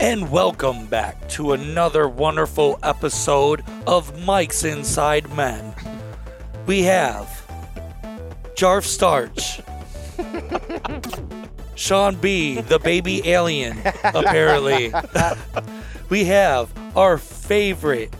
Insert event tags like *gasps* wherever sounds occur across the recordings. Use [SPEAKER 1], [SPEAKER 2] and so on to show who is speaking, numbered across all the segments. [SPEAKER 1] and welcome back to another wonderful episode of Mike's Inside Men. We have Jarf Starch, Sean B, the baby alien, apparently. we have our favorite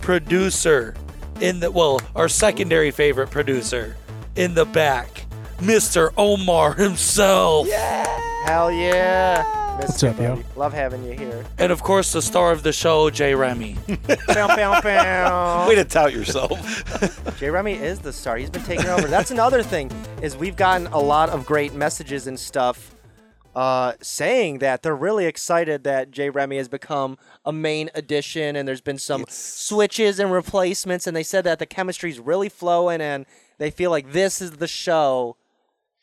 [SPEAKER 1] producer in the well, our secondary favorite producer in the back, Mr. Omar himself.
[SPEAKER 2] Hell yeah. Miss
[SPEAKER 3] What's
[SPEAKER 2] you,
[SPEAKER 3] up, yo?
[SPEAKER 2] buddy. Love having you here.
[SPEAKER 1] And of course, the star of the show, Jay Remy.
[SPEAKER 2] Bow, bow, bow. *laughs*
[SPEAKER 4] *laughs* Way to tout yourself.
[SPEAKER 2] Jay Remy is the star. He's been taking over. That's another thing is we've gotten a lot of great messages and stuff uh, saying that they're really excited that Jay Remy has become a main addition and there's been some switches and replacements and they said that the chemistry's really flowing and they feel like this is the show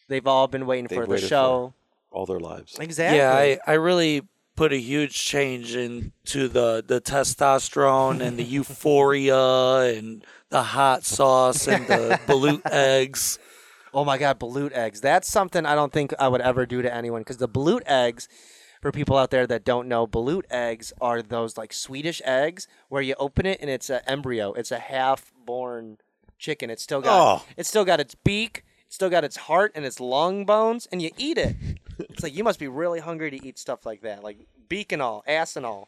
[SPEAKER 2] they've all been waiting
[SPEAKER 4] They've
[SPEAKER 2] for the
[SPEAKER 4] waited for.
[SPEAKER 2] show.
[SPEAKER 4] All their lives.
[SPEAKER 1] *laughs*
[SPEAKER 2] Exactly.
[SPEAKER 1] yeah, I, I really put a huge change into the, the testosterone and the euphoria and the hot sauce and
[SPEAKER 2] *laughs*
[SPEAKER 1] the balut eggs.
[SPEAKER 2] Oh my God, balut eggs. That's something I don't think I would ever do to anyone because the balut eggs, for people out there that don't know, balut eggs are those like Swedish eggs where you open it and it's an embryo. It's a half-born chicken. It's still got
[SPEAKER 4] Oh.
[SPEAKER 2] it's still got its beak, it's still got its heart and its lung bones, and you eat it. it's like you must be really hungry to eat stuff like that, like beak and all, ass and all.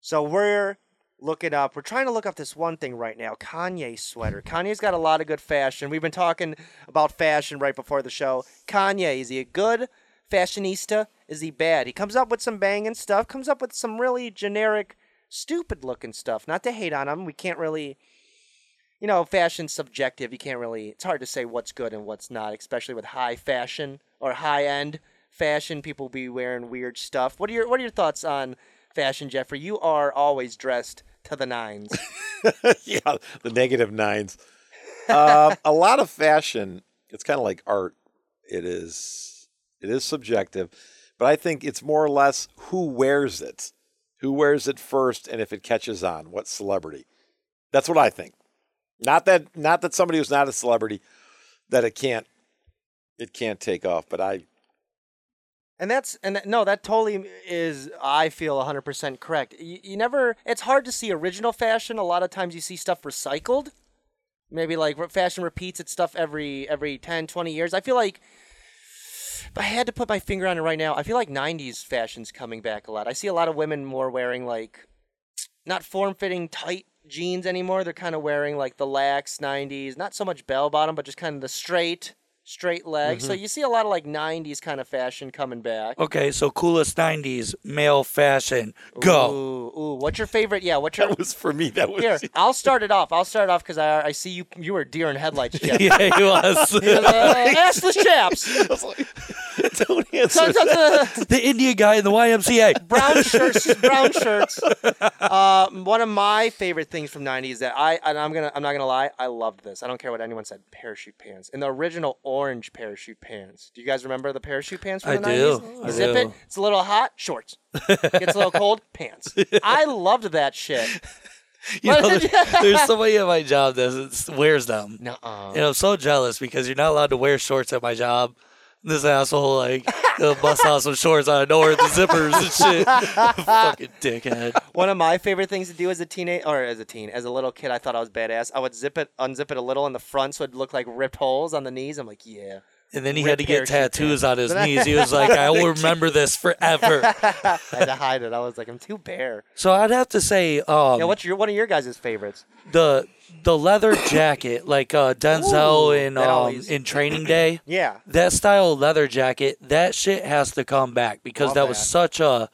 [SPEAKER 2] So we're looking up. We're trying to look up this one thing right now. Kanye sweater. Kanye's got a lot of good fashion. We've been talking about fashion right before the show. Kanye, is he a good fashionista? Is he bad? He comes up with some banging stuff, comes up with some really generic, stupid looking stuff. Not to hate on him. We can't really you know, fashion's subjective. You can't really it's hard to say what's good and what's not, especially with high fashion or high end fashion. People be wearing weird stuff. What are your what are your thoughts on fashion, Jeffrey? You are always dressed to the nines.
[SPEAKER 4] *laughs* yeah, the negative
[SPEAKER 2] *laughs*
[SPEAKER 4] nines. Um, a lot of fashion. It's kind of like art. It is. It is subjective, but I think it's more or less who wears it, who wears it first, and if it catches on, what celebrity. That's what I think. Not that. Not that somebody who's not a celebrity, that it can't. It can't take off. But I. *laughs*
[SPEAKER 2] And that's and that, no, that totally is. I feel 100% correct. You, you never. It's hard to see original fashion. A lot of times you see stuff recycled. Maybe like re- fashion repeats its stuff every every 10, 20 years. I feel like if I had to put my finger on it right now, I feel like 90s fashion's coming back a lot. I see a lot of women more wearing like not form-fitting tight jeans anymore. They're kind of wearing like the lax 90s, not so much bell bottom, but just kind of the straight straight leg. So you see a lot of like 90s kind of fashion coming back.
[SPEAKER 1] Okay, so coolest 90s male fashion. Go.
[SPEAKER 2] Ooh, ooh, what's your favorite? Yeah, what's your
[SPEAKER 4] *laughs* That was for me. That was. *laughs*
[SPEAKER 2] here? I'll start it off. I'll start it off because I I see you you were deer in headlights, Jeff.
[SPEAKER 1] *laughs* *laughs* Yeah, he
[SPEAKER 2] *laughs*
[SPEAKER 1] was.
[SPEAKER 2] Uh, assless chaps,
[SPEAKER 4] I was like, *laughs* don't answer.
[SPEAKER 2] brown
[SPEAKER 1] the Indian guy in the
[SPEAKER 2] *laughs*
[SPEAKER 1] YMCA.
[SPEAKER 2] shirts, brown shirts. Uh, one of my favorite things from '90s that I and I'm gonna I'm not gonna lie, I loved this. I don't care what anyone said. Parachute pants in the original orange parachute pants. Do you guys remember the parachute pants from
[SPEAKER 1] I
[SPEAKER 2] the
[SPEAKER 1] do.
[SPEAKER 2] '90s?
[SPEAKER 1] I
[SPEAKER 2] Zip
[SPEAKER 1] do.
[SPEAKER 2] it. It's a little hot. Shorts. Gets a little cold.
[SPEAKER 1] *laughs*
[SPEAKER 2] Pants. I loved that shit.
[SPEAKER 1] You know,
[SPEAKER 2] *laughs*
[SPEAKER 1] there's, there's somebody at my job that wears them.
[SPEAKER 2] Nuh-uh.
[SPEAKER 1] And I'm so jealous because you're not allowed to wear shorts at my job. This asshole like he'll bust out some shorts out of nowhere with the zippers and shit. *laughs* Fucking dickhead.
[SPEAKER 2] One of my favorite things to do as a teenage or as a teen, as a little kid, I thought I was badass. I would zip it, unzip it a little in the front so it looked like ripped holes on the knees. I'm like, yeah.
[SPEAKER 1] And then he
[SPEAKER 2] Rip
[SPEAKER 1] had to get
[SPEAKER 2] parachute
[SPEAKER 1] tattoos on
[SPEAKER 2] *laughs*
[SPEAKER 1] his knees. He was like, I will remember this forever.
[SPEAKER 2] I had to hide it. I was like, I'm too bare.
[SPEAKER 1] So I'd have to say, um,
[SPEAKER 2] Yeah, what's your one of your guys' favorites?
[SPEAKER 1] the the leather jacket, like uh, Denzel
[SPEAKER 2] Ooh,
[SPEAKER 1] in
[SPEAKER 2] that
[SPEAKER 1] um,
[SPEAKER 2] always-
[SPEAKER 1] in Training Day.
[SPEAKER 2] Yeah.
[SPEAKER 1] that style of leather jacket, that shit has to come back because
[SPEAKER 2] Love
[SPEAKER 1] that was
[SPEAKER 2] that.
[SPEAKER 1] such a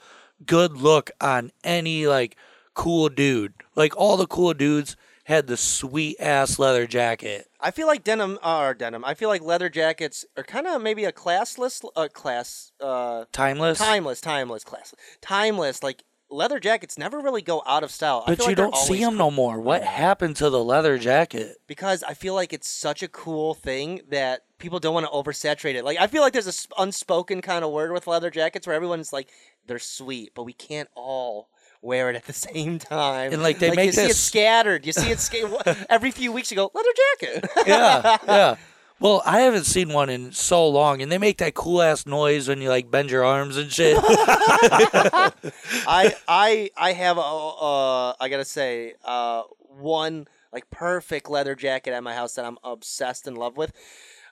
[SPEAKER 1] good look on any like cool dude. Like all the cool dudes had the sweet ass leather jacket.
[SPEAKER 2] I feel like denim uh, or denim. I feel like leather jackets are kind of maybe a classless uh, class uh
[SPEAKER 1] Timeless.
[SPEAKER 2] timeless, timeless class. Timeless like leather jackets never really go out of style. I
[SPEAKER 1] but
[SPEAKER 2] feel
[SPEAKER 1] you
[SPEAKER 2] like they're
[SPEAKER 1] don't see
[SPEAKER 2] always
[SPEAKER 1] them no more. What happened to the leather
[SPEAKER 2] *laughs*
[SPEAKER 1] jacket?
[SPEAKER 2] because I feel like it's such a cool thing that people don't want to oversaturate it. Like I feel like there's a s- unspoken kind of word with leather jackets where everyone's like they're sweet, but we can't all wear it at the *laughs* same time.
[SPEAKER 1] And, like, they
[SPEAKER 2] you
[SPEAKER 1] make
[SPEAKER 2] see it
[SPEAKER 1] this-
[SPEAKER 2] *laughs* scattered. You see it sca- every few weeks. You go leather jacket. *laughs*
[SPEAKER 1] Yeah, yeah. Well, I haven't seen one in so long, and they make that cool ass noise when you like bend your arms and
[SPEAKER 2] *laughs*
[SPEAKER 1] shit.
[SPEAKER 2] I I I have a uh, I gotta say uh, one like perfect leather jacket at my house that I'm obsessed in love with.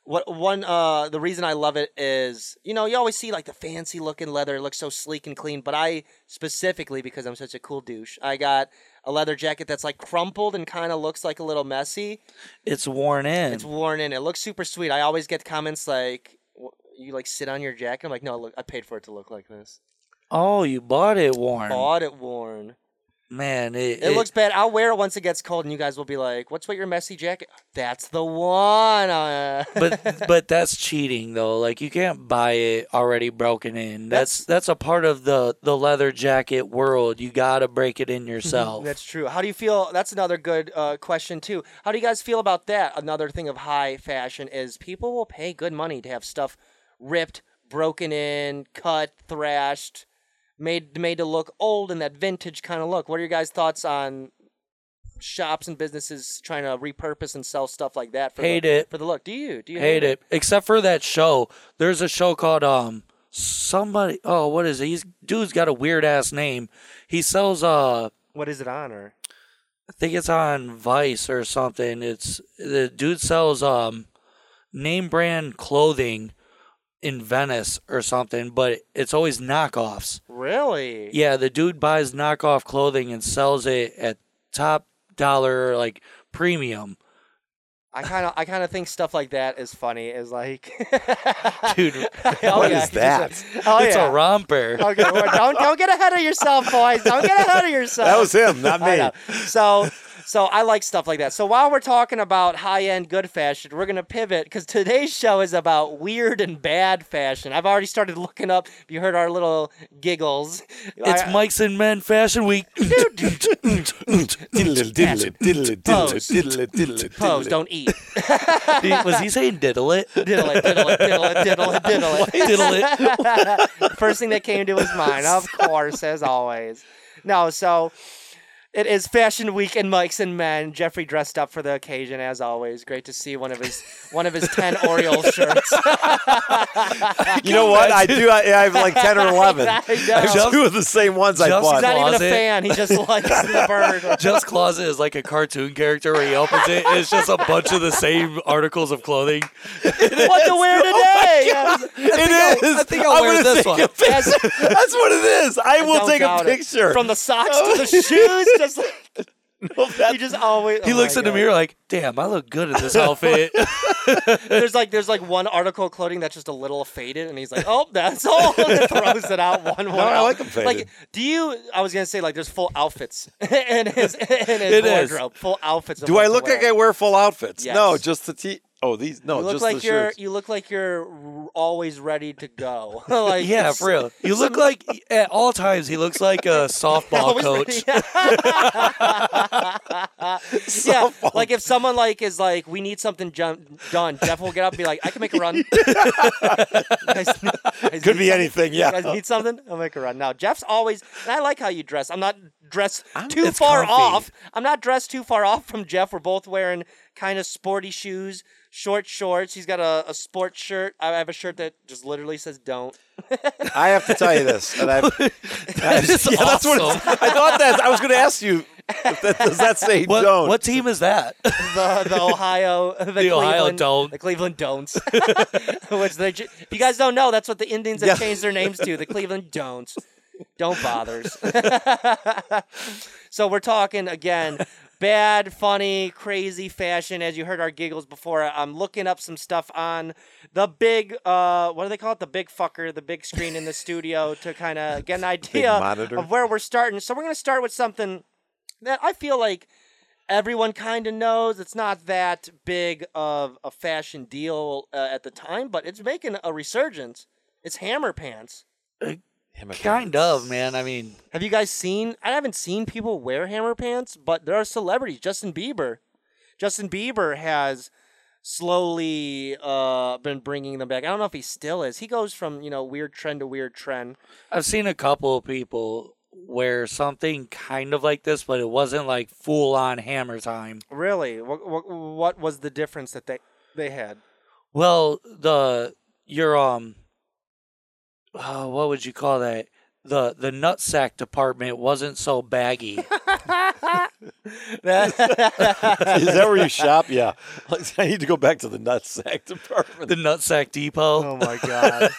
[SPEAKER 2] What one uh, the reason I love it is you know you always see like the fancy looking leather it looks so sleek and clean, but I specifically because I'm such a cool douche, I got a leather jacket that's like crumpled and kind of looks like a little messy.
[SPEAKER 1] it's worn in.
[SPEAKER 2] It's worn in. It looks super sweet. I always get comments like. "Wh- You like sit on your jacket. I'm like, no, look, I paid for it to look like this.
[SPEAKER 1] oh, you bought it worn.
[SPEAKER 2] Bought it worn.
[SPEAKER 1] Man, it,
[SPEAKER 2] It looks bad. I'll wear it once it gets cold, and you guys will be like, "What's with your messy jacket?" That's the one. uh." *laughs*
[SPEAKER 1] *laughs* but but that's cheating though. Like you can't buy it already broken in. That's that's a part of the the leather jacket world. You gotta break it in yourself.
[SPEAKER 2] *laughs* that's true. How do you feel? That's another good uh, question too. How do you guys feel about that? Another thing of high fashion is people will pay good money to have stuff ripped, broken in, cut, thrashed, made made to look old in that vintage kind of look. What are your guys' thoughts on shops and businesses trying to repurpose and sell stuff like that? For
[SPEAKER 1] Hate
[SPEAKER 2] the,
[SPEAKER 1] it.
[SPEAKER 2] for the look. Do you? Do you
[SPEAKER 1] Hate it. Except for that show. There's a show called um somebody oh what is it? He's dude's got a weird ass name. He sells uh
[SPEAKER 2] What is it on or?
[SPEAKER 1] I think it's on Vice or something. It's the dude sells um name brand clothing in Venice or something, but it's always knockoffs.
[SPEAKER 2] Really?
[SPEAKER 1] Yeah, the dude buys knockoff clothing and sells it at top dollar, like premium.
[SPEAKER 2] I kind of I kind of think stuff like that is funny. Is
[SPEAKER 4] *laughs*
[SPEAKER 2] like,
[SPEAKER 1] Dude,
[SPEAKER 2] *laughs* Oh,
[SPEAKER 4] What
[SPEAKER 2] yeah,
[SPEAKER 4] is
[SPEAKER 2] he's
[SPEAKER 4] that?
[SPEAKER 2] like- oh,
[SPEAKER 1] it's
[SPEAKER 2] yeah.
[SPEAKER 1] a romper.
[SPEAKER 4] Oh,
[SPEAKER 2] Okay, well, don't
[SPEAKER 4] *laughs*
[SPEAKER 2] don't get ahead of yourself, boys. Don't get ahead of yourself.
[SPEAKER 4] That was him,
[SPEAKER 2] *laughs*
[SPEAKER 4] not
[SPEAKER 2] I
[SPEAKER 4] me.
[SPEAKER 2] know. So so I like stuff like that. So while we're talking about high end good fashion, we're gonna pivot because today's show is about weird and bad fashion. I've already started looking up. You heard our little giggles.
[SPEAKER 1] It's
[SPEAKER 2] I-
[SPEAKER 1] Mike's and Men Fashion Week. *laughs*
[SPEAKER 4] Diddle it, diddle it, diddle it, diddle it,
[SPEAKER 2] Pose.
[SPEAKER 4] diddle it, diddle it, diddle
[SPEAKER 2] pose.
[SPEAKER 4] it.
[SPEAKER 2] Don't eat.
[SPEAKER 1] Was he saying diddle it?
[SPEAKER 2] diddle it, diddle it, diddle it, diddle it, diddle
[SPEAKER 4] *laughs*
[SPEAKER 2] it.
[SPEAKER 1] Diddle it.
[SPEAKER 2] First thing that came to his mind,
[SPEAKER 4] *laughs*
[SPEAKER 2] of course, as always. No, so it is Fashion Week in Mike's and Men. Jeffrey dressed up for the occasion, as always. Great to see one of his one of his
[SPEAKER 4] *laughs*
[SPEAKER 2] ten Oriole shirts.
[SPEAKER 4] You know what? I do. I, I have like ten or
[SPEAKER 2] *laughs*
[SPEAKER 4] eleven.
[SPEAKER 2] I
[SPEAKER 4] I
[SPEAKER 2] know.
[SPEAKER 4] have two of the same ones I
[SPEAKER 1] Just-
[SPEAKER 4] bought.
[SPEAKER 2] He's not even a
[SPEAKER 1] Closet.
[SPEAKER 2] fan. He just likes
[SPEAKER 4] *laughs*
[SPEAKER 2] the bird.
[SPEAKER 1] Just Closet is like a cartoon character where he opens it. and It's just a bunch of the same articles of clothing.
[SPEAKER 2] What to wear
[SPEAKER 4] Oh
[SPEAKER 2] today?
[SPEAKER 4] It is.
[SPEAKER 1] I think I'll
[SPEAKER 4] I'm
[SPEAKER 1] wear
[SPEAKER 4] gonna
[SPEAKER 1] this
[SPEAKER 4] take
[SPEAKER 1] one.
[SPEAKER 4] a pic- *laughs*
[SPEAKER 2] Yes.
[SPEAKER 4] That's what it is. I will
[SPEAKER 2] Don't
[SPEAKER 4] take a
[SPEAKER 2] doubt it.
[SPEAKER 4] picture.
[SPEAKER 2] From the socks to
[SPEAKER 4] *laughs*
[SPEAKER 2] the shoes, just like,
[SPEAKER 4] No, that-
[SPEAKER 2] you just always.
[SPEAKER 1] He
[SPEAKER 2] oh
[SPEAKER 1] looks
[SPEAKER 2] my
[SPEAKER 1] in the
[SPEAKER 2] God.
[SPEAKER 1] mirror like, damn, I look good in this
[SPEAKER 4] *laughs*
[SPEAKER 1] outfit.
[SPEAKER 2] There's like there's like one article of clothing that's just a little faded, and he's like, "Oh, that's *laughs* all." and throws it out one one.
[SPEAKER 4] I
[SPEAKER 2] out.
[SPEAKER 4] like 'em faded.
[SPEAKER 2] Like, do you? I was gonna say like there's full outfits *laughs* in his in his
[SPEAKER 1] It is.
[SPEAKER 2] wardrobe. Full outfits. of
[SPEAKER 4] Do
[SPEAKER 2] what
[SPEAKER 4] I
[SPEAKER 2] to
[SPEAKER 4] look
[SPEAKER 2] wear.
[SPEAKER 4] like I wear full outfits?
[SPEAKER 2] Yes.
[SPEAKER 4] No, just the t. Oh, these. No,
[SPEAKER 2] You look
[SPEAKER 4] just
[SPEAKER 2] like
[SPEAKER 4] the
[SPEAKER 2] you're
[SPEAKER 4] shirts.
[SPEAKER 2] you look like you're r- always ready to go. *laughs* like
[SPEAKER 1] yeah,
[SPEAKER 2] it's-
[SPEAKER 1] for real. You look like, at all times, he looks like a softball
[SPEAKER 2] Always *laughs*
[SPEAKER 1] coach.
[SPEAKER 2] ready. yeah, like if someone like is like, we need something jump, done. Jeff will get up and be like, I can make a
[SPEAKER 4] *laughs*
[SPEAKER 2] run.
[SPEAKER 4] Could be anything.
[SPEAKER 2] You
[SPEAKER 4] Yeah.
[SPEAKER 2] guys need something? I'll make a run. Now, Jeff's always, and I like how you dress. I'm not dressed too
[SPEAKER 1] it's
[SPEAKER 2] far
[SPEAKER 1] comfy.
[SPEAKER 2] off. I'm not dressed too far off from Jeff. We're both wearing kind of sporty shoes, short shorts. He's got a, a sports shirt. I have a shirt that just literally says don't.
[SPEAKER 4] I have to tell you this, and I've,
[SPEAKER 1] That is
[SPEAKER 4] yeah, *laughs* that's what
[SPEAKER 1] awesome.
[SPEAKER 4] it's, I thought that. I was going to ask you. if that- does that say
[SPEAKER 1] What,
[SPEAKER 4] don't?
[SPEAKER 1] what team is that?
[SPEAKER 2] The, the Ohio, *laughs* the, Cleveland,
[SPEAKER 1] Ohio don't.
[SPEAKER 2] The Cleveland don'ts. *laughs* Which they, ju- if you guys don't know, that's what the Indians have
[SPEAKER 4] Yeah.
[SPEAKER 2] changed their names to. The Cleveland don'ts. Don't bothers. *laughs* So we're talking again, bad, funny, crazy fashion. As you heard our giggles before, I'm looking up some stuff on the big, uh, what do they call it? The big fucker, the big screen in the studio to kind of get an idea
[SPEAKER 4] monitor?
[SPEAKER 2] of where we're starting. So we're gonna start with something that I feel like everyone kind of knows. It's not that big of a fashion deal uh, at the time, but it's making a resurgence. It's hammer pants.
[SPEAKER 4] Damn it.
[SPEAKER 1] kind of, man. I mean,
[SPEAKER 2] Have you guys seen? I haven't seen people wear hammer pants, but there are celebrities. Justin Bieber, Justin Bieber has slowly uh, been bringing them back. I don't know if he still is. He goes from you know weird trend to weird trend.
[SPEAKER 1] I've seen a couple of people wear something kind of like this, but it wasn't like full on hammer time.
[SPEAKER 2] Really, what, what, what was the difference that they they had?
[SPEAKER 1] Well, the your um, oh, what would you call that? The the nutsack department wasn't so baggy.
[SPEAKER 4] Is that where you shop? Yeah. I need to go back to the nutsack department.
[SPEAKER 1] the nutsack depot.
[SPEAKER 2] *laughs* Oh my god.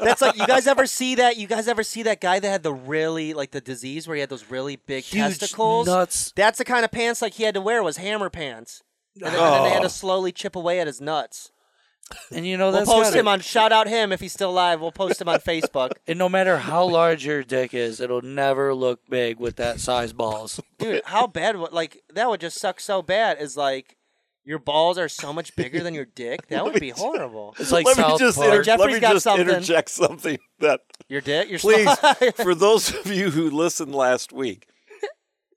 [SPEAKER 2] That's like you guys ever see that? You guys ever see that guy that had the really like the disease where he had those really big
[SPEAKER 1] Huge
[SPEAKER 2] testicles?
[SPEAKER 1] nuts.
[SPEAKER 2] That's the kind of pants like he had to wear was hammer pants. And then, and then they had
[SPEAKER 4] Oh.
[SPEAKER 2] to slowly chip away at his nuts.
[SPEAKER 1] And you know
[SPEAKER 2] We'll
[SPEAKER 1] that's
[SPEAKER 2] post
[SPEAKER 1] gotta-
[SPEAKER 2] him on shout out him if he's still alive. We'll post him on Facebook.
[SPEAKER 1] And no matter how large your dick is, it'll never look big with that size balls.
[SPEAKER 2] Dude, how bad would like that would just suck so bad is like your balls are so much bigger than your dick. That would be horrible.
[SPEAKER 1] It's like
[SPEAKER 4] *laughs* let
[SPEAKER 1] South
[SPEAKER 4] me just,
[SPEAKER 1] Park.
[SPEAKER 4] inter- let
[SPEAKER 2] Jeffrey's
[SPEAKER 4] me
[SPEAKER 2] got
[SPEAKER 4] just
[SPEAKER 2] something.
[SPEAKER 4] interject something
[SPEAKER 2] *laughs*
[SPEAKER 4] that
[SPEAKER 2] Your dick, your
[SPEAKER 4] please for those of you who listened last week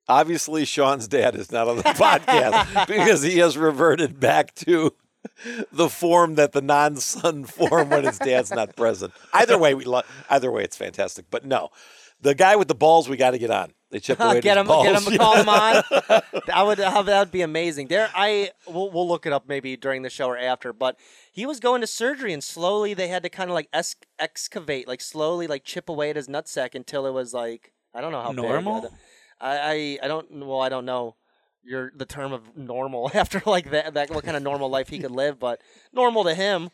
[SPEAKER 4] obviously sean's dad is
[SPEAKER 2] *laughs*
[SPEAKER 4] not on the podcast because he has reverted back to the form that the non-son form when his dad's not present either way we lo- either way it's fantastic but no the guy with the balls we got to get on they chip away
[SPEAKER 2] *laughs*
[SPEAKER 4] at
[SPEAKER 2] get
[SPEAKER 4] his
[SPEAKER 2] him,
[SPEAKER 4] balls.
[SPEAKER 2] get
[SPEAKER 4] *laughs*
[SPEAKER 2] him, call him
[SPEAKER 1] *laughs*
[SPEAKER 2] on. I would, uh, that would be amazing. There, I we'll, we'll look it up maybe during the show or after. But he was going to surgery, and slowly they had to kind of like es- excavate, like slowly, like chip away at his nutsack until it was like I don't know how big.
[SPEAKER 1] Normal?
[SPEAKER 2] I, I I don't well I don't know your the term of normal *laughs* after like that that what kind of normal life he could live, but normal to him,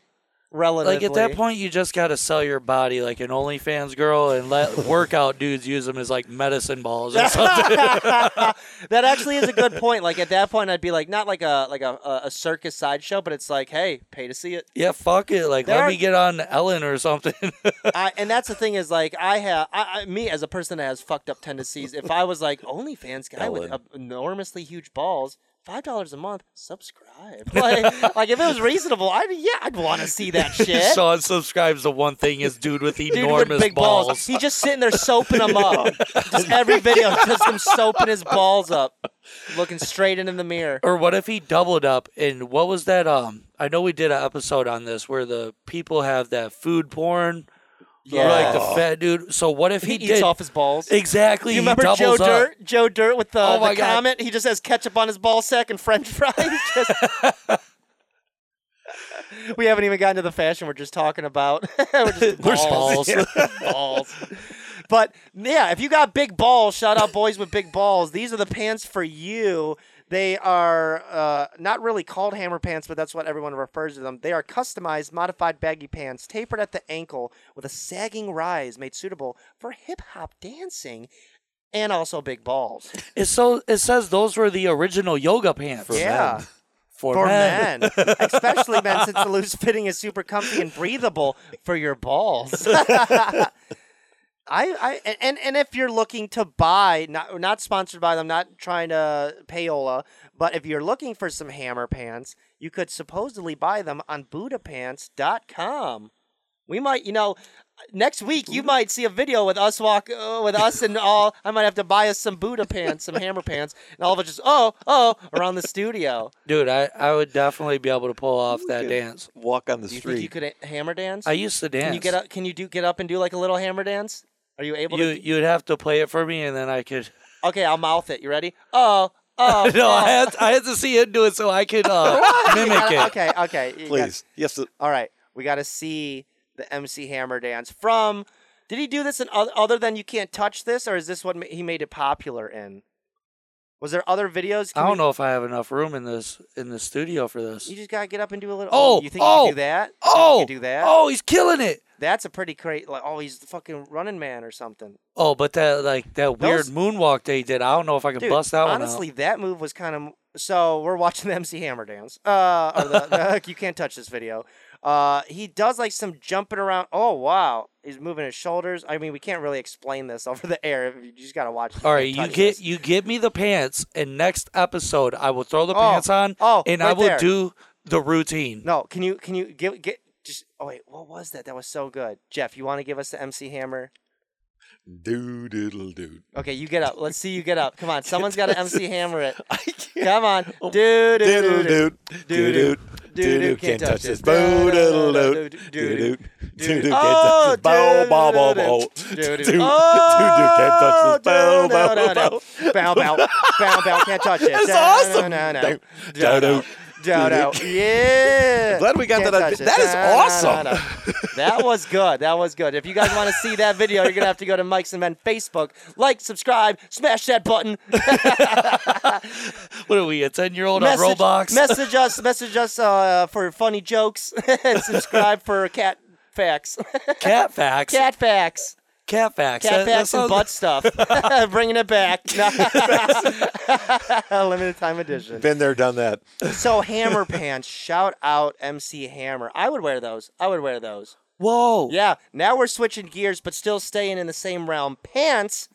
[SPEAKER 2] relatively.
[SPEAKER 1] Like at that point, you just got to sell your body like an OnlyFans girl and
[SPEAKER 2] *laughs*
[SPEAKER 1] let workout dudes use them as like medicine balls or something.
[SPEAKER 2] that actually is a good point. Like at that point, I'd be like, not like a like a a- a circus sideshow, but it's like, hey, pay to see it.
[SPEAKER 1] yeah, fuck it. Like
[SPEAKER 2] There
[SPEAKER 1] let
[SPEAKER 2] are-
[SPEAKER 1] me get on Ellen or something. *laughs*
[SPEAKER 2] I, and that's the thing is like I have I, I me as a person that has fucked up tendencies. If I was like OnlyFans guy with
[SPEAKER 4] Ellen.
[SPEAKER 2] enormously huge balls. Five dollars a month. Subscribe. *laughs* Like, like if it was reasonable, I'd yeah, I'd want to
[SPEAKER 1] *laughs*
[SPEAKER 2] see that shit.
[SPEAKER 1] Sean subscribes to one thing is dude with
[SPEAKER 2] *laughs* Dude
[SPEAKER 1] enormous
[SPEAKER 2] with big balls.
[SPEAKER 1] balls.
[SPEAKER 2] He's just sitting there soaping them
[SPEAKER 1] *laughs*
[SPEAKER 2] up. just every video, just him soaping his balls up, looking straight into the mirror.
[SPEAKER 1] Or what if he doubled up? And what was that? Um, I know we did an episode on this where the people have that food porn. Yeah. like the fat dude. So what if
[SPEAKER 2] he,
[SPEAKER 1] he,
[SPEAKER 2] eats
[SPEAKER 1] did
[SPEAKER 2] off his
[SPEAKER 1] *laughs*
[SPEAKER 2] balls.
[SPEAKER 1] exactly? he
[SPEAKER 2] You remember
[SPEAKER 1] doubles
[SPEAKER 2] Joe
[SPEAKER 1] up.
[SPEAKER 2] Dirt? Joe Dirt with the,
[SPEAKER 1] Oh my
[SPEAKER 2] the
[SPEAKER 1] God.
[SPEAKER 2] comment. He just has ketchup on his ball sack and French fries.
[SPEAKER 1] *laughs*
[SPEAKER 2] Just- we haven't even gotten to the fashion. We're just talking about. *laughs* we're
[SPEAKER 1] *laughs*
[SPEAKER 2] just
[SPEAKER 1] We're just-
[SPEAKER 2] balls. *laughs* balls. But yeah, if you got big balls, shout out boys with big balls. These are the pants for you. They are uh, not really called hammer pants, but that's what everyone refers to them. They are customized, modified baggy pants, tapered at the ankle with a sagging rise made suitable for hip hop dancing and also big balls.
[SPEAKER 1] It's so it says those were the original yoga pants
[SPEAKER 4] For
[SPEAKER 2] yeah.
[SPEAKER 4] men.
[SPEAKER 1] for,
[SPEAKER 2] For
[SPEAKER 1] men.
[SPEAKER 2] men, especially men, since the loose fitting is super comfy and breathable for your balls. *laughs* I, I, and and if you're looking to buy, not not sponsored by them, not trying to payola, but if you're looking for some hammer pants, you could supposedly buy them on BuddhaPants.com. We might, you know, next week you might see a video with us walk uh, with us and all. I might have to buy us some Buddha pants, some hammer pants, and all of us just oh oh around the studio.
[SPEAKER 1] Dude, I, I would definitely be able to pull off that
[SPEAKER 4] could-
[SPEAKER 1] dance.
[SPEAKER 4] walk on the
[SPEAKER 2] Do you think you
[SPEAKER 4] street
[SPEAKER 2] could ha- hammer dance?
[SPEAKER 1] I used to dance.
[SPEAKER 2] Can you get up? Can you do get up and do like a little hammer dance? Are you able
[SPEAKER 1] You
[SPEAKER 2] to?
[SPEAKER 1] you'd have to play it for me, and then I could. *laughs*
[SPEAKER 2] Okay, I'll mouth it. You ready? Oh, oh.
[SPEAKER 1] No,
[SPEAKER 2] oh.
[SPEAKER 1] I had I had to see him do it so I could
[SPEAKER 2] *laughs*
[SPEAKER 1] uh, mimic it.
[SPEAKER 2] Okay, okay. you got-
[SPEAKER 4] please
[SPEAKER 2] *laughs*
[SPEAKER 4] yes the-
[SPEAKER 2] all right, we got to see the MC Hammer dance from. Did he do this in oth- other than you can't touch this, or is this what ma- he made it popular in? Was there other videos? Can
[SPEAKER 1] I don't
[SPEAKER 2] we-
[SPEAKER 1] know if I have enough room in this in the studio for this.
[SPEAKER 2] You just gotta get up and do a little.
[SPEAKER 1] Oh,
[SPEAKER 2] you think you
[SPEAKER 1] oh,
[SPEAKER 2] can do that? You think you
[SPEAKER 1] Oh,
[SPEAKER 2] can do that.
[SPEAKER 1] oh, he's killing it.
[SPEAKER 2] That's a pretty great. Like, oh, he's the fucking running man or something.
[SPEAKER 1] Oh, but that like that weird
[SPEAKER 2] Those-
[SPEAKER 1] moonwalk they did. I don't know if I can
[SPEAKER 2] Dude,
[SPEAKER 1] bust that
[SPEAKER 2] honestly, that move was kind of. So we're watching the *laughs* MC Hammer dance. Uh, or the, the- you can't touch this video. Uh, he does like some jumping around. Oh wow, he's moving his shoulders. I mean, we can't really explain this *laughs* over the air. You just gotta watch.
[SPEAKER 1] one out. All right,
[SPEAKER 2] can't
[SPEAKER 1] you
[SPEAKER 2] touch
[SPEAKER 1] get
[SPEAKER 2] this.
[SPEAKER 1] you give me the pants, and next episode I will throw the
[SPEAKER 2] Oh,
[SPEAKER 1] pants on,
[SPEAKER 2] oh,
[SPEAKER 1] and I
[SPEAKER 2] right
[SPEAKER 1] will
[SPEAKER 2] there.
[SPEAKER 1] do the routine.
[SPEAKER 2] No, can you can you give get just? Oh wait, what was that? That was so good, Jeff. You want to give us the MC Hammer?
[SPEAKER 4] doo doodle doo
[SPEAKER 2] Okay, you get up. Let's see you get
[SPEAKER 1] *laughs*
[SPEAKER 2] up. Come on, someone's got to MC Hammer it.
[SPEAKER 4] I can't
[SPEAKER 2] Come on,
[SPEAKER 1] Oh.
[SPEAKER 2] dude.
[SPEAKER 4] Diddle doot, doo doot, doo
[SPEAKER 2] Doo-doo,
[SPEAKER 4] doot, can't touch this. Boo diddle doot, doo doot, doo doot, can't touch
[SPEAKER 2] Oh,
[SPEAKER 4] this. Bow bow bow bow. Doo
[SPEAKER 2] doo-doo-doo.
[SPEAKER 4] doo doo can't
[SPEAKER 2] Oh,
[SPEAKER 4] touch this. Bow bow
[SPEAKER 2] doo-doo-doo-doo-doo.
[SPEAKER 4] *laughs*
[SPEAKER 2] Bow
[SPEAKER 4] bow.
[SPEAKER 2] bow bow bow. Can't touch it.
[SPEAKER 4] That's
[SPEAKER 2] No, no,
[SPEAKER 4] awesome.
[SPEAKER 2] no, no, no.
[SPEAKER 4] Doo doo
[SPEAKER 2] No, no. Yeah.
[SPEAKER 4] Glad we got
[SPEAKER 2] Can't
[SPEAKER 4] that
[SPEAKER 2] touch
[SPEAKER 4] idea.
[SPEAKER 2] it.
[SPEAKER 4] That is awesome.
[SPEAKER 2] That was good. That was good. If you guys want to see that video, you're gonna have to go to Mike's and Men Facebook. Like, subscribe, smash that button.
[SPEAKER 1] What are we? A ten year old on Roblox?
[SPEAKER 2] message us. Message us uh, for funny jokes *laughs* and subscribe for cat facts.
[SPEAKER 1] cat facts.
[SPEAKER 2] *laughs* cat facts.
[SPEAKER 1] Cat facts. That-
[SPEAKER 2] Cat
[SPEAKER 1] that
[SPEAKER 2] facts and
[SPEAKER 1] sounds-
[SPEAKER 2] butt stuff. *laughs* Bringing it back. *laughs* Limited time edition.
[SPEAKER 4] Been there, done that. *laughs*
[SPEAKER 2] So hammer pants, shout out MC Hammer. I would wear those. I would wear those.
[SPEAKER 1] Whoa.
[SPEAKER 2] Yeah. Now we're switching gears, but still staying in the same realm. Pants,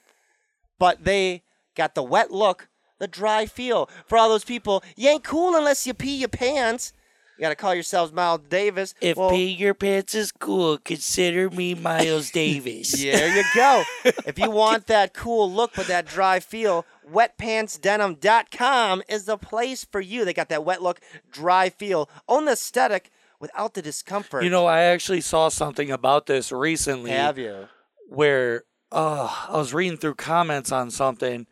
[SPEAKER 2] but they got the wet look, the dry feel. For all those people, you ain't cool unless you pee your pants. You gotta call yourselves Miles Davis.
[SPEAKER 1] If
[SPEAKER 2] Well,
[SPEAKER 1] pee your pants is cool, consider me
[SPEAKER 2] *laughs*
[SPEAKER 1] Miles Davis.
[SPEAKER 2] There you go. if you want that cool look but that dry feel, wetpantsdenim.com is the place for you. They got that wet look, dry feel, own the aesthetic without the discomfort.
[SPEAKER 1] You know, I actually saw something about this recently
[SPEAKER 2] have you? *laughs*
[SPEAKER 1] where uh, I was reading through comments on something,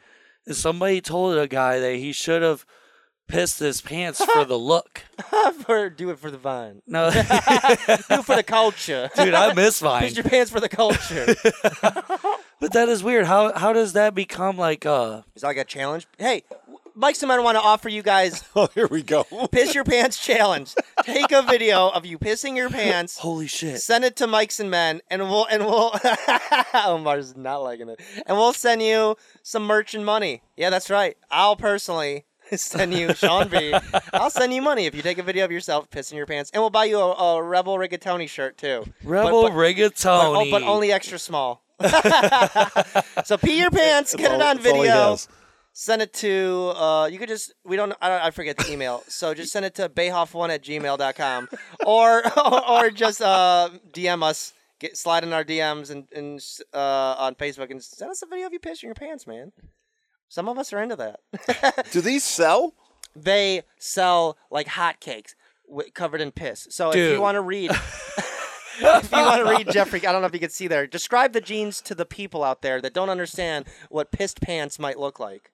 [SPEAKER 1] and somebody told a guy that he should have pissed his pants for
[SPEAKER 2] *laughs*
[SPEAKER 1] the look.
[SPEAKER 2] for, do it for
[SPEAKER 1] *laughs*
[SPEAKER 2] the vine.
[SPEAKER 1] No,
[SPEAKER 2] Do it for the culture.
[SPEAKER 1] dude, I miss mine.
[SPEAKER 2] *laughs* Piss your pants for
[SPEAKER 1] *laughs*
[SPEAKER 2] the culture.
[SPEAKER 1] But that is weird. How how does that become like uh
[SPEAKER 2] Is that like a challenge? Hey, Mike's and I want to offer you guys
[SPEAKER 4] Oh, here we go.
[SPEAKER 2] piss your pants challenge. Take a video of you pissing your pants.
[SPEAKER 1] holy shit?
[SPEAKER 2] Send it to Mike's and Men, and we'll and we'll. *laughs* Omar's not liking it, and we'll send you some merch and money. Yeah, that's right. I'll personally *laughs* send you Sean B. I'll send you money if you take a video of yourself pissing your pants, and we'll buy you a, a Rebel Rigatoni shirt too. But-
[SPEAKER 1] Rebel
[SPEAKER 2] but- but,
[SPEAKER 1] rigatoni.
[SPEAKER 2] oh, but only extra small. *laughs* so pee your pants, get it on
[SPEAKER 4] That's all he
[SPEAKER 2] video,
[SPEAKER 4] does.
[SPEAKER 2] send it to. Uh, you could just we don't I, don't I forget the email, so just send it to bayhoff1 at gmail.com or *laughs* or just uh, DM us, get slide in our DMs and and uh, on Facebook and send us a video of you pissing your pants, man. Some of us are into that. *laughs*
[SPEAKER 4] Do these sell?
[SPEAKER 2] they sell like hotcakes w- covered in piss. So if
[SPEAKER 1] Dude.
[SPEAKER 2] you want to read, if you want to read Jeffrey, I don't know if you can see there. Describe the jeans to the people out there that don't understand what pissed pants might look like.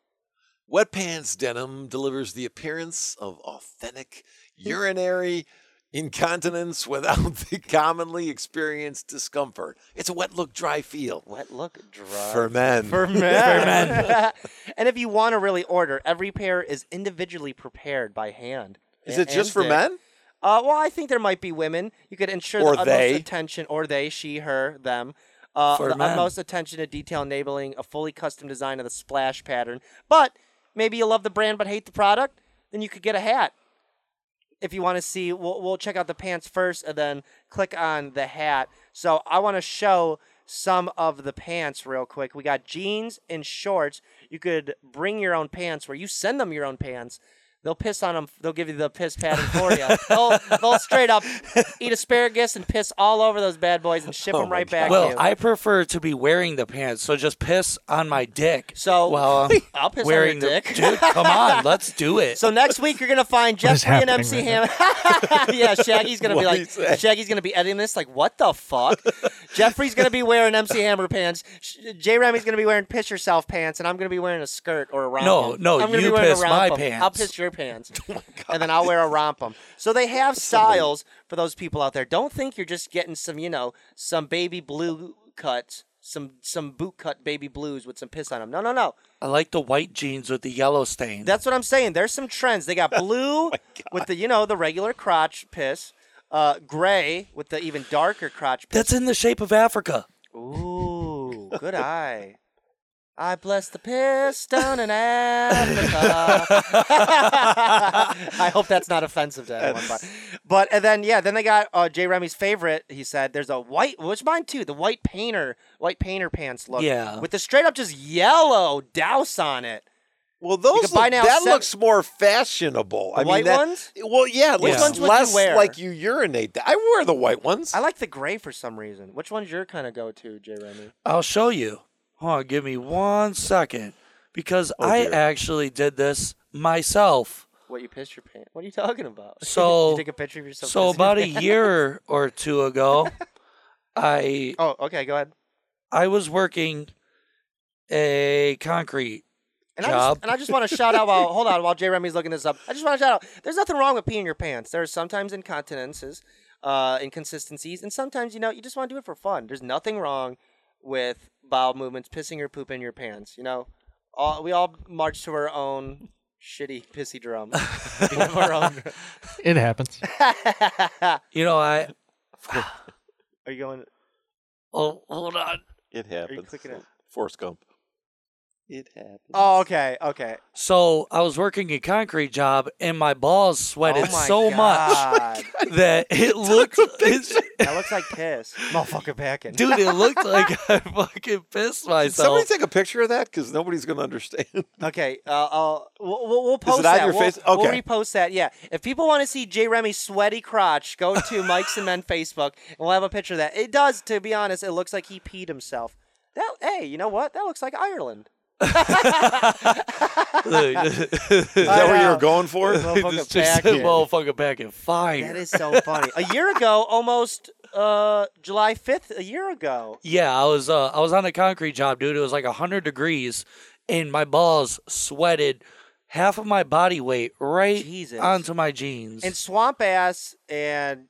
[SPEAKER 4] Wet Pants Denim delivers the appearance of authentic urinary incontinence without *laughs* the commonly experienced discomfort. It's a wet look, dry feel.
[SPEAKER 2] Wet look dry.
[SPEAKER 4] *laughs* For men.
[SPEAKER 2] For men. *laughs* and if you want to really order, every pair is individually prepared by hand.
[SPEAKER 4] Is
[SPEAKER 2] A-
[SPEAKER 4] it just
[SPEAKER 2] and
[SPEAKER 4] for
[SPEAKER 2] dick.
[SPEAKER 4] men?
[SPEAKER 2] Uh, well, I think there might be women. You could ensure
[SPEAKER 4] Or
[SPEAKER 2] the
[SPEAKER 4] they.
[SPEAKER 2] utmost attention, or they, she, her, them. Uh,
[SPEAKER 1] For
[SPEAKER 2] the
[SPEAKER 1] men.
[SPEAKER 2] utmost attention to detail, enabling a fully custom design of the splash pattern. But maybe you love the brand but hate the product, then you could get a hat. If you want to see, we'll, we'll check out the pants first and then click on the hat. So I want to show some of the pants real quick. We got jeans and shorts. You could bring your own pants where you send them your own pants. They'll piss on them. They'll give you the piss pattern for you.
[SPEAKER 1] *laughs*
[SPEAKER 2] they'll, they'll straight up eat asparagus and piss all over those bad boys and ship them right back to
[SPEAKER 1] Oh Well,
[SPEAKER 2] you.
[SPEAKER 1] I prefer to be wearing the pants, so just piss on my dick.
[SPEAKER 2] So- *laughs*
[SPEAKER 1] while I'm
[SPEAKER 2] I'll piss
[SPEAKER 1] um,
[SPEAKER 2] on your
[SPEAKER 1] wearing the
[SPEAKER 2] dick.
[SPEAKER 1] Dude, come
[SPEAKER 2] *laughs*
[SPEAKER 1] on, let's do it.
[SPEAKER 2] So next week you're gonna find
[SPEAKER 3] is
[SPEAKER 2] Jeffrey and
[SPEAKER 3] happening
[SPEAKER 2] MC
[SPEAKER 3] right
[SPEAKER 2] Hammer. *laughs* yeah, Shaggy's gonna be
[SPEAKER 4] What he
[SPEAKER 2] like,
[SPEAKER 4] said.
[SPEAKER 2] Shaggy's gonna be editing this. Like, what the fuck? Jeffrey's gonna be wearing MC Hammer pants. Sh- J. Remy's gonna be wearing piss yourself pants, and I'm gonna be wearing a skirt or a rompum.
[SPEAKER 1] No, no,
[SPEAKER 2] I'm gonna
[SPEAKER 1] you
[SPEAKER 2] be wearing
[SPEAKER 1] piss
[SPEAKER 2] a
[SPEAKER 1] my
[SPEAKER 2] rompum.
[SPEAKER 1] pants. Oh
[SPEAKER 2] I'll piss
[SPEAKER 1] *laughs*
[SPEAKER 2] your pants, and then I'll wear a rompum. So they have styles for those people out there. Don't think you're just getting some, you know, some baby blue cuts. Some some boot cut baby blues with some piss on them. No, no, no.
[SPEAKER 1] I like the white jeans with the yellow stain.
[SPEAKER 2] That's what I'm saying. There's some trends. They got blue with the you know the regular crotch piss, uh, gray with the even darker
[SPEAKER 1] *laughs*
[SPEAKER 2] crotch piss.
[SPEAKER 1] That's in the shape of Africa.
[SPEAKER 2] Ooh, good eye. I bless the piss down in Africa. *laughs* I hope that's not offensive to anyone. But, but and then yeah, then they got uh, Jay Remy's favorite. He said there's a white, which mine too, the white painter, white painter pants look.
[SPEAKER 1] Yeah.
[SPEAKER 2] with the straight up just yellow douse on it.
[SPEAKER 4] Well, those
[SPEAKER 2] could buy
[SPEAKER 4] look,
[SPEAKER 2] now
[SPEAKER 4] that
[SPEAKER 2] seven-
[SPEAKER 4] looks more fashionable. I
[SPEAKER 2] white
[SPEAKER 4] mean, that,
[SPEAKER 2] ones?
[SPEAKER 4] Well, yeah, it
[SPEAKER 1] Which
[SPEAKER 4] looks
[SPEAKER 1] ones
[SPEAKER 2] would you
[SPEAKER 4] less
[SPEAKER 2] wear?
[SPEAKER 4] like you urinate. I wear the white ones.
[SPEAKER 2] I like the gray for some reason. Which one's your kind of go to, Jay Remy?
[SPEAKER 1] I'll show you. Hold on, give me one second. Because
[SPEAKER 4] Oh,
[SPEAKER 1] I
[SPEAKER 4] dear.
[SPEAKER 1] actually did this myself.
[SPEAKER 2] What you pissed your pants? What are you talking about? *laughs*
[SPEAKER 1] So-
[SPEAKER 2] you take a picture of yourself.
[SPEAKER 1] So
[SPEAKER 2] pissing
[SPEAKER 1] about
[SPEAKER 2] your
[SPEAKER 1] a
[SPEAKER 2] *laughs*
[SPEAKER 1] year or two ago, I
[SPEAKER 2] pants? Oh, okay, go ahead. *laughs*
[SPEAKER 1] I was working a concrete
[SPEAKER 2] And I
[SPEAKER 1] Job.
[SPEAKER 2] just, and I
[SPEAKER 1] *laughs*
[SPEAKER 2] just want to shout out while hold on while Jay Remy's looking this up. I just want to shout out. There's nothing wrong with peeing your pants. There are sometimes incontinences, uh, inconsistencies, and sometimes you know you just want to do it for fun. There's nothing wrong with bowel movements, pissing or pooping your pants. You know, all, we all march to our own shitty pissy drum.
[SPEAKER 1] *laughs*
[SPEAKER 2] *laughs* You know, our own-
[SPEAKER 3] It
[SPEAKER 2] *laughs*
[SPEAKER 3] happens.
[SPEAKER 1] You know, I.
[SPEAKER 2] are you going?
[SPEAKER 1] Oh, hold on.
[SPEAKER 4] It happens.
[SPEAKER 2] clicking it?
[SPEAKER 4] Force Gump. It happens.
[SPEAKER 2] Oh, okay, okay.
[SPEAKER 1] So I was working a concrete job, and my balls sweated
[SPEAKER 2] oh my
[SPEAKER 1] so much
[SPEAKER 4] Oh
[SPEAKER 2] God.
[SPEAKER 1] *laughs*
[SPEAKER 2] *laughs*
[SPEAKER 1] that it looked, it-
[SPEAKER 2] that looks like piss. Motherfucker back in.
[SPEAKER 1] *laughs* dude, it looked
[SPEAKER 2] *laughs*
[SPEAKER 1] like I fucking pissed
[SPEAKER 4] Did somebody
[SPEAKER 1] myself.
[SPEAKER 4] take a picture of that? Because nobody's going to understand. *laughs*
[SPEAKER 2] Okay, uh, I'll we'll, we'll, we'll post
[SPEAKER 4] it on
[SPEAKER 2] that.
[SPEAKER 4] your
[SPEAKER 2] we'll,
[SPEAKER 4] face-
[SPEAKER 2] we'll
[SPEAKER 4] okay.
[SPEAKER 2] repost that. Yeah, if people want to see J Remy's sweaty crotch, go
[SPEAKER 4] *laughs*
[SPEAKER 2] to Mike's and Men Facebook, and we'll have a picture of that. It does, to be honest, it looks like he peed himself. That hey, you know what? That looks like Ireland.
[SPEAKER 1] *laughs*
[SPEAKER 2] *laughs*
[SPEAKER 4] Is that what
[SPEAKER 2] know.
[SPEAKER 4] you were going for? *laughs*
[SPEAKER 2] Motherfucker
[SPEAKER 1] This chick
[SPEAKER 2] back
[SPEAKER 1] said,
[SPEAKER 2] in.
[SPEAKER 1] motherfucker back in
[SPEAKER 2] That
[SPEAKER 1] fire.
[SPEAKER 2] is so funny. A year ago, almost uh, July fifth, a year ago.
[SPEAKER 1] yeah, I was uh, I was on a concrete job, dude. It was like hundred degrees, and my balls sweated half of my body weight right
[SPEAKER 2] Jesus.
[SPEAKER 1] onto my jeans.
[SPEAKER 2] And swamp ass, and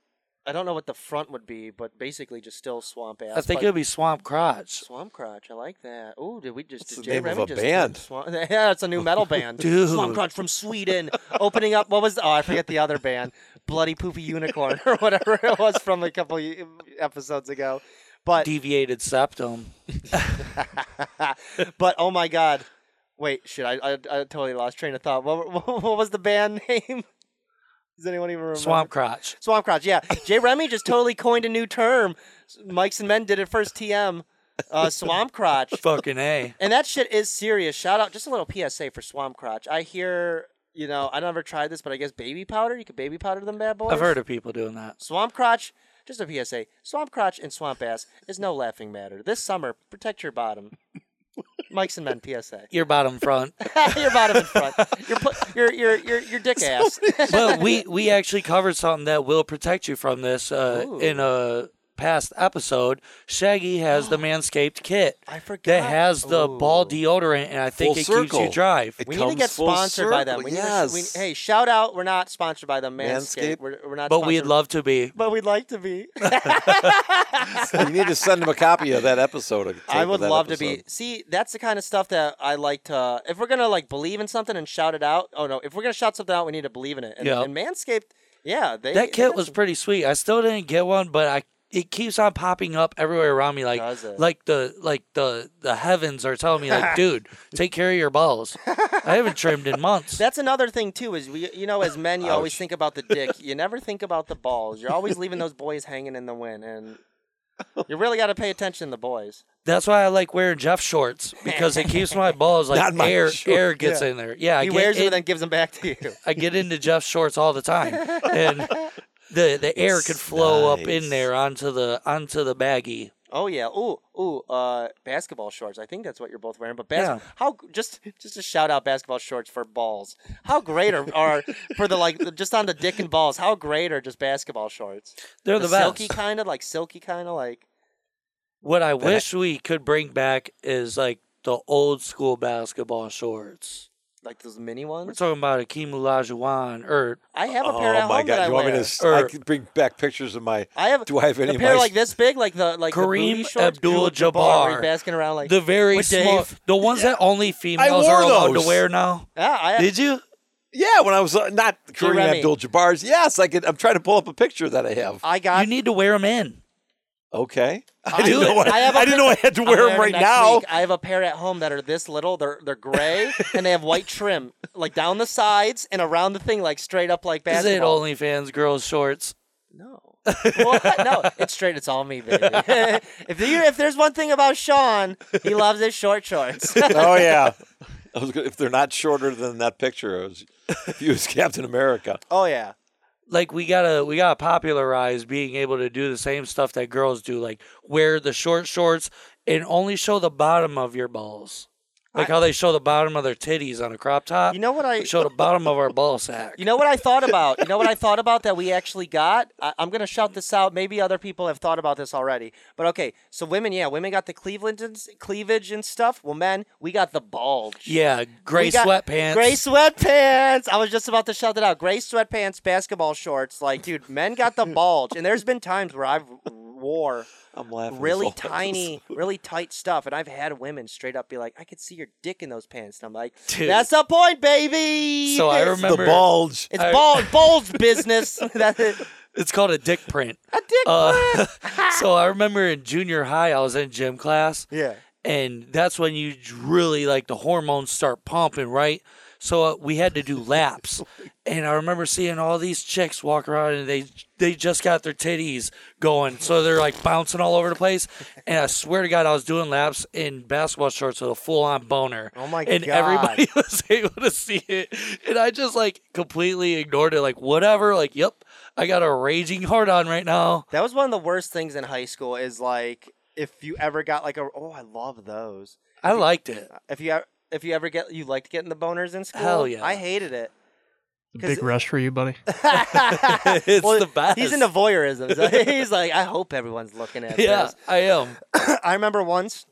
[SPEAKER 2] I don't know what the front would be, but basically just still swamp ass.
[SPEAKER 1] I think
[SPEAKER 2] but-
[SPEAKER 1] it would be swamp crotch,
[SPEAKER 2] Swamp Crotch, I like that. Oh, did we just?
[SPEAKER 4] That's
[SPEAKER 2] did
[SPEAKER 4] the
[SPEAKER 2] Jay
[SPEAKER 4] name of
[SPEAKER 2] Remy
[SPEAKER 4] a
[SPEAKER 2] just
[SPEAKER 4] band.
[SPEAKER 2] Swamp, *laughs* yeah, it's a new metal
[SPEAKER 4] *laughs*
[SPEAKER 2] band.
[SPEAKER 1] Dude.
[SPEAKER 2] Swamp Crotch from Sweden, opening up. What was? Oh, I forget the other band. Bloody Poopy Unicorn *laughs* or whatever it was from a couple y- episodes ago. But
[SPEAKER 1] deviated septum.
[SPEAKER 2] *laughs* but oh my god, wait, shit, I, I I totally lost train of thought. What, *laughs* what, what was the band name? Does anyone even remember?
[SPEAKER 1] Swamp crotch.
[SPEAKER 2] Swamp Crotch, yeah. Jay Remy just totally coined a new term. Mikes and Men did it first. TM, uh, Swamp Crotch.
[SPEAKER 1] Fucking A.
[SPEAKER 2] And that shit is serious. Shout out, just a little PSA for Swamp Crotch. I hear, you know, I never tried this, but I guess baby powder. You could baby powder them bad boys.
[SPEAKER 1] I've heard of people doing that.
[SPEAKER 2] Swamp Crotch. Just a PSA. Swamp Crotch and Swamp Ass is no laughing matter. This summer, protect your bottom. Mike's and Men PSA.
[SPEAKER 1] Your bottom front.
[SPEAKER 2] *laughs* your bottom in front. Your pu- your your your
[SPEAKER 1] *laughs*
[SPEAKER 2] your dick ass.
[SPEAKER 1] but we we actually covered something that will protect you from this uh,
[SPEAKER 2] Ooh.
[SPEAKER 1] in a past episode. Shaggy has
[SPEAKER 2] *gasps*
[SPEAKER 1] the Manscaped kit
[SPEAKER 2] *laughs* I forgot.
[SPEAKER 1] that has the ball
[SPEAKER 2] Ooh.
[SPEAKER 1] deodorant, and I think
[SPEAKER 4] Full
[SPEAKER 1] it keeps
[SPEAKER 4] circle.
[SPEAKER 1] you dry.
[SPEAKER 4] It
[SPEAKER 2] We need to
[SPEAKER 4] comes
[SPEAKER 2] get
[SPEAKER 4] full
[SPEAKER 2] sponsored by them.
[SPEAKER 4] circle,
[SPEAKER 2] We need to,
[SPEAKER 4] yes.
[SPEAKER 2] we, hey, shout out. We're not sponsored by them. Manscaped.
[SPEAKER 4] Manscaped?
[SPEAKER 2] We're, we're not.
[SPEAKER 1] But we'd
[SPEAKER 2] sponsored-
[SPEAKER 1] love to be.
[SPEAKER 2] But we'd like to
[SPEAKER 4] *laughs*
[SPEAKER 2] be.
[SPEAKER 4] you need to send them a copy of that episode. a tape
[SPEAKER 2] I
[SPEAKER 4] of
[SPEAKER 2] would
[SPEAKER 4] that
[SPEAKER 2] love to be.
[SPEAKER 4] episode.
[SPEAKER 2] See, that's the kind of stuff that I like to. If we're gonna like believe in something and shout it out, oh no, if we're gonna shout something out, we need to believe in it. And,
[SPEAKER 1] Yeah.
[SPEAKER 2] and Manscaped, yeah, they, they
[SPEAKER 1] That kit
[SPEAKER 2] got
[SPEAKER 1] was
[SPEAKER 2] some-
[SPEAKER 1] pretty sweet. I still didn't get one, but I it keeps on popping up everywhere around me, like
[SPEAKER 2] Does it?
[SPEAKER 1] like the like the the heavens are telling me,
[SPEAKER 2] *laughs*
[SPEAKER 1] like, dude, take care of your balls. I haven't trimmed in months.
[SPEAKER 2] That's another thing too. Is we, you know, as men, you always
[SPEAKER 4] Ouch.
[SPEAKER 2] think about the
[SPEAKER 4] *laughs*
[SPEAKER 2] dick. You never think about the balls. You're always leaving those boys hanging in the wind,
[SPEAKER 4] *laughs*
[SPEAKER 2] and you really got to pay attention to the boys.
[SPEAKER 1] That's why I like wearing Jeff shorts because it keeps my balls
[SPEAKER 2] *laughs*
[SPEAKER 1] like
[SPEAKER 4] Not my
[SPEAKER 1] air
[SPEAKER 4] short-
[SPEAKER 1] air gets in there. Yeah, I
[SPEAKER 2] he
[SPEAKER 1] get
[SPEAKER 2] wears them
[SPEAKER 1] in-
[SPEAKER 2] and then gives them back to you.
[SPEAKER 1] I get into Jeff's shorts all the
[SPEAKER 2] *laughs*
[SPEAKER 1] time, and the the air could flow up in
[SPEAKER 4] nice.
[SPEAKER 1] there onto the onto the baggie.
[SPEAKER 2] Oh yeah. Ooh, ooh, uh basketball shorts. I think that's what you're both wearing. But bas-
[SPEAKER 1] Yeah.
[SPEAKER 2] how just just a shout out basketball shorts for balls. How great are, are for the like the- just on the dick and balls, how great are just basketball shorts?
[SPEAKER 1] They're the, best.
[SPEAKER 2] silky kind of like silky kind of like
[SPEAKER 1] What I wish we could bring back is like the old school basketball shorts.
[SPEAKER 2] like those mini
[SPEAKER 1] We're
[SPEAKER 2] ones.
[SPEAKER 1] talking about Akeem Olajuwon or
[SPEAKER 2] I have a pair at
[SPEAKER 4] Oh my
[SPEAKER 2] home that
[SPEAKER 4] god!
[SPEAKER 2] I
[SPEAKER 4] You
[SPEAKER 2] wear.
[SPEAKER 4] want me to? s-
[SPEAKER 1] Or-
[SPEAKER 4] I can bring back pictures of my.
[SPEAKER 2] I have
[SPEAKER 4] Do I have any
[SPEAKER 2] a
[SPEAKER 4] of
[SPEAKER 2] pair
[SPEAKER 4] my-
[SPEAKER 2] like this big, like the like the
[SPEAKER 1] Kareem
[SPEAKER 2] booty shorts,
[SPEAKER 1] Abdul-Jabbar.
[SPEAKER 2] Abdul-Jabbar, where he basking around like
[SPEAKER 1] the very
[SPEAKER 2] with
[SPEAKER 1] small,
[SPEAKER 2] Dave.
[SPEAKER 1] the ones that only females
[SPEAKER 4] wore
[SPEAKER 1] are allowed
[SPEAKER 4] those.
[SPEAKER 1] to wear now.
[SPEAKER 2] Yeah, I,
[SPEAKER 1] Did you?
[SPEAKER 4] Yeah, when I was uh, not Kareem
[SPEAKER 2] Remy.
[SPEAKER 4] Abdul-Jabbar's. Yes, I could. I'm trying to pull up a picture that I have.
[SPEAKER 2] I got
[SPEAKER 1] You need to wear them in.
[SPEAKER 4] Okay. *laughs* I,
[SPEAKER 1] do
[SPEAKER 4] didn't know.
[SPEAKER 2] it.
[SPEAKER 4] I,
[SPEAKER 2] I have a
[SPEAKER 4] didn't know I had to
[SPEAKER 2] I'm
[SPEAKER 4] wear them right
[SPEAKER 2] wearing next
[SPEAKER 4] now.
[SPEAKER 2] week. I have a pair at home that are this little. They're they're gray and they have white trim, like down the sides and around the thing, like straight up like
[SPEAKER 1] Is it
[SPEAKER 2] basketball.
[SPEAKER 1] OnlyFans girls shorts?
[SPEAKER 2] No, well, no, it's straight. It's all me, baby. *laughs* if you if there's one thing about Sean, he loves his short shorts.
[SPEAKER 4] *laughs*
[SPEAKER 2] *laughs*
[SPEAKER 4] Oh *laughs* yeah. I was gonna, if they're not shorter than that picture, it was, *laughs* if he was Captain America.
[SPEAKER 2] oh yeah,
[SPEAKER 1] like we gotta we gotta popularize being able to do the same stuff that girls do, like wear the short shorts and only show the bottom of your balls. Like how they show the bottom of their titties on a crop top.
[SPEAKER 2] You know what I?
[SPEAKER 1] show the bottom of our ball sack.
[SPEAKER 2] You know what I thought about? You know what I thought about that we actually got? I, I'm going to shout this out. Maybe other people have thought about this already. But okay, so women, yeah, women got the Cleveland and, s- cleavage and stuff. Well, men, we got the bulge.
[SPEAKER 1] yeah,
[SPEAKER 2] We
[SPEAKER 1] gray
[SPEAKER 2] got-
[SPEAKER 1] sweatpants.
[SPEAKER 2] Gray sweatpants. I was just about to shout that out. Gray sweatpants, basketball shorts. Like, dude, men got the bulge. And there's been times where I've wore
[SPEAKER 4] I'm laughing.
[SPEAKER 2] really
[SPEAKER 4] so hard.
[SPEAKER 2] tiny, really tight stuff. And I've had women straight up be like, I could see your dick in those pants. And I'm like,
[SPEAKER 1] Dude.
[SPEAKER 2] that's the point, baby.
[SPEAKER 1] So I
[SPEAKER 2] It's-
[SPEAKER 1] remember-
[SPEAKER 4] *laughs* The bulge.
[SPEAKER 2] It's
[SPEAKER 1] I-
[SPEAKER 2] bald, bulge
[SPEAKER 1] *laughs*
[SPEAKER 2] business. that is,
[SPEAKER 1] It's called a dick
[SPEAKER 2] *laughs*
[SPEAKER 1] print.
[SPEAKER 2] a dick.
[SPEAKER 1] Uh, *laughs* so I remember in junior high, I was in gym class,
[SPEAKER 2] yeah.
[SPEAKER 1] and that's when you really like the hormones start pumping, right? So uh, we had to
[SPEAKER 2] *laughs*
[SPEAKER 1] do laps, and I remember seeing all these chicks walk around, and they they just got their titties going, so they're like bouncing all over the place. And I swear to God, I was doing laps in basketball shorts with a full on boner.
[SPEAKER 2] Oh my
[SPEAKER 1] and
[SPEAKER 2] God.
[SPEAKER 1] everybody *laughs* was able to see it, and I just like completely ignored it, like whatever, like yep, I got a raging hard on right now.
[SPEAKER 2] That was one of the worst things in high school is like if you ever got like a oh I love those.
[SPEAKER 1] I liked it.
[SPEAKER 2] If you ever if you ever get you liked getting the boners in school.
[SPEAKER 1] Hell yeah.
[SPEAKER 2] I hated it.
[SPEAKER 3] Big
[SPEAKER 2] it-
[SPEAKER 3] rush for
[SPEAKER 2] *laughs*
[SPEAKER 3] you, buddy.
[SPEAKER 1] It's
[SPEAKER 2] Well,
[SPEAKER 1] the best.
[SPEAKER 2] He's into voyeurism. *laughs* So he's like, I hope everyone's looking at
[SPEAKER 1] Yeah,
[SPEAKER 2] this.
[SPEAKER 1] I am.
[SPEAKER 2] *clears throat* I remember once,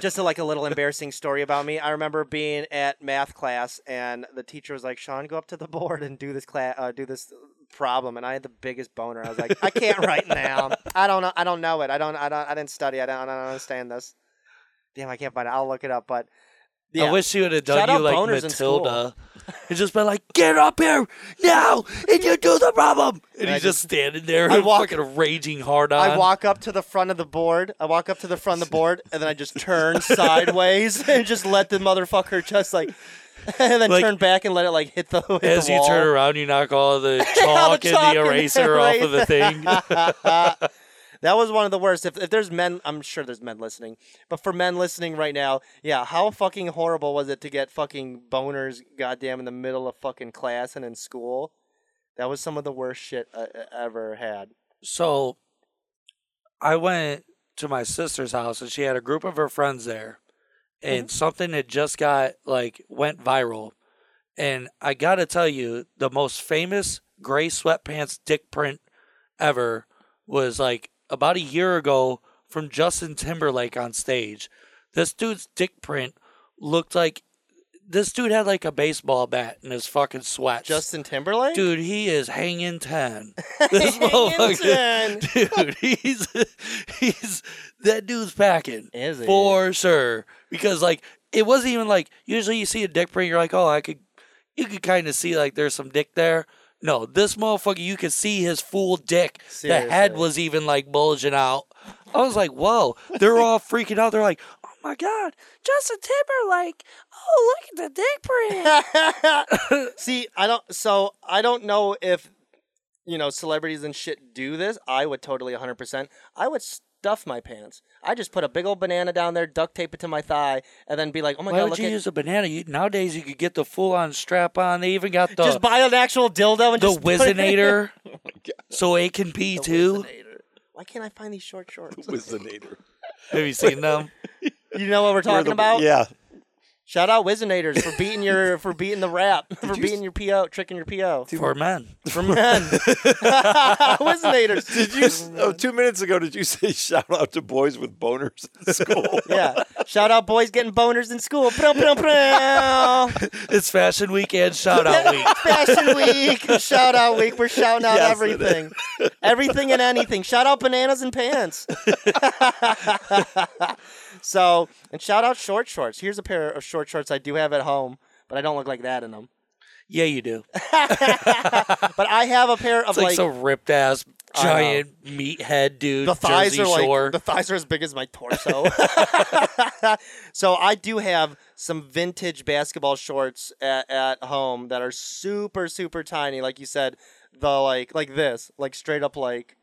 [SPEAKER 2] just like a little embarrassing story about me. I remember being at math class, and the teacher was like, "Sean, go up to the board and do this class, uh, do this problem." And I had the biggest boner. I was like, "I can't right now. I don't know. I don't know it. I don't. I don't. I didn't study. I don't. I don't understand this. Damn, I can't find it. I'll look it up." But yeah,
[SPEAKER 1] I wish she would have done
[SPEAKER 2] Shout
[SPEAKER 1] you
[SPEAKER 2] out
[SPEAKER 1] like
[SPEAKER 2] boners in school.
[SPEAKER 1] Matilda. *laughs* And just been like, get up here now, and you do the problem. And,
[SPEAKER 2] And I
[SPEAKER 1] he's
[SPEAKER 2] just-
[SPEAKER 1] just standing there,
[SPEAKER 2] I
[SPEAKER 1] and *laughs*
[SPEAKER 2] walk-
[SPEAKER 1] fucking raging hard on.
[SPEAKER 2] I walk up to the front of the board. I walk up to the front of the board, and then I just turn *laughs* sideways and just let the motherfucker just like, *laughs* and then
[SPEAKER 1] Like-
[SPEAKER 2] turn back and let it like hit the. Hit
[SPEAKER 1] As
[SPEAKER 2] the
[SPEAKER 1] you
[SPEAKER 2] wall.
[SPEAKER 1] turn around, you knock all
[SPEAKER 2] *laughs*
[SPEAKER 1] the chalk and
[SPEAKER 2] chalk
[SPEAKER 1] the
[SPEAKER 2] and the
[SPEAKER 1] eraser off of the thing.
[SPEAKER 2] *laughs*
[SPEAKER 1] *laughs*
[SPEAKER 2] That was one of the worst. If, if there's men, I'm sure there's men listening. But for men listening right now, yeah, how fucking horrible was it to get fucking boners, goddamn, in the middle of fucking class and in school? That was some of the worst shit I, I ever had.
[SPEAKER 1] so I went to my sister's house, and she had a group of her friends there,
[SPEAKER 2] Mm-hmm.
[SPEAKER 1] and something had just got like went viral. And I gotta tell you, the most famous gray sweatpants dick print ever was like about a year ago from Justin Timberlake on stage. This dude's dick print looked like this dude had like a baseball bat in his fucking sweats.
[SPEAKER 2] Justin Timberlake,
[SPEAKER 1] Dude, he is hanging
[SPEAKER 2] *laughs*
[SPEAKER 1] ten. This
[SPEAKER 2] Hanging
[SPEAKER 1] motherfucker, *laughs*
[SPEAKER 2] 10.
[SPEAKER 1] dude, he's he's that dude's packing
[SPEAKER 2] Is he?
[SPEAKER 1] for sure. Because like it wasn't even like usually you see a dick print, you're like, oh, I could, you could kind of see like there's some dick there. No, this motherfucker, you could see his full dick. The head
[SPEAKER 2] Seriously.
[SPEAKER 1] was even like bulging out. I was like, whoa! They're
[SPEAKER 2] *laughs*
[SPEAKER 1] all freaking out. They're like, oh my god, Justin Timberlake! Oh, look at the dick print.
[SPEAKER 2] *laughs* See, I don't. So I don't know if you know celebrities and shit do this. I would totally 100. percent I would stuff my pants. I just put a big old banana down there, duct tape it to my thigh, and then be like, *laughs* "Oh my
[SPEAKER 1] Why
[SPEAKER 2] god,
[SPEAKER 1] would
[SPEAKER 2] look
[SPEAKER 1] you
[SPEAKER 2] at."
[SPEAKER 1] use a banana? You, nowadays, you could get the full-on strap-on. They even got the
[SPEAKER 2] just buy an actual dildo and
[SPEAKER 1] the
[SPEAKER 2] just put it in *laughs* Oh
[SPEAKER 1] Wizinator, so it can pee too.
[SPEAKER 2] Wizinator. Why can't I find these short shorts?
[SPEAKER 4] Was the *laughs* nader.
[SPEAKER 1] Have you seen
[SPEAKER 2] *laughs*
[SPEAKER 1] them?
[SPEAKER 2] you know what we're talking about?
[SPEAKER 4] Yeah.
[SPEAKER 2] Shout out Wizinators for beating
[SPEAKER 4] *laughs*
[SPEAKER 2] your for beating the rap for beating your PO, tricking your PO.
[SPEAKER 1] For men.
[SPEAKER 2] For men,
[SPEAKER 4] *laughs*
[SPEAKER 2] *laughs* Wizinators.
[SPEAKER 4] Did *laughs* you? s- Oh, two minutes ago, did you say *laughs* shout out to boys with boners *laughs* in school?
[SPEAKER 2] Yeah. Shout out boys getting boners in school. Prow, prow, prow.
[SPEAKER 1] It's Fashion Week and Shout Out
[SPEAKER 2] *laughs*
[SPEAKER 1] Week.
[SPEAKER 2] Fashion week. Shout out week. We're shouting out
[SPEAKER 4] Yes, it
[SPEAKER 2] everything. Everything and anything. Shout out bananas and pants. *laughs* so, and shout out short shorts. Here's a pair of short shorts I do have at home, but I don't look like that in them.
[SPEAKER 1] Yeah, you do. It's
[SPEAKER 2] But I have a pair of
[SPEAKER 1] like,
[SPEAKER 2] like,
[SPEAKER 1] some ripped ass
[SPEAKER 2] I know.
[SPEAKER 1] giant meathead dude.
[SPEAKER 2] the thighs
[SPEAKER 1] Jersey
[SPEAKER 2] are like
[SPEAKER 1] Shore.
[SPEAKER 2] the thighs are as big as
[SPEAKER 1] *laughs*
[SPEAKER 2] my torso. *laughs* so I do have some vintage basketball shorts at, at home that are super super tiny, like you said, the like like this, like straight up like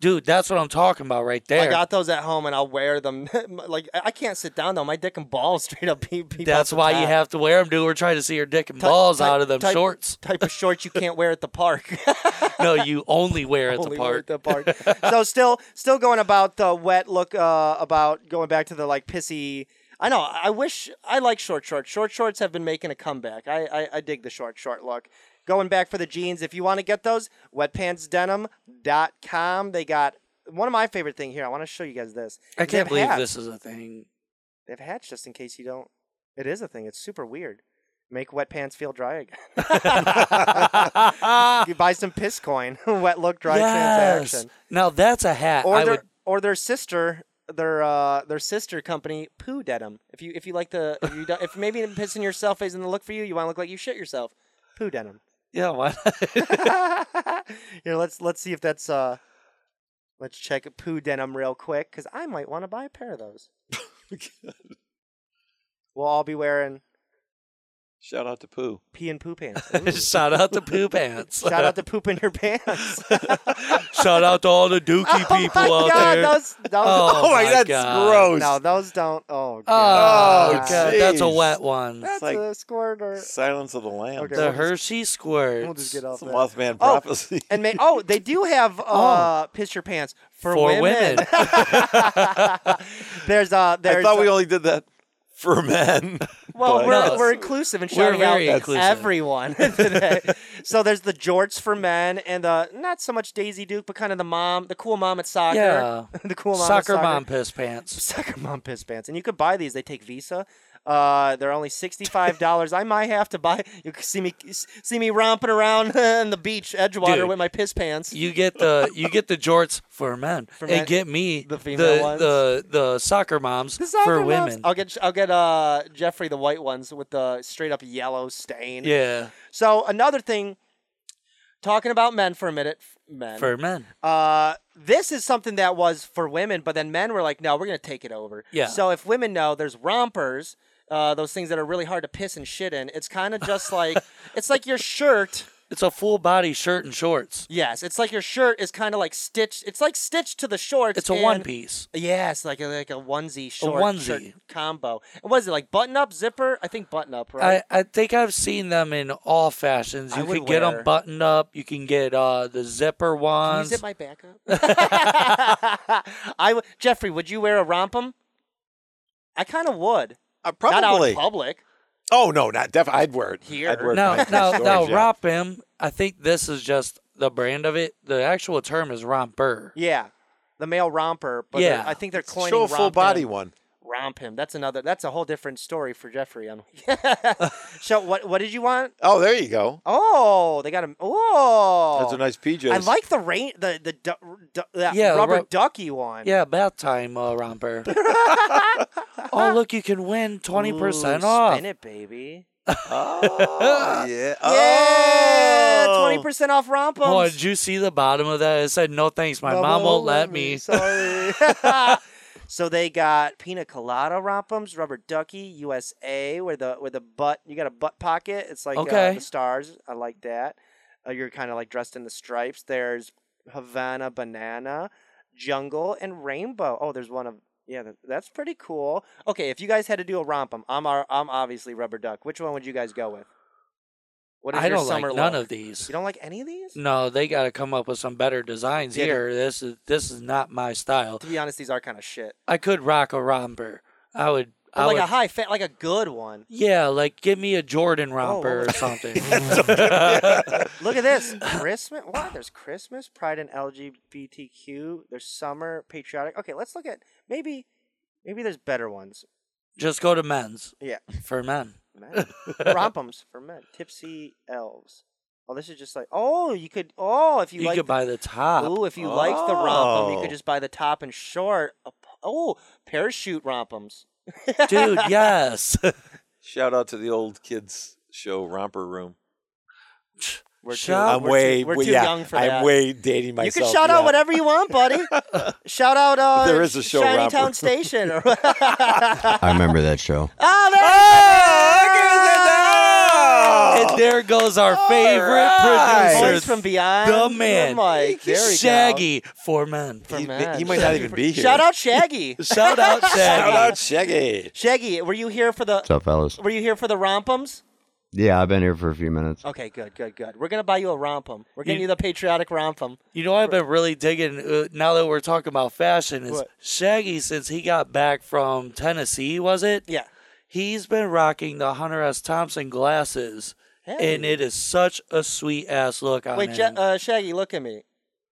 [SPEAKER 1] dude, that's what I'm talking about right there.
[SPEAKER 2] I got those at home and I'll wear them. *laughs* like I I can't sit down though, my dick and balls *laughs* straight up. Peep, peep out
[SPEAKER 1] that's
[SPEAKER 2] the
[SPEAKER 1] why you
[SPEAKER 2] top.
[SPEAKER 1] have to wear them, dude. We're trying to see your dick and balls
[SPEAKER 2] type-
[SPEAKER 1] out of them
[SPEAKER 2] type-
[SPEAKER 1] shorts.
[SPEAKER 2] type of shorts you can't wear at the park. *laughs*
[SPEAKER 1] No, you only wear at the
[SPEAKER 2] Only wear
[SPEAKER 1] park.
[SPEAKER 2] at the
[SPEAKER 1] *laughs*
[SPEAKER 2] park. so still, still going about the wet look. Uh, about going back to the like pissy. I know. I wish I like short shorts. Short shorts have been making a comeback. I, I, I dig the short short look. Going back for the jeans. If you want to get those, wetpantsdenim.com. They got one of my favorite thing here. I want to show you guys this.
[SPEAKER 1] I can't
[SPEAKER 2] They've
[SPEAKER 1] believe
[SPEAKER 2] had-
[SPEAKER 1] this is a
[SPEAKER 2] *laughs*
[SPEAKER 1] thing. *laughs*
[SPEAKER 2] They've hats just in case you don't. It is a thing. It's super weird. Make wet pants feel dry *laughs* again. you buy some piss coin. *laughs* wet look dry transaction.
[SPEAKER 1] Now that's a hat.
[SPEAKER 2] Or
[SPEAKER 1] I
[SPEAKER 2] their
[SPEAKER 1] would,
[SPEAKER 2] or their sister their uh their sister company poo denim. If you if you like the if you don't, if maybe pissing yourself isn't the look for you, you want to look like you shit yourself. Poo denim.
[SPEAKER 1] yeah, why not?
[SPEAKER 2] *laughs*
[SPEAKER 1] *laughs*
[SPEAKER 2] Here, let's let's see if that's uh let's check poo denim real quick because I might want to buy a pair of
[SPEAKER 1] *laughs*
[SPEAKER 2] those.
[SPEAKER 1] Oh
[SPEAKER 2] We'll all be wearing
[SPEAKER 4] Shout out to Pooh.
[SPEAKER 2] pee and poo pants.
[SPEAKER 1] *laughs*
[SPEAKER 2] Ooh.
[SPEAKER 1] Shout out to Poo Pants. *laughs*
[SPEAKER 2] Shout out to poop in your pants. *laughs*
[SPEAKER 1] Shout out to all the Dookie people
[SPEAKER 2] Oh my
[SPEAKER 1] out
[SPEAKER 2] God,
[SPEAKER 1] there.
[SPEAKER 2] those, those
[SPEAKER 1] Oh, my
[SPEAKER 4] that's
[SPEAKER 1] God.
[SPEAKER 4] gross.
[SPEAKER 2] no, those don't. Oh,
[SPEAKER 1] Oh, God,
[SPEAKER 2] God.
[SPEAKER 1] that's a
[SPEAKER 4] jeez.
[SPEAKER 1] wet one.
[SPEAKER 2] that's
[SPEAKER 4] like-
[SPEAKER 2] a squirter.
[SPEAKER 4] Silence of the Lambs.
[SPEAKER 2] Okay.
[SPEAKER 1] The Hershey squirts.
[SPEAKER 2] We'll just get off
[SPEAKER 4] It's a
[SPEAKER 2] that.
[SPEAKER 4] Mothman
[SPEAKER 2] Oh.
[SPEAKER 4] prophecy. *laughs*
[SPEAKER 2] And may, oh, they
[SPEAKER 1] *laughs*
[SPEAKER 2] do have uh, piss your pants for,
[SPEAKER 1] For
[SPEAKER 2] women.
[SPEAKER 1] women.
[SPEAKER 2] *laughs* there's uh, there's.
[SPEAKER 4] I thought we
[SPEAKER 2] uh,
[SPEAKER 4] only did that for men.
[SPEAKER 2] well,
[SPEAKER 4] *laughs* but- uh,
[SPEAKER 2] we're,
[SPEAKER 1] No.
[SPEAKER 2] we're inclusive and
[SPEAKER 1] We're
[SPEAKER 2] shouting out
[SPEAKER 1] very inclusive. *laughs*
[SPEAKER 2] everyone today. so there's the jorts for men and the not so much Daisy Duke, but kind of the mom, the cool mom at soccer,
[SPEAKER 1] Yeah.
[SPEAKER 2] *laughs* the cool mom at
[SPEAKER 1] soccer
[SPEAKER 2] soccer
[SPEAKER 1] mom piss pants.
[SPEAKER 2] Sucker mom piss pants, and you could buy these. They take Visa. Uh, they're only sixty five dollars. I might have to buy. You can see me see me romping around *laughs* on the beach, Edgewater,
[SPEAKER 1] Dude.
[SPEAKER 2] with my piss pants.
[SPEAKER 1] You get the you get the jorts for men,
[SPEAKER 2] men.
[SPEAKER 1] and get me
[SPEAKER 2] The female
[SPEAKER 1] the,
[SPEAKER 2] ones.
[SPEAKER 1] the the soccer moms
[SPEAKER 2] The soccer
[SPEAKER 1] for
[SPEAKER 2] moms-
[SPEAKER 1] women.
[SPEAKER 2] I'll get I'll get uh Jeffrey the white ones with the straight up yellow stain.
[SPEAKER 1] Yeah,
[SPEAKER 2] So another thing, talking about men for a minute, f- men.
[SPEAKER 1] for men.
[SPEAKER 2] uh, this is something that was for women, but then men were like, no, we're gonna take it over.
[SPEAKER 1] Yeah.
[SPEAKER 2] So if women know, there's rompers, uh, those things that are really hard to piss and shit in. It's kind of just
[SPEAKER 1] *laughs*
[SPEAKER 2] like it's like your shirt.
[SPEAKER 1] It's a full body shirt and shorts.
[SPEAKER 2] Yes, it's like your shirt is kind of like stitched. It's like stitched to the shorts.
[SPEAKER 1] It's a one
[SPEAKER 2] and-
[SPEAKER 1] piece.
[SPEAKER 2] Yes, like a, like a onesie short shirt
[SPEAKER 1] onesie.
[SPEAKER 2] combo. And what is it like button up zipper? I think button up, right?
[SPEAKER 1] I, I think I've seen them in all fashions.
[SPEAKER 2] I
[SPEAKER 1] You
[SPEAKER 2] would
[SPEAKER 1] can get
[SPEAKER 2] wear-
[SPEAKER 1] them buttoned up. You can get uh, the zipper
[SPEAKER 2] Can you
[SPEAKER 1] ones.
[SPEAKER 2] zip my back up? *laughs* I w- Jeffrey, would you wear a rompum? I kind of would.
[SPEAKER 4] Uh,
[SPEAKER 2] Not out in
[SPEAKER 4] probably.
[SPEAKER 2] public.
[SPEAKER 4] Oh no, not definitely. I'd wear it
[SPEAKER 2] Here.
[SPEAKER 4] I'd wear it
[SPEAKER 1] now,
[SPEAKER 4] behind
[SPEAKER 1] now,
[SPEAKER 4] closed
[SPEAKER 1] now,
[SPEAKER 4] doors, yeah.
[SPEAKER 1] romp him. I think this is just the brand of it. The actual term is romper.
[SPEAKER 2] Yeah, the male romper. But
[SPEAKER 1] Yeah.
[SPEAKER 2] they're- I think they're coining
[SPEAKER 4] Show a full
[SPEAKER 2] romp
[SPEAKER 4] body
[SPEAKER 2] him.
[SPEAKER 4] one.
[SPEAKER 2] Romp him. That's another. That's a whole different story for
[SPEAKER 1] *laughs*
[SPEAKER 2] Jeffrey. On *laughs* so what? What did you want?
[SPEAKER 4] Oh, there you go.
[SPEAKER 2] Oh, they got him. Oh,
[SPEAKER 4] That's a nice PJ.
[SPEAKER 2] I like the rain. The the du- du- that
[SPEAKER 1] Yeah,
[SPEAKER 2] rubber
[SPEAKER 1] ru-
[SPEAKER 2] ducky one.
[SPEAKER 1] Yeah, bath time uh,
[SPEAKER 2] *laughs*
[SPEAKER 1] romper. oh, look, you can win 20%
[SPEAKER 2] Ooh,
[SPEAKER 1] off.
[SPEAKER 2] Spin it, baby.
[SPEAKER 4] Oh, yeah.
[SPEAKER 2] Yeah,
[SPEAKER 4] Oh.
[SPEAKER 2] twenty percent off rompums.
[SPEAKER 1] Oh, did you see the bottom of that? It said, no thanks, my
[SPEAKER 2] Mama
[SPEAKER 1] mom won't let me.
[SPEAKER 4] *laughs*
[SPEAKER 2] Sorry. *laughs* so they got pina colada rompums, rubber ducky, USA, where the where the butt you got a butt pocket. It's like uh,
[SPEAKER 1] Okay.
[SPEAKER 2] the stars. I like that. Uh, you're kind of like dressed in the stripes. There's Havana banana, jungle, and rainbow. Oh, there's one of yeah. that- That's pretty cool. Okay, if you guys had to do a rompum, I'm our, I'm obviously rubber duck. Which one would you guys go with? What
[SPEAKER 1] I
[SPEAKER 2] your
[SPEAKER 1] don't like
[SPEAKER 2] summer
[SPEAKER 1] none
[SPEAKER 2] look?
[SPEAKER 1] of these.
[SPEAKER 2] You don't like any of these?
[SPEAKER 1] No, they got to come up with some better designs
[SPEAKER 2] Yeah, they-
[SPEAKER 1] here. This is this is not my style.
[SPEAKER 2] To be honest, these are kind of shit.
[SPEAKER 1] I could rock a romper. I would.
[SPEAKER 2] But
[SPEAKER 1] I
[SPEAKER 2] like
[SPEAKER 1] would
[SPEAKER 2] a high fa like a good one.
[SPEAKER 1] yeah, like give me a Jordan romper
[SPEAKER 2] what
[SPEAKER 1] or
[SPEAKER 2] *laughs*
[SPEAKER 1] something.
[SPEAKER 2] Look at
[SPEAKER 4] *laughs*
[SPEAKER 2] this. Christmas. Wow, there's Christmas, pride in LGBTQ. There's summer, patriotic. Okay, let's look at maybe maybe there's better ones.
[SPEAKER 1] Just go to men's
[SPEAKER 2] Yeah.
[SPEAKER 1] for men.
[SPEAKER 4] *laughs*
[SPEAKER 2] Men. Rompums for men. Tipsy elves. Oh, this is just like oh, you could oh if you,
[SPEAKER 1] You
[SPEAKER 2] like
[SPEAKER 1] could buy the top.
[SPEAKER 2] Ooh, if you liked the rompum, you
[SPEAKER 4] Oh.
[SPEAKER 2] could just buy the top and short. Oh, parachute rompums. *laughs*
[SPEAKER 1] Dude, yes.
[SPEAKER 2] Oh,
[SPEAKER 4] Shout out to the old kids show romper room.
[SPEAKER 2] We're too,
[SPEAKER 1] Shout-
[SPEAKER 4] I'm
[SPEAKER 2] Oh, we're
[SPEAKER 4] way
[SPEAKER 2] too, we're
[SPEAKER 4] way-
[SPEAKER 2] too
[SPEAKER 4] yeah,
[SPEAKER 2] young for
[SPEAKER 4] I'm
[SPEAKER 2] that.
[SPEAKER 4] way dating
[SPEAKER 2] You
[SPEAKER 4] myself.
[SPEAKER 2] can shout out
[SPEAKER 4] yeah.
[SPEAKER 2] whatever you want, buddy.
[SPEAKER 4] *laughs*
[SPEAKER 2] shout out uh,
[SPEAKER 4] There is a show
[SPEAKER 2] Shiny
[SPEAKER 4] wrapper.
[SPEAKER 2] Town Station.
[SPEAKER 4] *laughs*
[SPEAKER 2] or- *laughs* oh,
[SPEAKER 3] I remember that show.
[SPEAKER 2] there
[SPEAKER 1] and there goes our favorite
[SPEAKER 4] right.
[SPEAKER 1] producer.
[SPEAKER 2] Voice from beyond.
[SPEAKER 1] the man.
[SPEAKER 2] Mike. There we go.
[SPEAKER 1] Shaggy for men.
[SPEAKER 2] For
[SPEAKER 4] He,
[SPEAKER 2] Matt.
[SPEAKER 4] he might not even be here.
[SPEAKER 2] Shout out Shaggy.
[SPEAKER 1] Shout
[SPEAKER 2] *laughs*
[SPEAKER 1] out Shaggy.
[SPEAKER 4] Shout out Shaggy.
[SPEAKER 2] Shaggy, were you here for the
[SPEAKER 3] *laughs* What's up, fellas?
[SPEAKER 2] were you here for the rompums?
[SPEAKER 3] Yeah, I've been here for a few minutes.
[SPEAKER 2] Okay, good, good, good. We're gonna buy you a rompum. We're getting
[SPEAKER 1] You-
[SPEAKER 2] you, the patriotic rompum.
[SPEAKER 1] You know, I've been really digging uh, now that we're talking about fashion. Is
[SPEAKER 2] What?
[SPEAKER 1] Shaggy since he got back from Tennessee? Was it?
[SPEAKER 2] Yeah.
[SPEAKER 1] He's been rocking the Hunter S. Thompson glasses,
[SPEAKER 2] Hey.
[SPEAKER 1] and it is such a sweet ass look on
[SPEAKER 2] Wait,
[SPEAKER 1] him.
[SPEAKER 2] Ja- uh, Shaggy, look at me.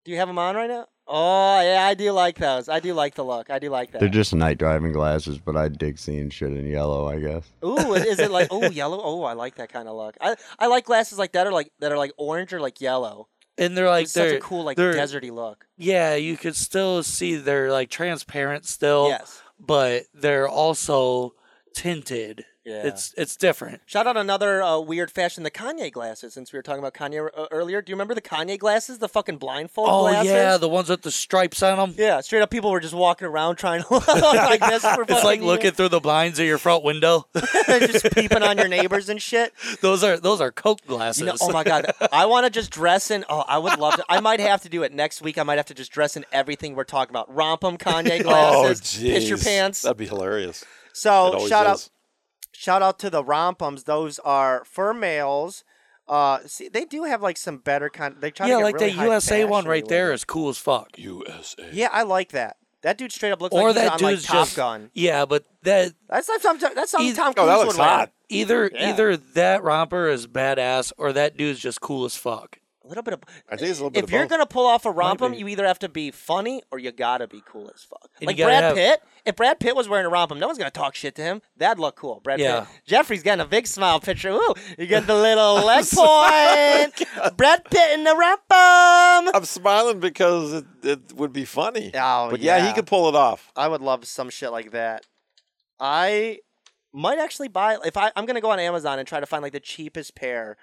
[SPEAKER 2] Do you have them on right now? Oh yeah, I do like those. I do like the look. I do like that.
[SPEAKER 3] They're just night driving glasses, but I dig seeing shit in yellow. I guess.
[SPEAKER 2] Ooh, is is it
[SPEAKER 1] *laughs*
[SPEAKER 2] like oh yellow? Oh, I like that kind of look. I, I like glasses like that or like that are like orange or like yellow.
[SPEAKER 1] and they're like
[SPEAKER 2] It's such
[SPEAKER 1] they're
[SPEAKER 2] a cool like
[SPEAKER 1] they're-
[SPEAKER 2] deserty look.
[SPEAKER 1] Yeah, you could still see they're like transparent still,
[SPEAKER 2] Yes.
[SPEAKER 1] but they're also tinted.
[SPEAKER 2] Yeah.
[SPEAKER 1] It's it's different.
[SPEAKER 2] Shout out another uh, weird fashion, the Kanye glasses. Since we were talking about Kanye uh, earlier, do you remember the Kanye glasses, the fucking blindfold
[SPEAKER 1] Oh
[SPEAKER 2] glasses?
[SPEAKER 1] yeah, the ones with the stripes on them.
[SPEAKER 2] yeah, straight up people were just walking around trying to *laughs* look like this for
[SPEAKER 1] It's like
[SPEAKER 2] fucking
[SPEAKER 1] looking
[SPEAKER 2] years.
[SPEAKER 1] through the blinds of your front window. *laughs*
[SPEAKER 2] just peeping on your neighbors and shit.
[SPEAKER 1] those are those are Coke glasses.
[SPEAKER 2] You know, oh my god, I want to just dress in. Oh, I would love to. I might have to do it next week. I might have to just dress in everything we're talking about. Romp
[SPEAKER 1] *laughs*
[SPEAKER 2] 'em, Kanye glasses,
[SPEAKER 4] oh,
[SPEAKER 2] piss your
[SPEAKER 4] jeez.
[SPEAKER 2] pants.
[SPEAKER 4] That'd be hilarious. It
[SPEAKER 2] So
[SPEAKER 4] always
[SPEAKER 2] shout out,
[SPEAKER 4] is.
[SPEAKER 2] shout out to the rompums. Those are for males. Uh, see, they do have like some better kind. They try
[SPEAKER 1] yeah,
[SPEAKER 2] to get
[SPEAKER 1] like
[SPEAKER 2] really
[SPEAKER 1] that
[SPEAKER 2] high
[SPEAKER 1] USA one
[SPEAKER 2] fashiony
[SPEAKER 1] right
[SPEAKER 2] with
[SPEAKER 1] there
[SPEAKER 2] it.
[SPEAKER 1] is cool as fuck.
[SPEAKER 4] USA.
[SPEAKER 2] Yeah, I like that. That dude straight up looks
[SPEAKER 1] or
[SPEAKER 2] like he's
[SPEAKER 1] that
[SPEAKER 2] on
[SPEAKER 1] dude's
[SPEAKER 2] like Top
[SPEAKER 1] just
[SPEAKER 2] Gun.
[SPEAKER 1] yeah, but that
[SPEAKER 2] That's not Tom. That's something
[SPEAKER 1] Either-
[SPEAKER 2] Tom
[SPEAKER 4] Oh,
[SPEAKER 2] Cruise
[SPEAKER 4] that
[SPEAKER 2] would
[SPEAKER 4] looks
[SPEAKER 2] wear.
[SPEAKER 4] hot.
[SPEAKER 1] either
[SPEAKER 2] Yeah.
[SPEAKER 1] either that romper is badass or that dude's just cool as fuck.
[SPEAKER 2] A little bit of.
[SPEAKER 4] I think it's a little bit
[SPEAKER 2] If
[SPEAKER 4] of
[SPEAKER 2] you're
[SPEAKER 4] both.
[SPEAKER 2] gonna pull off a rompum,
[SPEAKER 1] be.
[SPEAKER 2] you either have to be funny or you gotta be cool as fuck.
[SPEAKER 1] And you
[SPEAKER 2] like
[SPEAKER 1] gotta
[SPEAKER 2] Brad
[SPEAKER 1] have-
[SPEAKER 2] Pitt. If Brad Pitt was wett wearing a rompum, no one's gonna talk shit to him. That'd look cool. Brad
[SPEAKER 1] Yeah.
[SPEAKER 2] Pitt. Jeffrey's getting a big smile picture. Ooh, you get
[SPEAKER 4] *laughs*
[SPEAKER 2] the little leg
[SPEAKER 4] Oh
[SPEAKER 2] point. Brad Pitt in the rompum.
[SPEAKER 4] I'm smiling because it, it would be funny.
[SPEAKER 2] Oh,
[SPEAKER 4] but yeah.
[SPEAKER 2] yeah.
[SPEAKER 4] he could pull it off.
[SPEAKER 2] I would love some shit like that. I might actually buy if I I'm gonna go on Amazon and try to find like the cheapest pair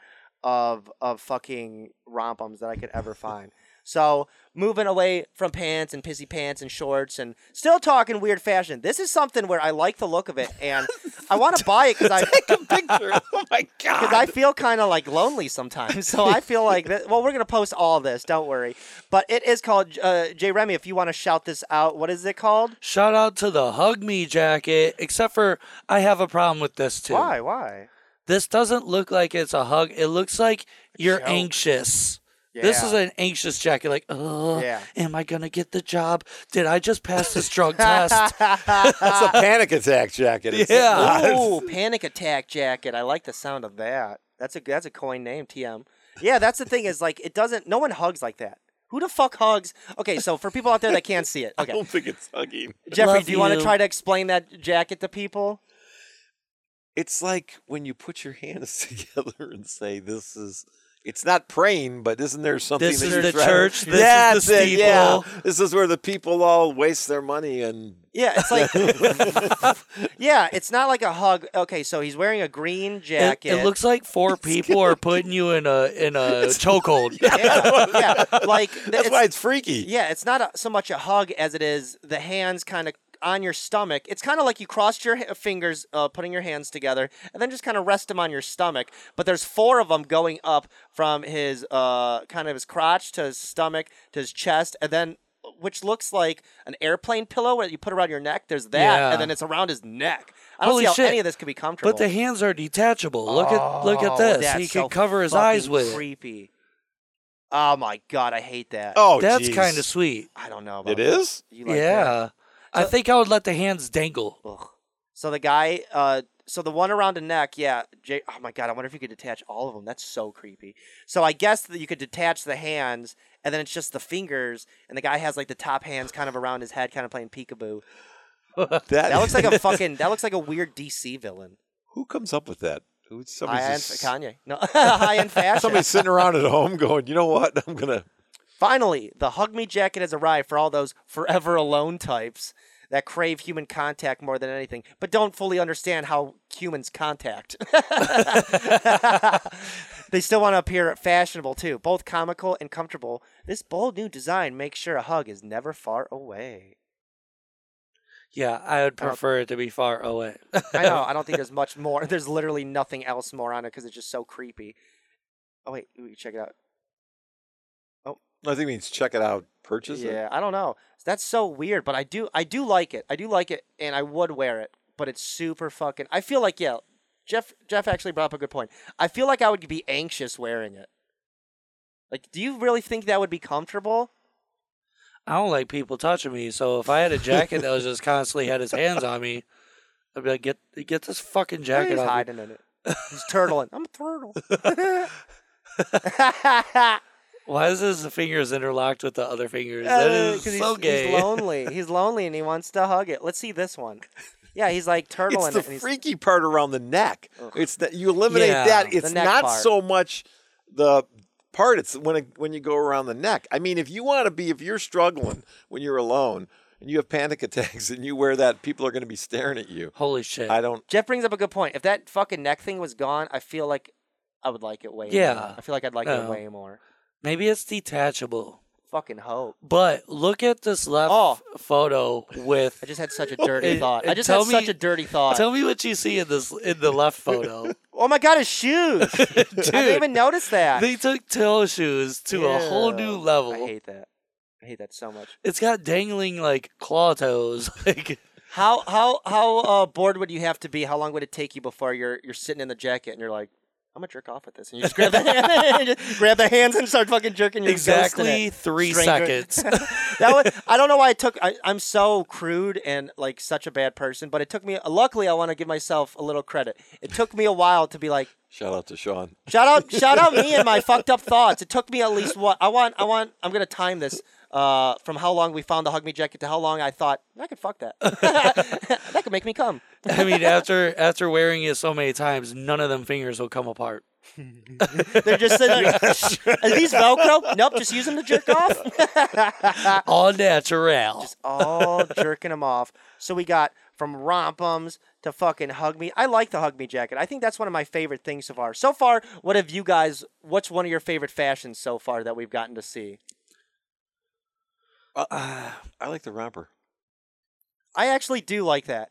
[SPEAKER 2] of of fucking rompums that I could ever find. So moving away from pants and pissy pants and shorts and still talking weird fashion. This is something where I like the look of it and I want to buy it because I
[SPEAKER 4] Picture. oh my god.
[SPEAKER 2] because I feel kind of like lonely sometimes. So I feel like that. Well, we're gonna post all this. Don't worry. But it is called uh, J Remy. If you want to shout this out, what is it called?
[SPEAKER 1] Shout out to the Hug Me jacket, except for I have a problem with this too.
[SPEAKER 2] Why? Why?
[SPEAKER 1] This doesn't look like it's a hug. It looks like you're anxious. This
[SPEAKER 2] Yeah.
[SPEAKER 1] is an anxious jacket. Like, oh,
[SPEAKER 2] *laughs* Yeah.
[SPEAKER 1] am I going to get the job? Did I just pass
[SPEAKER 2] *laughs*
[SPEAKER 1] this drug test?
[SPEAKER 4] That's a panic attack jacket. It's
[SPEAKER 1] Yeah.
[SPEAKER 4] not. *laughs*
[SPEAKER 2] Ooh, panic attack jacket. I like the sound of that. That's a that's a coin name, TM. Yeah, that's the thing is like it doesn't. No one hugs like that. Who the fuck hugs? Okay, so for people out there that can't see it,
[SPEAKER 4] I
[SPEAKER 2] okay,
[SPEAKER 4] don't think it's hugging.
[SPEAKER 2] Jeffrey,
[SPEAKER 1] Love
[SPEAKER 2] do you, want to
[SPEAKER 1] you.
[SPEAKER 2] try to explain that jacket to people?
[SPEAKER 4] It's like when you put your hands *laughs* together and say, "This is." It's not praying, but isn't there something?
[SPEAKER 1] This
[SPEAKER 4] that
[SPEAKER 1] is
[SPEAKER 4] you're
[SPEAKER 1] the
[SPEAKER 4] trying-
[SPEAKER 1] church, this is the
[SPEAKER 4] That's it, yeah.
[SPEAKER 1] steeple.
[SPEAKER 4] This is where the people all waste their money and.
[SPEAKER 2] Yeah, it's like, *laughs* yeah, it's not like a hug. Okay, so he's wearing a green
[SPEAKER 1] it,
[SPEAKER 2] jacket.
[SPEAKER 1] it looks like
[SPEAKER 2] *laughs*
[SPEAKER 1] four people are putting you in a in a chokehold.
[SPEAKER 2] yeah, yeah, like
[SPEAKER 4] That's
[SPEAKER 2] it's-
[SPEAKER 4] why it's freaky.
[SPEAKER 2] Yeah, it's not a, so much a hug as it is the hands kind of on your stomach. It's kind of like you crossed your h- fingers, uh, putting your hands together, and then just kind of rest them on your stomach. But there's four of them going up from his uh, kind of his crotch to his stomach to his chest, and then which looks like an airplane pillow that you put around your neck. There's that,
[SPEAKER 1] Yeah.
[SPEAKER 2] and then it's around his neck. I don't
[SPEAKER 1] Holy
[SPEAKER 2] see how
[SPEAKER 1] shit.
[SPEAKER 2] any of this could be comfortable.
[SPEAKER 1] But the hands are detachable. Look at look at
[SPEAKER 2] Oh,
[SPEAKER 1] this.
[SPEAKER 2] that's
[SPEAKER 1] He
[SPEAKER 2] so
[SPEAKER 1] can cover his eyes
[SPEAKER 2] fucking
[SPEAKER 1] with it.
[SPEAKER 2] creepy. Oh my god, I hate that.
[SPEAKER 4] Oh,
[SPEAKER 1] That's
[SPEAKER 4] jeez.
[SPEAKER 1] kind of sweet.
[SPEAKER 2] I don't know. About
[SPEAKER 4] It
[SPEAKER 2] that.
[SPEAKER 4] is.
[SPEAKER 2] You like that?
[SPEAKER 1] yeah. I think I would let the hands dangle.
[SPEAKER 2] Ugh. So the guy, uh, so the one around the neck, yeah. J- oh my god, I wonder if you could detach all of them. That's so creepy. So I guess that you could detach the hands, and then it's just the fingers, and the guy has like the top hands kind of around his head, kind of playing peekaboo. That looks like
[SPEAKER 4] *laughs*
[SPEAKER 2] a fucking. That looks like a weird DC villain.
[SPEAKER 4] Who comes up with that? Who- somebody's
[SPEAKER 2] High end
[SPEAKER 4] just-
[SPEAKER 2] Kanye. No, *laughs* high end fashion.
[SPEAKER 4] Somebody's sitting around at home going, you know what? I'm gonna.
[SPEAKER 2] Finally, the hug me jacket has arrived for all those forever alone types that crave human contact more than anything, but don't fully understand how humans contact. *laughs* they still want to appear fashionable too, both comical and comfortable. This bold new design makes sure a hug is never far away.
[SPEAKER 1] Yeah, I would prefer it to be far away.
[SPEAKER 2] Oh.
[SPEAKER 1] *laughs*
[SPEAKER 2] I know, I don't think there's much more. There's literally nothing else more on it because it's just so creepy. Oh wait, ooh, check it out.
[SPEAKER 4] I think it means check it out, purchase it.
[SPEAKER 2] yeah, I don't know. That's so weird, but I do I do like it. I do like it and I would wear it, but it's super fucking I feel like yeah, Jeff Jeff actually brought up a good point. I feel like I would be anxious wearing it. Like, do you really think that would be comfortable?
[SPEAKER 1] I don't like people touching me, so if I had a jacket that was
[SPEAKER 2] *laughs*
[SPEAKER 1] just constantly had his hands on me, I'd be like, "Get get this fucking jacket
[SPEAKER 2] He's
[SPEAKER 1] off!" me."
[SPEAKER 2] hiding in it. He's turtling. I'm a turtle. *laughs*
[SPEAKER 1] Why is his fingers interlocked with the other fingers? *laughs* That is
[SPEAKER 2] Uh, 'Cause
[SPEAKER 1] so
[SPEAKER 2] he's,
[SPEAKER 1] gay.
[SPEAKER 2] he's lonely. He's lonely and he wants to hug it. Let's see this one. Yeah, he's
[SPEAKER 1] *laughs*
[SPEAKER 2] like turtling
[SPEAKER 4] It's the
[SPEAKER 2] it. And he's,
[SPEAKER 4] freaky part around the neck. It's that you eliminate
[SPEAKER 1] Yeah,
[SPEAKER 4] that. It's
[SPEAKER 2] neck
[SPEAKER 4] not
[SPEAKER 2] part.
[SPEAKER 4] so much the part. It's when it, when you go around the neck. I mean, if you want to be, if you're struggling when you're alone and you have panic *laughs* attacks and you wear that, people are going to be staring at you.
[SPEAKER 1] Holy shit!
[SPEAKER 4] I don't.
[SPEAKER 2] Jeff brings up a good point. If that fucking neck thing was gone, I feel like I would like it way more.
[SPEAKER 1] Yeah.
[SPEAKER 2] I feel like I'd like it
[SPEAKER 1] No.
[SPEAKER 2] way more.
[SPEAKER 1] Maybe it's detachable.
[SPEAKER 2] Fucking hope.
[SPEAKER 1] But look at this left
[SPEAKER 2] Oh.
[SPEAKER 1] photo
[SPEAKER 2] *laughs*
[SPEAKER 1] with.
[SPEAKER 2] I just had such a dirty
[SPEAKER 1] And-
[SPEAKER 2] thought. I
[SPEAKER 1] and
[SPEAKER 2] just
[SPEAKER 1] tell
[SPEAKER 2] had such
[SPEAKER 1] me-
[SPEAKER 2] a *laughs* dirty thought.
[SPEAKER 1] Tell me what you see in this in the left photo.
[SPEAKER 2] oh my god, his *laughs* shoes. *laughs* I didn't
[SPEAKER 1] *laughs* Dude.
[SPEAKER 2] even notice that.
[SPEAKER 1] they took toe shoes to a whole new
[SPEAKER 2] Ew.
[SPEAKER 1] level.
[SPEAKER 2] I hate that. I hate that so much.
[SPEAKER 1] It's got dangling like claw toes. *laughs* Like
[SPEAKER 2] How how how uh, bored would you have to be? How long would it take you before you're you're sitting in the jacket and you're like, I'm gonna jerk off with this, and you just grab the *laughs* hand, just grab the hands and start fucking jerking your ghost in
[SPEAKER 1] exactly
[SPEAKER 2] it.
[SPEAKER 1] three
[SPEAKER 2] Stranger- *laughs*
[SPEAKER 1] seconds.
[SPEAKER 2] that was I don't know why it took. I, I'm so crude and like such a bad person, but it took me. Luckily, I want to give myself a little credit. It took me a while to be like,
[SPEAKER 4] Shout out to Sean.
[SPEAKER 2] Shout out, shout out me and my fucked up thoughts. It took me at least what I want. I want. I'm gonna time this uh, from how long we found the hug me jacket to how long I thought I could fuck that. *laughs* that could make me come.
[SPEAKER 1] *laughs* I mean, after after wearing it so many times, none of them fingers will come apart.
[SPEAKER 2] They're just sitting there. Are these Velcro? Nope. Just use them to jerk off. *laughs*
[SPEAKER 1] All natural.
[SPEAKER 2] just all jerking them off. So we got from rompums to fucking hug me. I like the hug me jacket. I think that's one of my favorite things so far. So far, what have you guys? What's one of your favorite fashions so far that we've gotten to see?
[SPEAKER 1] Uh,
[SPEAKER 4] *sighs* I like the romper.
[SPEAKER 2] I actually do like that.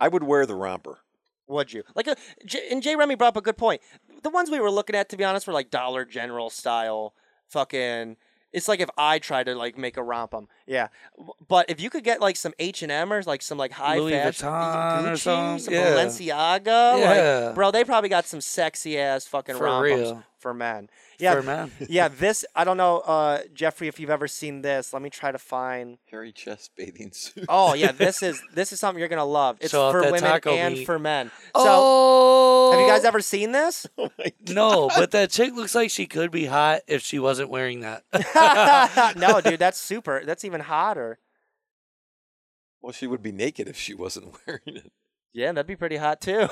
[SPEAKER 4] I would wear the romper.
[SPEAKER 2] Would you? Like, a, J, and Jay Remy brought up a good point. The ones we were looking at, to be honest, were like Dollar General style fucking. It's like if I tried to like make a romp 'em. Yeah, W- but if you could get like some H and M or like some like high
[SPEAKER 1] Louis
[SPEAKER 2] fashion,
[SPEAKER 1] Vuitton or
[SPEAKER 2] Gucci,
[SPEAKER 1] something.
[SPEAKER 2] some
[SPEAKER 1] Yeah.
[SPEAKER 2] Balenciaga,
[SPEAKER 1] Yeah.
[SPEAKER 2] like bro, they probably got some sexy ass fucking
[SPEAKER 1] For
[SPEAKER 2] romp 'ems
[SPEAKER 1] real.
[SPEAKER 2] for men. Yeah,
[SPEAKER 1] for man.
[SPEAKER 2] yeah. This I don't know, uh, Jeffrey, if you've ever seen this. Let me try
[SPEAKER 1] *laughs*
[SPEAKER 2] to find.
[SPEAKER 4] Hairy chest bathing suit.
[SPEAKER 2] Oh yeah, this is this is something you're gonna love. It's
[SPEAKER 1] So off
[SPEAKER 2] for
[SPEAKER 1] that
[SPEAKER 2] women
[SPEAKER 1] taco
[SPEAKER 2] and
[SPEAKER 1] meat.
[SPEAKER 2] for men. So
[SPEAKER 1] oh,
[SPEAKER 2] have you *laughs* guys ever seen this?
[SPEAKER 4] Oh my God.
[SPEAKER 1] No, but that chick looks like she could be hot if she wasn't wearing
[SPEAKER 2] *laughs*
[SPEAKER 1] that. *laughs*
[SPEAKER 2] no, *laughs* dude, that's super. That's even hotter.
[SPEAKER 4] *laughs* Well, she would be naked if she wasn't *laughs* wearing it.
[SPEAKER 2] Yeah, that'd be pretty hot too.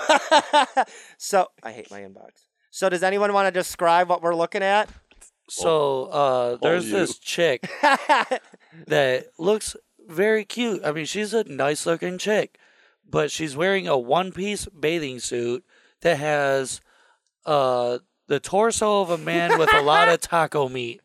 [SPEAKER 2] *laughs* so I hate my inbox. So does anyone want to describe what we're looking at? *laughs*
[SPEAKER 1] so uh, there's
[SPEAKER 4] you.
[SPEAKER 1] this chick that looks very cute. I mean, she's a nice looking chick, but she's wearing a one piece bathing suit that has uh, the torso of a man with a lot
[SPEAKER 2] *laughs*
[SPEAKER 1] of taco meat.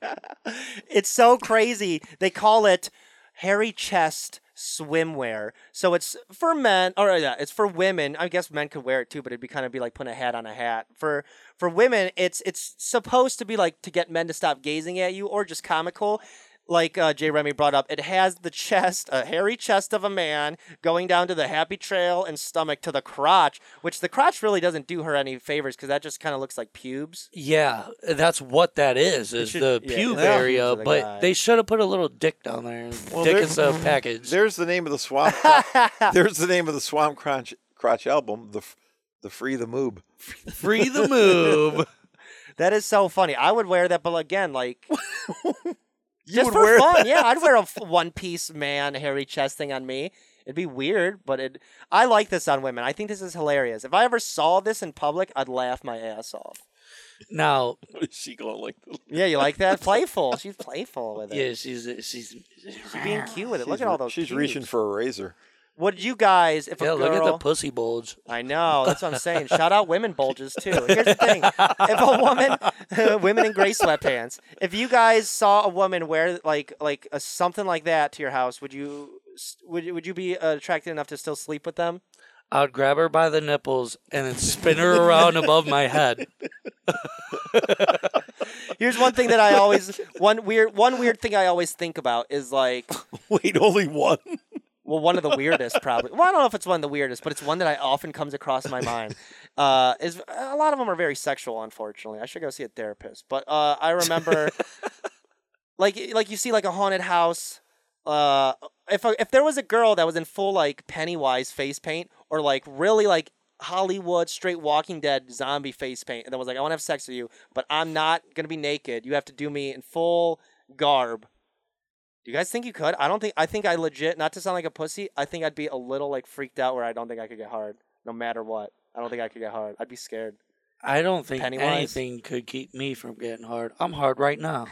[SPEAKER 2] it's so crazy. They call it hairy chest swimwear. So it's for men, or uh, yeah, it's for women. I guess men could wear it too, but it'd be kind of be like putting a hat on a hat. For for women, it's it's supposed to be like to get men to stop gazing at you, or just comical. Like uh, Jay Remy brought up, it has the chest, a hairy chest of a man going down to the happy trail and stomach to the crotch, which the crotch really doesn't do her any favors because that just kind of looks like pubes.
[SPEAKER 1] Yeah, that's what that is, is
[SPEAKER 2] should-
[SPEAKER 1] the
[SPEAKER 2] yeah,
[SPEAKER 1] pube
[SPEAKER 2] yeah.
[SPEAKER 1] area,
[SPEAKER 2] Pubes are the
[SPEAKER 1] but
[SPEAKER 2] guy.
[SPEAKER 1] they should have put a little dick down there.
[SPEAKER 4] Well,
[SPEAKER 1] dick
[SPEAKER 4] there-
[SPEAKER 1] is a package.
[SPEAKER 4] There's
[SPEAKER 2] *laughs*
[SPEAKER 4] the name of the swamp. Cro- There's the name of the swamp crotch, crotch album. The f- the free the moob.
[SPEAKER 1] Free the move.
[SPEAKER 2] That is so funny. I would wear that, but again, like just
[SPEAKER 4] would
[SPEAKER 2] for
[SPEAKER 4] wear
[SPEAKER 2] fun. Yeah, I'd wear a f- one piece man hairy chest thing on me. It'd be weird, but it. I like this on women. I think this is hilarious. If I ever saw this in public, I'd laugh my ass off.
[SPEAKER 1] *laughs* now,
[SPEAKER 4] What is she going like? this?
[SPEAKER 2] Yeah, you like that? Playful. She's playful with it.
[SPEAKER 1] yeah, she's she's
[SPEAKER 2] She's being cute with it. Look
[SPEAKER 4] She's
[SPEAKER 2] at all
[SPEAKER 4] re-
[SPEAKER 2] those.
[SPEAKER 4] She's
[SPEAKER 2] pubes.
[SPEAKER 4] reaching for a razor. *laughs*
[SPEAKER 2] Would you guys, if
[SPEAKER 1] yeah.
[SPEAKER 2] a girl,
[SPEAKER 1] Look at the pussy bulge.
[SPEAKER 2] I know. That's what I'm saying. Shout out women bulges too. Here's the thing: if a woman, *laughs* women in gray sweatpants, if you guys saw a woman wear like like a, something like that to your house, would you s- would you- would you be uh, attracted enough to still sleep with them?
[SPEAKER 1] I would grab her by the nipples and then spin her around above my head.
[SPEAKER 2] Here's one thing that I always one weird one weird thing I always think about is like
[SPEAKER 4] Wait, only one.
[SPEAKER 2] Well, one of the weirdest, probably. Well, I don't know if it's one of the weirdest, but it's one that I often comes across my mind. Uh, is a lot of them are very sexual, unfortunately. I should go see a therapist, but uh, I remember, like, like you see like a haunted house. Uh, if a, if there was a girl that was in full like Pennywise face paint or like really like Hollywood straight Walking Dead zombie face paint, and that was like, I want to have sex with you, but I'm not gonna be naked. You have to do me in full garb. Do you guys think you could? I don't think. I think I legit. Not to sound like a pussy. I think I'd be a little like freaked out where I don't think I could get hard, no matter what. I don't think I could get hard. I'd be scared.
[SPEAKER 1] I don't think
[SPEAKER 2] Pennywise.
[SPEAKER 1] anything could keep me from getting hard. I'm hard right now.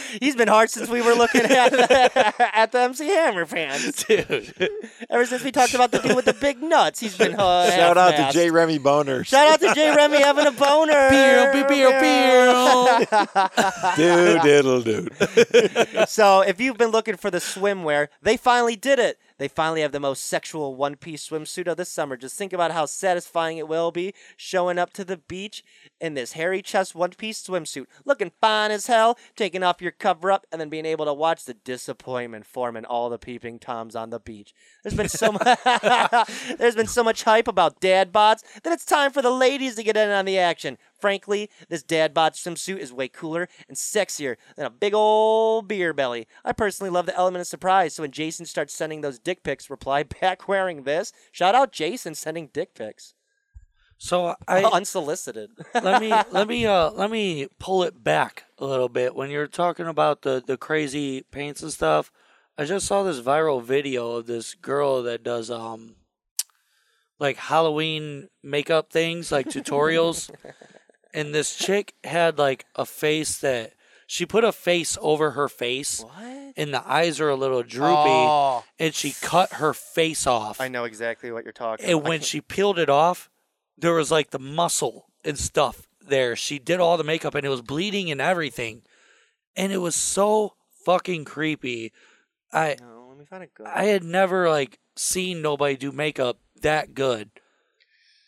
[SPEAKER 2] *laughs* He's been hard since we were *laughs* looking at the, at the MC Hammer fans.
[SPEAKER 1] Dude.
[SPEAKER 2] Ever since we talked about the dude with the big nuts, he's *laughs* been uh,
[SPEAKER 4] Shout out to
[SPEAKER 2] half-assed.
[SPEAKER 4] J. Remy *laughs* Boner.
[SPEAKER 2] Shout out to Jay Remy having a boner.
[SPEAKER 1] Beer, beer, beer,
[SPEAKER 4] dude, diddle, *laughs* dude.
[SPEAKER 2] so if you've been looking for the swimwear, they finally did it. They finally have the most sexual one-piece swimsuit of the summer. Just think about how satisfying it will be showing up to the beach in this hairy chest one-piece swimsuit, looking fine as hell, taking off your cover up, and then being able to watch the disappointment form in all the peeping toms on the beach. There's been so much *laughs* there's been so much hype about dad bods that it's time for the ladies to get in on the action. Frankly, this dad bod swimsuit is way cooler and sexier than a big old beer belly. I personally love the element of surprise, so when Jason starts sending those dick pics, reply *laughs* back wearing this. Shout out Jason sending dick pics.
[SPEAKER 1] So I
[SPEAKER 2] *laughs* Unsolicited.
[SPEAKER 1] let
[SPEAKER 2] *laughs*
[SPEAKER 1] me let me uh let me pull it back a little bit when you're talking about the the crazy paints and stuff i just saw this viral video of this girl that does um like halloween makeup things like
[SPEAKER 2] *laughs*
[SPEAKER 1] tutorials and this chick had like a face that she put a face over her face
[SPEAKER 2] what?
[SPEAKER 1] and the eyes are a little droopy
[SPEAKER 2] Oh.
[SPEAKER 1] and she cut her face off
[SPEAKER 2] I know exactly what you're talking
[SPEAKER 1] and
[SPEAKER 2] about. I
[SPEAKER 1] when
[SPEAKER 2] can't-
[SPEAKER 1] she peeled it off, there was like the muscle and stuff there. She did all the makeup and it was bleeding and everything. And it was so fucking creepy. I
[SPEAKER 2] No, let me find a good
[SPEAKER 1] I had never like seen nobody do makeup that good.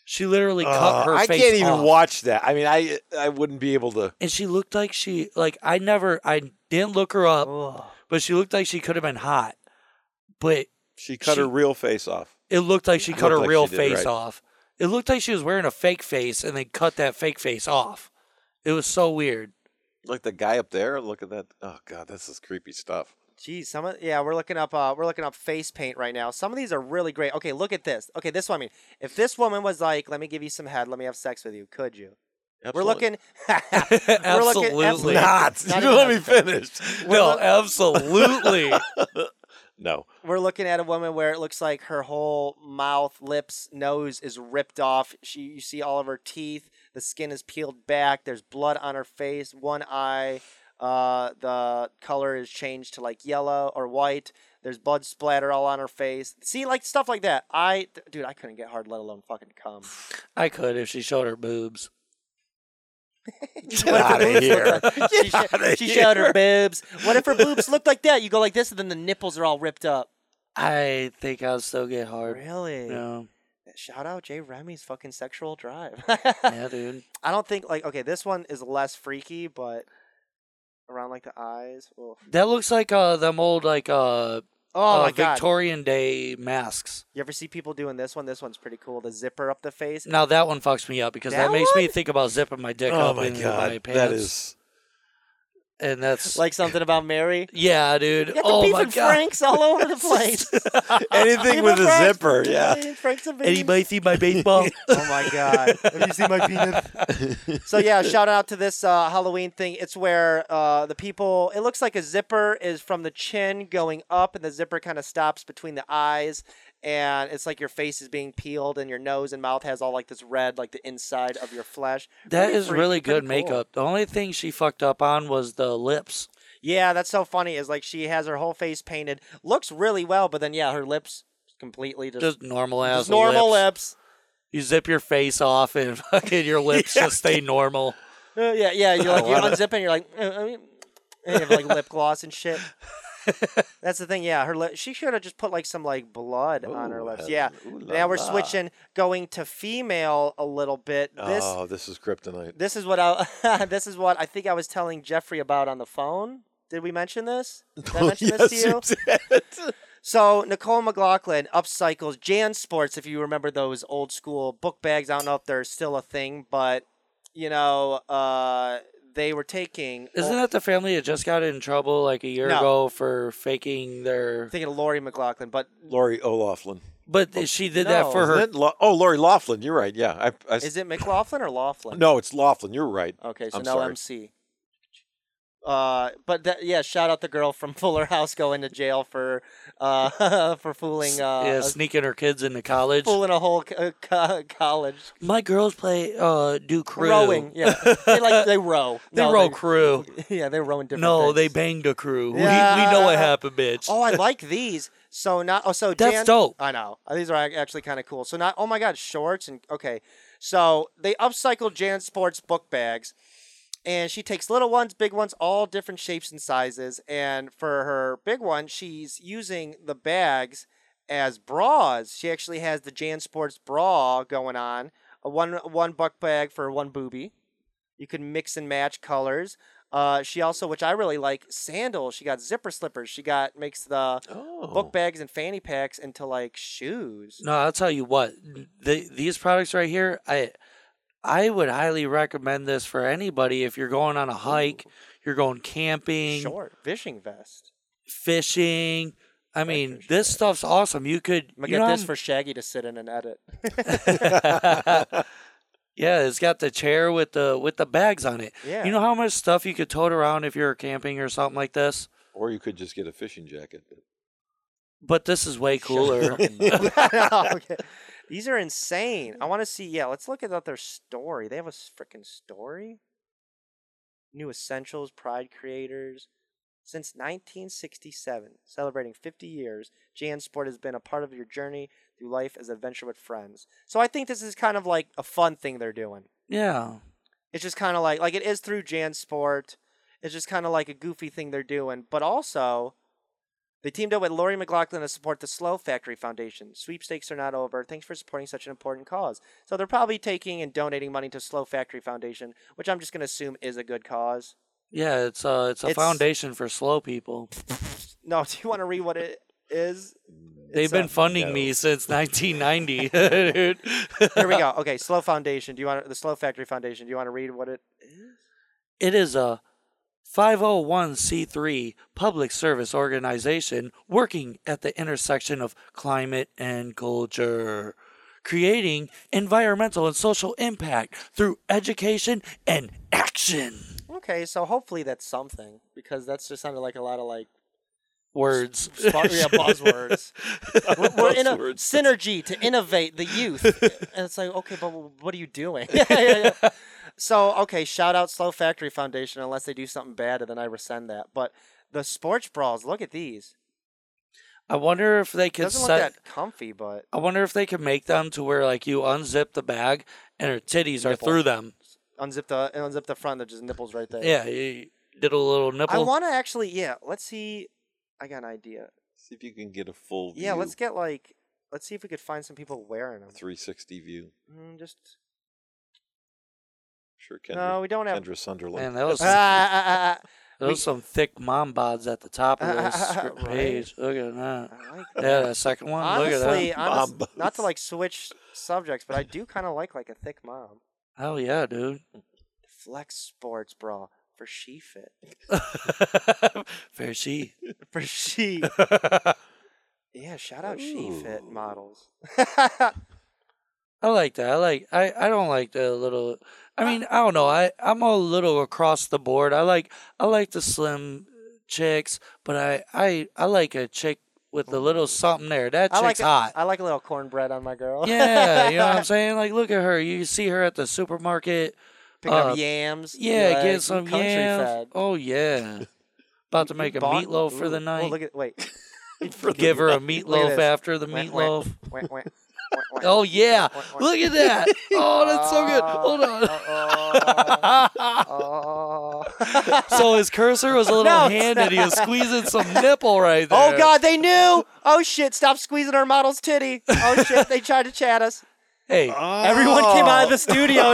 [SPEAKER 1] She literally cut her
[SPEAKER 4] Uh, I
[SPEAKER 1] face
[SPEAKER 4] can't even
[SPEAKER 1] off.
[SPEAKER 4] watch that. I mean, I I wouldn't be able to.
[SPEAKER 1] And she looked like she like I never I didn't look her up, but she looked like she could have been hot. But
[SPEAKER 4] She cut her
[SPEAKER 1] She-
[SPEAKER 4] real face off.
[SPEAKER 1] It looked like she
[SPEAKER 4] It
[SPEAKER 1] cut her
[SPEAKER 4] looked like
[SPEAKER 1] real
[SPEAKER 4] she did,
[SPEAKER 1] face
[SPEAKER 4] right.
[SPEAKER 1] off. It looked like she was wearing a fake face and they cut that fake face off. It was so weird.
[SPEAKER 4] Like the guy up there. Look at that. Oh god, this is creepy stuff.
[SPEAKER 2] Geez, some of yeah, we're looking up uh we're looking up face paint right now. Some of these are really great. Okay, look at this. Okay, this one I mean. If this woman was like, let me give you some head, let me have sex with you, could you? We're looking
[SPEAKER 1] *laughs*
[SPEAKER 2] *laughs*
[SPEAKER 1] absolutely.
[SPEAKER 2] absolutely.
[SPEAKER 4] not.
[SPEAKER 2] Not
[SPEAKER 4] *laughs* let me
[SPEAKER 2] even-
[SPEAKER 4] finish.
[SPEAKER 1] no,
[SPEAKER 2] *laughs*
[SPEAKER 1] absolutely.
[SPEAKER 4] No.
[SPEAKER 2] we're looking at a woman where it looks like her whole mouth, lips, nose is ripped off. She you see all of her teeth, the skin is peeled back, there's blood on her face, one eye, uh the color is changed to like yellow or white. There's blood splatter all on her face. See like stuff like that. I dude, I couldn't get hard let alone fucking *laughs* come.
[SPEAKER 1] I could if she showed her boobs.
[SPEAKER 4] *laughs* Get out of here.
[SPEAKER 2] she, sho-
[SPEAKER 4] outta
[SPEAKER 2] she showed her
[SPEAKER 4] here.
[SPEAKER 2] boobs. What if her boobs looked like that? You go like this, and then the nipples are all ripped up.
[SPEAKER 1] I think I'll still get hard.
[SPEAKER 2] Really? *laughs*
[SPEAKER 1] No.
[SPEAKER 2] Shout out Jay Remy's fucking sexual drive.
[SPEAKER 1] Yeah, dude.
[SPEAKER 2] *laughs* I don't think like okay, this one is less freaky, but around like the eyes. oof.
[SPEAKER 1] That looks like uh them old like uh,
[SPEAKER 2] Oh
[SPEAKER 1] uh,
[SPEAKER 2] my god!
[SPEAKER 1] Victorian day masks.
[SPEAKER 2] you ever see people doing this one? This one's pretty cool. The zipper up the face.
[SPEAKER 1] Now that one fucks me up because that,
[SPEAKER 2] That
[SPEAKER 1] makes me
[SPEAKER 2] one?
[SPEAKER 1] think about zipping my dick
[SPEAKER 4] Oh
[SPEAKER 1] up
[SPEAKER 4] my
[SPEAKER 1] into my
[SPEAKER 4] god,
[SPEAKER 1] pants.
[SPEAKER 4] that is.
[SPEAKER 1] and that's
[SPEAKER 2] Like something about Mary.
[SPEAKER 1] Yeah, dude.
[SPEAKER 2] You got the
[SPEAKER 1] oh
[SPEAKER 2] beef
[SPEAKER 1] my
[SPEAKER 2] and
[SPEAKER 1] god.
[SPEAKER 2] Franks all over the place. *laughs*
[SPEAKER 4] Anything
[SPEAKER 2] Beef
[SPEAKER 4] with
[SPEAKER 2] and
[SPEAKER 4] a
[SPEAKER 2] Franks.
[SPEAKER 4] zipper, yeah.
[SPEAKER 2] *laughs* Franks and Beef.
[SPEAKER 1] Anybody see my baseball?
[SPEAKER 2] Oh my god! *laughs* Have you seen my penis? so yeah, shout out to this uh, Halloween thing. It's where uh, the people. It looks like a zipper is from the chin going up, and the zipper kind of stops between the eyes, and it's like your face is being peeled, and your nose and mouth has all like this red, like the inside of your flesh.
[SPEAKER 1] *laughs* that
[SPEAKER 2] Pretty
[SPEAKER 1] is
[SPEAKER 2] freaky,
[SPEAKER 1] really
[SPEAKER 2] pretty
[SPEAKER 1] good
[SPEAKER 2] cool.
[SPEAKER 1] makeup. The only thing she fucked up on was the lips.
[SPEAKER 2] Yeah, that's so funny. Is like she has her whole face painted, looks really well, but then yeah, her lips completely just,
[SPEAKER 1] Just normal ass
[SPEAKER 2] just normal
[SPEAKER 1] lips.
[SPEAKER 2] lips.
[SPEAKER 1] You zip your face off and *laughs* fucking your lips just stay normal.
[SPEAKER 2] Uh, yeah, yeah.
[SPEAKER 4] *laughs*
[SPEAKER 2] You're like you unzip it. and You're like, uh, uh, and you have like lip gloss and
[SPEAKER 4] *laughs*
[SPEAKER 2] shit. That's the thing. Yeah, her lip. She should have just put like some like blood on her
[SPEAKER 4] Ooh,
[SPEAKER 2] lips.
[SPEAKER 4] hell-
[SPEAKER 2] Yeah.
[SPEAKER 4] ooh la
[SPEAKER 2] Now we're
[SPEAKER 4] la.
[SPEAKER 2] switching, going to female a little bit. This
[SPEAKER 4] oh, this is kryptonite.
[SPEAKER 2] this is what I *laughs* this is what I think I was
[SPEAKER 4] *laughs*
[SPEAKER 2] telling Jeffrey about on the phone. Did we mention this? Did I mention this to you?
[SPEAKER 4] did.
[SPEAKER 2] So Nicole McLaughlin upcycles Jan Sports. If you remember those old school book bags, I don't know if they're still a thing, but you know, uh, they were taking.
[SPEAKER 1] Isn't that the family that just got in trouble like a year
[SPEAKER 2] No.
[SPEAKER 1] ago for faking their?
[SPEAKER 2] I'm thinking of Lori McLaughlin, but
[SPEAKER 4] Lori O'Laughlin.
[SPEAKER 1] But she did that
[SPEAKER 2] No.
[SPEAKER 1] for her.
[SPEAKER 4] Isn't it Lo- oh, Lori Laughlin. You're right. Yeah. I, I,
[SPEAKER 2] is it McLaughlin or Laughlin?
[SPEAKER 4] no, it's Laughlin.
[SPEAKER 2] *laughs*
[SPEAKER 4] You're right. *laughs*
[SPEAKER 2] Okay, so
[SPEAKER 4] I'm
[SPEAKER 2] no
[SPEAKER 4] sorry.
[SPEAKER 2] MC. Uh, but that, yeah, shout out the girl from *laughs* Fuller House going to jail for uh *laughs* for fooling uh
[SPEAKER 1] yeah, sneaking her kids into college.
[SPEAKER 2] fooling a whole co- co- college
[SPEAKER 1] My girls play uh do crew.
[SPEAKER 2] rowing. Yeah, they
[SPEAKER 1] *laughs*
[SPEAKER 2] like they row.
[SPEAKER 1] They
[SPEAKER 2] No,
[SPEAKER 1] row crew.
[SPEAKER 2] *laughs* Yeah, they're rowing different.
[SPEAKER 1] No, they
[SPEAKER 2] things.
[SPEAKER 1] banged a crew. We, we
[SPEAKER 2] Yeah.
[SPEAKER 1] know what happened, bitch.
[SPEAKER 2] Oh, I like these. So not. Oh, so
[SPEAKER 1] That's
[SPEAKER 2] Jan,
[SPEAKER 1] dope.
[SPEAKER 2] I know Uh, these are ac- actually kind of cool. So not. Oh my God, shorts and okay. So they upcycled Jan Sports book bags, and she takes little ones, big ones, all different shapes and sizes. And for her big one, she's using the bags as bras. She actually has the Jan Sports bra going on. A one one buck bag for one booby. You can mix and match colors. Uh, she also, which I really like, sandals. She got zipper slippers. She got makes the
[SPEAKER 4] Oh.
[SPEAKER 2] book bags and fanny packs into like shoes.
[SPEAKER 1] No, I'll tell you what.
[SPEAKER 2] Mm.
[SPEAKER 1] The, these products right here, I I would highly recommend this for anybody if you're going on a hike, you're going camping,
[SPEAKER 2] Short fishing vest.
[SPEAKER 1] fishing. I mean,
[SPEAKER 2] fish,
[SPEAKER 1] this stuff's awesome. You could
[SPEAKER 2] I'm gonna
[SPEAKER 1] you
[SPEAKER 2] get
[SPEAKER 1] know,
[SPEAKER 2] this for Shaggy to sit in
[SPEAKER 1] *laughs*
[SPEAKER 2] and *laughs* edit.
[SPEAKER 1] I'm- Yeah, it's got the chair with the with the bags on it.
[SPEAKER 2] Yeah.
[SPEAKER 1] You know how much stuff you could tote around if you're camping or something like this?
[SPEAKER 4] Or you could just get a fishing jacket.
[SPEAKER 1] But this is way
[SPEAKER 2] *laughs*
[SPEAKER 1] cooler.
[SPEAKER 2] Mm.
[SPEAKER 1] Mm.
[SPEAKER 2] okay. These are insane. I want to see. Yeah, let's look at their story. They have a freaking story. New Essentials, Pride Creators. Since 1967, celebrating 50 years, Jan Sport has been a part of your journey through life as an adventure with friends. So I think this is kind of like a fun thing they're doing.
[SPEAKER 1] yeah.
[SPEAKER 2] It's just kind of like like it is through JanSport. It's just kind of like a goofy thing they're doing, but also they teamed up with Lori McLaughlin to support the Slow Factory Foundation. Sweepstakes are not over. Thanks for supporting such an important cause. So they're probably taking and donating money to Slow Factory Foundation, which I'm just going to assume is a good cause.
[SPEAKER 1] Yeah, it's uh it's a
[SPEAKER 2] It's-
[SPEAKER 1] foundation for slow people.
[SPEAKER 2] No, *laughs* do you want to read what it is?
[SPEAKER 1] They've
[SPEAKER 2] It's,
[SPEAKER 1] been
[SPEAKER 2] uh,
[SPEAKER 1] funding me since 1990. *laughs* dude.
[SPEAKER 2] Here
[SPEAKER 1] *laughs*
[SPEAKER 2] we go. Okay, Slow Foundation. Do you want the Slow Factory Foundation? Do you want to read what it
[SPEAKER 1] It is a 501c3 public service organization working at the intersection of climate and culture, creating environmental and social impact through education and action.
[SPEAKER 2] Okay, so hopefully that's something because that's just sounded like a lot of like
[SPEAKER 1] Words. *laughs*
[SPEAKER 2] Spot, yeah, buzzwords. we're, we're in a
[SPEAKER 4] Buzzwords.
[SPEAKER 2] synergy to innovate the youth, and it's like, okay, but what are you doing? *laughs* yeah, yeah, yeah. So, okay, shout out Slow Factory Foundation, unless they do something bad, and then I rescind that. But the sports bras, look at these.
[SPEAKER 1] I wonder if they
[SPEAKER 2] It
[SPEAKER 1] could
[SPEAKER 2] doesn't
[SPEAKER 1] set
[SPEAKER 2] look that comfy, but
[SPEAKER 1] I wonder if they could make them to where like you unzip the bag and her titties are
[SPEAKER 2] Nipple.
[SPEAKER 1] through them.
[SPEAKER 2] unzip the unzip the front, there's just nipples right there.
[SPEAKER 1] Yeah, you did a little
[SPEAKER 2] I
[SPEAKER 1] nipple.
[SPEAKER 2] want to actually, yeah. Let's see. I got an idea.
[SPEAKER 4] See if you can get a full view.
[SPEAKER 2] Yeah, let's get like, let's see if we could find some people wearing them.
[SPEAKER 4] 360 view.
[SPEAKER 2] Mm, just *laughs*
[SPEAKER 4] Sure, Kendra,
[SPEAKER 2] no, we don't have.
[SPEAKER 4] Kendra Sunderland.
[SPEAKER 1] Man, that was
[SPEAKER 2] Ah, ah, ah, ah.
[SPEAKER 1] those
[SPEAKER 2] we-
[SPEAKER 1] some thick mom bods at the top
[SPEAKER 2] *laughs*
[SPEAKER 1] of this script
[SPEAKER 2] Right.
[SPEAKER 1] page. Look at that.
[SPEAKER 2] I like
[SPEAKER 1] Yeah, that second one. Look at
[SPEAKER 2] Honestly,
[SPEAKER 1] *laughs* that.
[SPEAKER 2] honest,
[SPEAKER 4] Mom
[SPEAKER 2] not to
[SPEAKER 4] boobs.
[SPEAKER 2] like switch subjects, but I do kind of like like a thick mom.
[SPEAKER 1] Oh yeah,
[SPEAKER 2] *laughs*
[SPEAKER 1] dude.
[SPEAKER 2] Flex sports bra for she fit. *laughs*
[SPEAKER 1] Fair she.
[SPEAKER 2] For
[SPEAKER 1] *laughs*
[SPEAKER 2] she. yeah, shout out she fit
[SPEAKER 4] Ooh.
[SPEAKER 2] models. *laughs*
[SPEAKER 1] I like that. I like. I. I don't like the little. I mean, I don't know. I. I'm a little across the board. I like. I like the slim chicks, but I. I. I like a chick with a little something there. That
[SPEAKER 2] I
[SPEAKER 1] chick's
[SPEAKER 2] like a-
[SPEAKER 1] hot.
[SPEAKER 2] *laughs* I like a little cornbread on my girl.
[SPEAKER 1] yeah, you know what I'm saying. Like, look at her. You see her at the supermarket.
[SPEAKER 2] *laughs* Pick up
[SPEAKER 1] Uh,
[SPEAKER 2] yams.
[SPEAKER 1] Yeah,
[SPEAKER 2] like,
[SPEAKER 1] get some
[SPEAKER 2] country
[SPEAKER 1] yams.
[SPEAKER 2] fed.
[SPEAKER 1] Oh
[SPEAKER 2] *laughs*
[SPEAKER 1] yeah. About to make a
[SPEAKER 2] Bought-
[SPEAKER 1] meatloaf for the
[SPEAKER 2] Ooh. Well,
[SPEAKER 1] night.
[SPEAKER 2] look
[SPEAKER 1] *laughs*
[SPEAKER 2] at wait.
[SPEAKER 1] Give her a
[SPEAKER 2] *laughs* Look at
[SPEAKER 1] meatloaf
[SPEAKER 2] this.
[SPEAKER 1] after the
[SPEAKER 2] Wah, wah.
[SPEAKER 1] meatloaf.
[SPEAKER 2] Wah, wah, wah, wah.
[SPEAKER 1] *laughs* Oh yeah.
[SPEAKER 2] Wah, wah.
[SPEAKER 1] Look at *laughs* that. Oh, that's so good. Hold
[SPEAKER 2] Uh-oh.
[SPEAKER 1] on.
[SPEAKER 2] *laughs*
[SPEAKER 1] *laughs*
[SPEAKER 2] Uh-oh.
[SPEAKER 1] so his cursor was a little
[SPEAKER 2] No, it's
[SPEAKER 1] handed. He was squeezing some nipple right there.
[SPEAKER 2] Oh God, they knew. Oh shit, stop squeezing our model's titty. Oh shit, they tried to chat us.
[SPEAKER 1] Hey,
[SPEAKER 4] Uh, *laughs*
[SPEAKER 2] Everyone
[SPEAKER 1] Oh.
[SPEAKER 2] came out of the studio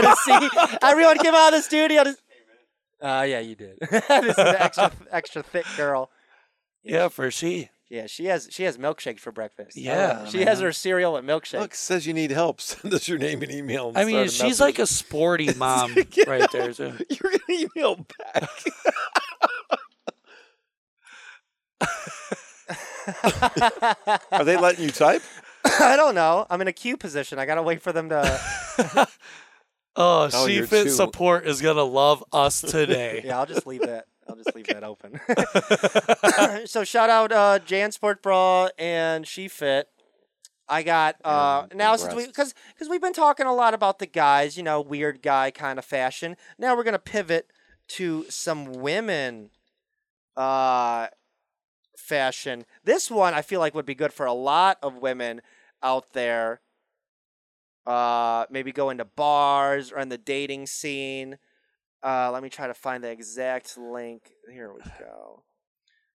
[SPEAKER 1] *laughs*
[SPEAKER 2] to see. Everyone came out of the studio to.
[SPEAKER 1] Uh,
[SPEAKER 2] *laughs*
[SPEAKER 1] *laughs*
[SPEAKER 2] Ah, yeah, you did. this is an extra, extra thick girl.
[SPEAKER 1] yeah, for she.
[SPEAKER 2] Yeah, she has she has milkshakes for breakfast. Oh,
[SPEAKER 1] Yeah,
[SPEAKER 2] she has
[SPEAKER 1] man.
[SPEAKER 2] her cereal and milkshake.
[SPEAKER 4] Look, Oh, says you need help. *laughs* Send us your name and email. And
[SPEAKER 1] I mean,
[SPEAKER 4] start a
[SPEAKER 1] she's like
[SPEAKER 4] message.
[SPEAKER 1] a sporty mom right there. So.
[SPEAKER 4] *laughs* You're gonna email
[SPEAKER 2] *laughs*
[SPEAKER 4] back. Are they letting you type?
[SPEAKER 2] *laughs* I don't know. I'm in a queue position. I gotta wait for
[SPEAKER 1] *laughs*
[SPEAKER 2] them to.
[SPEAKER 1] Oh,
[SPEAKER 4] Oh,
[SPEAKER 1] she
[SPEAKER 4] you're
[SPEAKER 1] fit
[SPEAKER 4] too-
[SPEAKER 1] support is gonna love us
[SPEAKER 4] *laughs*
[SPEAKER 1] today.
[SPEAKER 2] Yeah, I'll just leave that. I'll just leave that open. *laughs* so shout out uh, Jan Sport Bra and She Fit. I got uh,
[SPEAKER 4] And
[SPEAKER 2] now since we
[SPEAKER 4] breasts.
[SPEAKER 2] because because we've been talking a lot about the guys, you know, weird guy kind of fashion. Now we're gonna pivot to some women uh, fashion. This one I feel like would be good for a lot of women out there. Uh, maybe go into bars or in the dating scene. Uh, let me try to find the exact link. Here we go.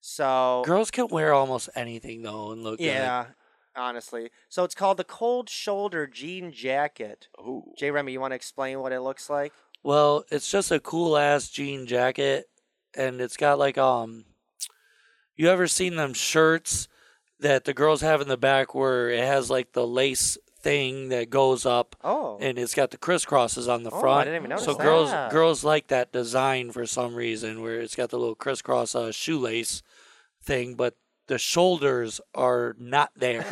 [SPEAKER 2] So
[SPEAKER 1] Girls can wear almost anything though and look good.
[SPEAKER 2] yeah, honestly. So it's called the cold shoulder jean jacket.
[SPEAKER 4] Oh,
[SPEAKER 2] J Remy, you want to explain what it looks like?
[SPEAKER 1] Well, it's just a cool ass jean jacket, and it's got like um. You ever seen them shirts that the girls have in the back where it has like the lace thing that goes up,
[SPEAKER 2] Oh,
[SPEAKER 1] and it's got the crisscrosses on the
[SPEAKER 2] Oh, I
[SPEAKER 1] front.
[SPEAKER 2] didn't even notice
[SPEAKER 1] So
[SPEAKER 2] that.
[SPEAKER 1] girls girls like that design for some reason, where it's got the little crisscross uh, shoelace thing, but the shoulders are not there.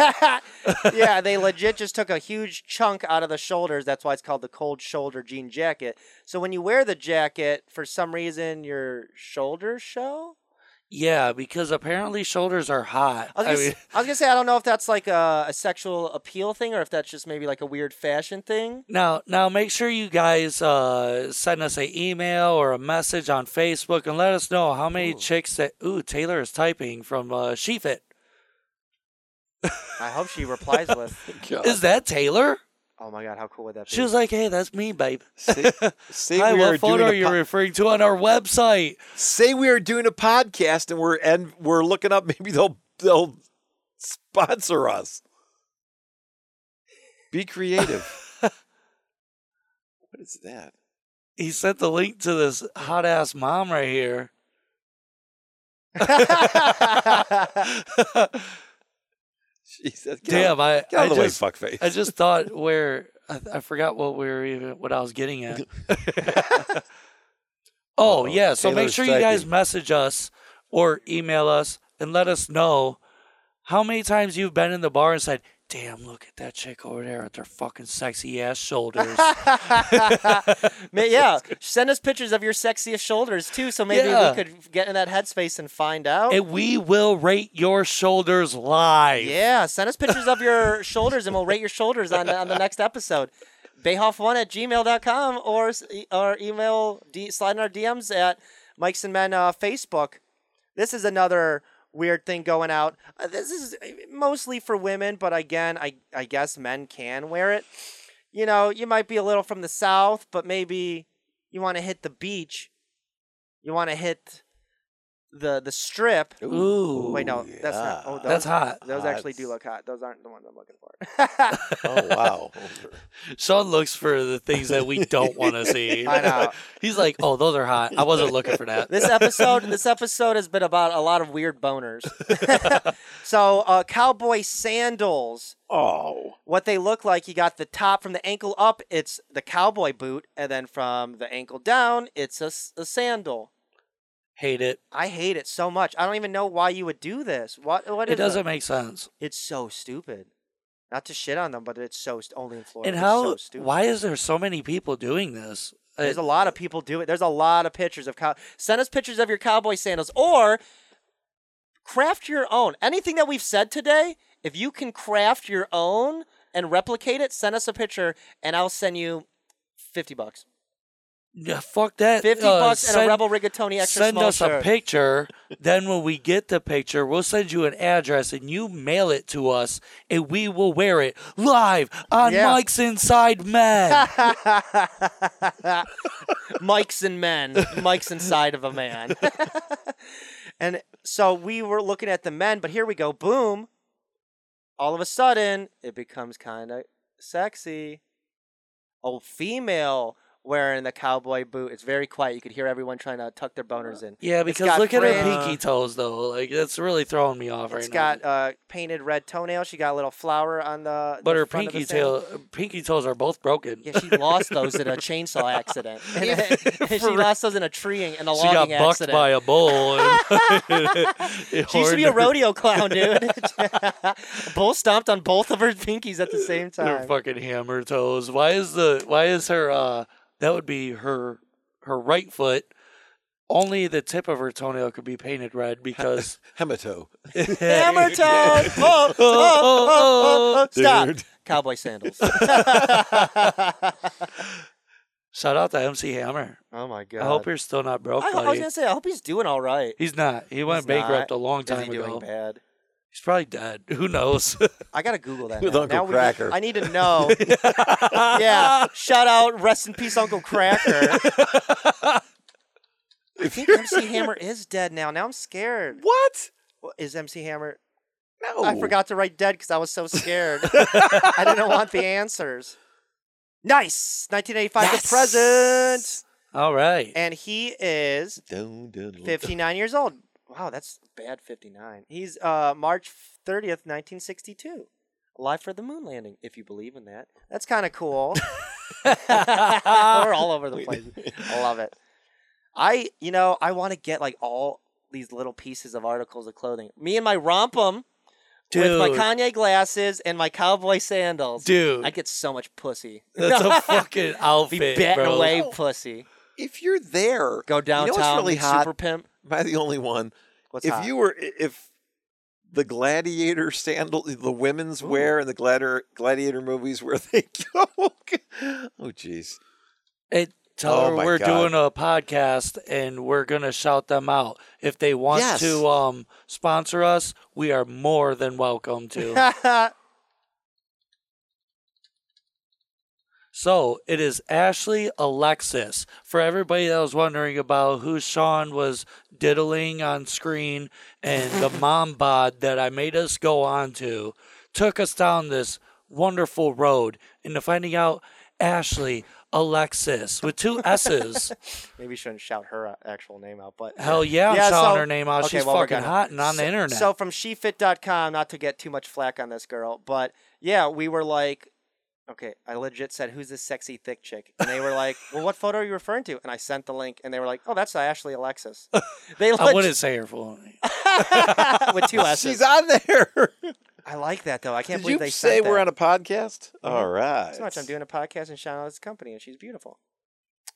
[SPEAKER 2] *laughs* *laughs* yeah, they legit just took a huge chunk out of the shoulders. That's why it's called the cold shoulder jean jacket. So when you wear the jacket, for some reason your shoulders show.
[SPEAKER 1] yeah, because apparently shoulders are hot.
[SPEAKER 2] I was,
[SPEAKER 1] I
[SPEAKER 2] gonna,
[SPEAKER 1] mean-
[SPEAKER 2] s- I was gonna say I don't know if that's like a, a sexual appeal thing or if that's just maybe like a weird fashion thing.
[SPEAKER 1] Now, now make sure you guys uh, send us an email or a message on Facebook and let us know how many chicks that ooh Taylor is typing from uh, SheFit.
[SPEAKER 2] I hope she replies with,
[SPEAKER 4] God.
[SPEAKER 1] Is that Taylor?
[SPEAKER 2] "Oh my god, how cool would that be?"
[SPEAKER 1] She was
[SPEAKER 2] *laughs*
[SPEAKER 1] like, "Hey, that's me, babe."
[SPEAKER 4] say,
[SPEAKER 1] *laughs*
[SPEAKER 4] say
[SPEAKER 1] Hi,
[SPEAKER 4] we are
[SPEAKER 1] what
[SPEAKER 4] doing
[SPEAKER 1] photo
[SPEAKER 4] a
[SPEAKER 1] are you
[SPEAKER 4] po-
[SPEAKER 1] referring to on our website?
[SPEAKER 4] say we are doing a podcast and we're and we're looking up. *laughs* Maybe they'll they'll sponsor us. Be creative.
[SPEAKER 1] *laughs*
[SPEAKER 4] what is that?
[SPEAKER 1] He sent the link to this hot ass mom right here.
[SPEAKER 4] Jesus, get out,
[SPEAKER 1] Damn, I,
[SPEAKER 4] get out
[SPEAKER 1] I
[SPEAKER 4] of the
[SPEAKER 1] just,
[SPEAKER 4] way,
[SPEAKER 1] *laughs*
[SPEAKER 4] fuckface.
[SPEAKER 1] I just thought where I, I forgot what we were even what I was getting at. oh
[SPEAKER 2] Uh,
[SPEAKER 4] Uh-oh,
[SPEAKER 1] yeah, so make
[SPEAKER 4] Taylor's
[SPEAKER 1] sure you guys
[SPEAKER 4] typing.
[SPEAKER 1] message us or email us and let us know how many times you've been in the bar and said, "Damn, look at that chick over there with their fucking sexy ass
[SPEAKER 2] *laughs*
[SPEAKER 1] shoulders." *laughs*
[SPEAKER 2] Man, yeah, send us pictures of your sexiest shoulders too, so maybe
[SPEAKER 1] Yeah.
[SPEAKER 2] we could get in that headspace and find out.
[SPEAKER 1] and we will rate your shoulders live.
[SPEAKER 2] yeah, send us pictures of your shoulders, and we'll rate your shoulders on, on the next episode. Bayhoff1 at gmail.com or, s- e- or email, d, slide in our DMs at Mike's and Men uh, Facebook. This is another weird thing going out. Uh, this is uh, mostly for women, but again, I, I guess men can wear it. You know, you might be a little from the South, but maybe you want to hit the beach. You want to hit the the strip.
[SPEAKER 1] Ooh.
[SPEAKER 2] Wait, no, that's not. Oh,
[SPEAKER 4] yeah.
[SPEAKER 2] those,
[SPEAKER 1] That's hot.
[SPEAKER 2] Those actually do look
[SPEAKER 4] That's-
[SPEAKER 2] hot. Those aren't the ones I'm looking
[SPEAKER 1] *laughs*
[SPEAKER 2] for.
[SPEAKER 4] Oh
[SPEAKER 2] *laughs*
[SPEAKER 4] wow.
[SPEAKER 1] Sean looks for the things that we don't want
[SPEAKER 2] *laughs*
[SPEAKER 1] to see.
[SPEAKER 2] I know.
[SPEAKER 1] *laughs* He's like, "Oh, those are hot. I wasn't looking for
[SPEAKER 2] *laughs*
[SPEAKER 1] that." *laughs*
[SPEAKER 2] this episode, this episode has been about a lot of weird boners. *laughs* so, uh, cowboy sandals.
[SPEAKER 4] oh.
[SPEAKER 2] What they look like, you got the top from the ankle up, it's the cowboy boot, and then from the ankle down, it's a, s- a sandal.
[SPEAKER 1] Hate it.
[SPEAKER 2] I hate it so much. I don't even know why you would do this. What? What?
[SPEAKER 1] It
[SPEAKER 2] is
[SPEAKER 1] doesn't make sense.
[SPEAKER 2] It's so stupid. Not to shit on them, but it's so st- only in Florida.
[SPEAKER 1] And
[SPEAKER 2] It's
[SPEAKER 1] how?
[SPEAKER 2] so stupid.
[SPEAKER 1] why is there so many people doing this? Uh,
[SPEAKER 2] There's a lot of people do it. There's a lot of pictures of cow. Send us pictures of your cowboy sandals or craft your own. Anything that we've said today, if you can craft your own and replicate it, send us a picture and I'll send you 50 bucks.
[SPEAKER 1] yeah, fuck that.
[SPEAKER 2] 50
[SPEAKER 1] Uh,
[SPEAKER 2] bucks and
[SPEAKER 1] send-
[SPEAKER 2] a Rebel Rigatoni extra
[SPEAKER 1] Send
[SPEAKER 2] small
[SPEAKER 1] us a
[SPEAKER 2] shirt.
[SPEAKER 1] picture. then when we get the picture, we'll send you an address and you mail it to us, and we will wear it live on
[SPEAKER 2] Yeah.
[SPEAKER 1] Mike's Inside Men.
[SPEAKER 2] *laughs* Mike's and men. Mike's inside of a man. *laughs* and so we were looking at the men, but here we go. Boom. All of a sudden, it becomes kind of sexy. A female wearing the cowboy boot. It's very quiet. You could hear everyone trying to tuck their boners in.
[SPEAKER 1] Yeah, because
[SPEAKER 2] got
[SPEAKER 1] look at her
[SPEAKER 2] fringe.
[SPEAKER 1] pinky toes though. Like that's really throwing me off right now.
[SPEAKER 2] It's got uh, painted red toenails. She got a little flower on the.
[SPEAKER 1] but
[SPEAKER 2] the
[SPEAKER 1] her
[SPEAKER 2] front of the
[SPEAKER 1] pinky
[SPEAKER 2] sandal.
[SPEAKER 1] tail, uh, pinky toes are both broken.
[SPEAKER 2] Yeah, she lost those in a
[SPEAKER 1] *laughs*
[SPEAKER 2] chainsaw accident. *laughs* And, she
[SPEAKER 1] For
[SPEAKER 2] lost those in a tree in a
[SPEAKER 1] *laughs* she
[SPEAKER 2] logging
[SPEAKER 1] got bucked
[SPEAKER 2] accident.
[SPEAKER 1] by a bull. and- it *laughs*
[SPEAKER 2] *laughs* she used to be a
[SPEAKER 1] horned her-
[SPEAKER 2] rodeo
[SPEAKER 1] *laughs*
[SPEAKER 2] clown, dude. *laughs* Bull stomped on both of her pinkies at the same
[SPEAKER 1] Her
[SPEAKER 2] time.
[SPEAKER 1] fucking hammer toes. Why is the why is her uh that would be her her right foot. Only the tip of her toenail could be painted red because
[SPEAKER 2] *laughs*
[SPEAKER 1] *laughs*
[SPEAKER 4] *laughs* Hemato.
[SPEAKER 2] Hammer toe. Oh, oh, oh, oh, oh. Stop.
[SPEAKER 4] Dude.
[SPEAKER 1] *laughs*
[SPEAKER 2] Cowboy sandals.
[SPEAKER 1] Shout out to MC Hammer.
[SPEAKER 2] Oh my god.
[SPEAKER 1] I hope you're still not broke,
[SPEAKER 2] I, I was
[SPEAKER 1] buddy.
[SPEAKER 2] gonna say I hope he's doing all right.
[SPEAKER 1] He's not. He went
[SPEAKER 2] He's
[SPEAKER 1] bankrupt
[SPEAKER 2] not.
[SPEAKER 1] a long
[SPEAKER 2] Is he
[SPEAKER 1] time
[SPEAKER 2] doing
[SPEAKER 1] ago.
[SPEAKER 2] bad?
[SPEAKER 1] He's probably dead. *laughs* Who
[SPEAKER 2] *laughs*
[SPEAKER 1] knows?
[SPEAKER 2] I gotta Google *laughs* that.
[SPEAKER 4] With
[SPEAKER 2] now.
[SPEAKER 4] Uncle
[SPEAKER 2] Now we-
[SPEAKER 4] Cracker.
[SPEAKER 2] I need to
[SPEAKER 1] *laughs*
[SPEAKER 2] know. yeah. Shout out. Rest in peace,
[SPEAKER 1] *laughs*
[SPEAKER 2] Uncle Cracker. I think MC Hammer is dead now. Now I'm scared.
[SPEAKER 4] What?
[SPEAKER 2] What Is MC Hammer?
[SPEAKER 4] No.
[SPEAKER 2] I forgot to write dead because I was so scared. I didn't want the answers. Nice. 1985 to present.
[SPEAKER 1] All
[SPEAKER 2] *laughs*
[SPEAKER 1] right.
[SPEAKER 2] And he is
[SPEAKER 4] Dun, dun, dun.
[SPEAKER 2] 59 years old. Wow, that's bad 59. He's uh, March 30th, 1962. Alive for the moon landing, if you believe in that. That's kind of cool. We're all over the place. I love it. I, you know, I want to get like all these little pieces of articles of clothing. Me and my rompum with my
[SPEAKER 1] Dude.
[SPEAKER 2] Kanye glasses and my cowboy sandals.
[SPEAKER 1] Dude,
[SPEAKER 2] I get so much pussy.
[SPEAKER 1] that's
[SPEAKER 2] *laughs*
[SPEAKER 1] a fucking
[SPEAKER 2] Be
[SPEAKER 1] outfit,
[SPEAKER 2] batting
[SPEAKER 1] bro.
[SPEAKER 2] away pussy.
[SPEAKER 4] If you're there,
[SPEAKER 2] Go
[SPEAKER 4] know what's
[SPEAKER 2] downtown.
[SPEAKER 4] really
[SPEAKER 2] be
[SPEAKER 4] hot?
[SPEAKER 2] Super pimp.
[SPEAKER 4] am I the only one?
[SPEAKER 2] What's
[SPEAKER 4] if
[SPEAKER 2] hot?
[SPEAKER 4] you were, i- if the gladiator sandal, the women's wear in the gladiator gladiator movies where they *laughs* go. oh, jeez.
[SPEAKER 1] It, tell
[SPEAKER 4] Oh
[SPEAKER 1] her
[SPEAKER 4] my
[SPEAKER 1] we're
[SPEAKER 4] God.
[SPEAKER 1] doing a podcast and we're gonna shout them out if they want
[SPEAKER 4] Yes.
[SPEAKER 1] to um, sponsor us. We are more than welcome
[SPEAKER 4] *laughs*
[SPEAKER 1] to. *laughs* so it is Ashley Alexis. For everybody that was wondering about who Sean was diddling on screen and
[SPEAKER 4] *laughs*
[SPEAKER 1] the mom bod that I made us go on to, took us down this wonderful road into finding out Ashley Alexis with two
[SPEAKER 4] *laughs*
[SPEAKER 1] S's.
[SPEAKER 2] Maybe you shouldn't shout her uh, actual name out, but
[SPEAKER 1] Hell yeah, I'm shouting her name out.
[SPEAKER 2] okay,
[SPEAKER 1] She's
[SPEAKER 2] well, we're
[SPEAKER 1] fucking
[SPEAKER 2] gonna-
[SPEAKER 1] hot and on the
[SPEAKER 2] so-
[SPEAKER 1] internet.
[SPEAKER 2] So from shefit.com, not to get too much flack on this girl, but yeah, we were like, okay, I legit said, who's this sexy thick chick? And they were like, well, what photo are you referring to? And I sent the link, and they were like, oh, that's
[SPEAKER 1] *laughs*
[SPEAKER 2] Ashley Alexis. They
[SPEAKER 1] I
[SPEAKER 2] legit
[SPEAKER 1] wouldn't say her full name.
[SPEAKER 2] *laughs* with
[SPEAKER 4] *laughs*
[SPEAKER 2] two S's.
[SPEAKER 4] She's on there.
[SPEAKER 2] I like that though. I can't
[SPEAKER 4] Did
[SPEAKER 2] believe
[SPEAKER 4] you
[SPEAKER 2] they
[SPEAKER 4] say
[SPEAKER 2] sent
[SPEAKER 4] we're
[SPEAKER 2] that.
[SPEAKER 4] on a podcast? All right.
[SPEAKER 2] It's not much. I'm doing a podcast and shouting out this company, and she's beautiful.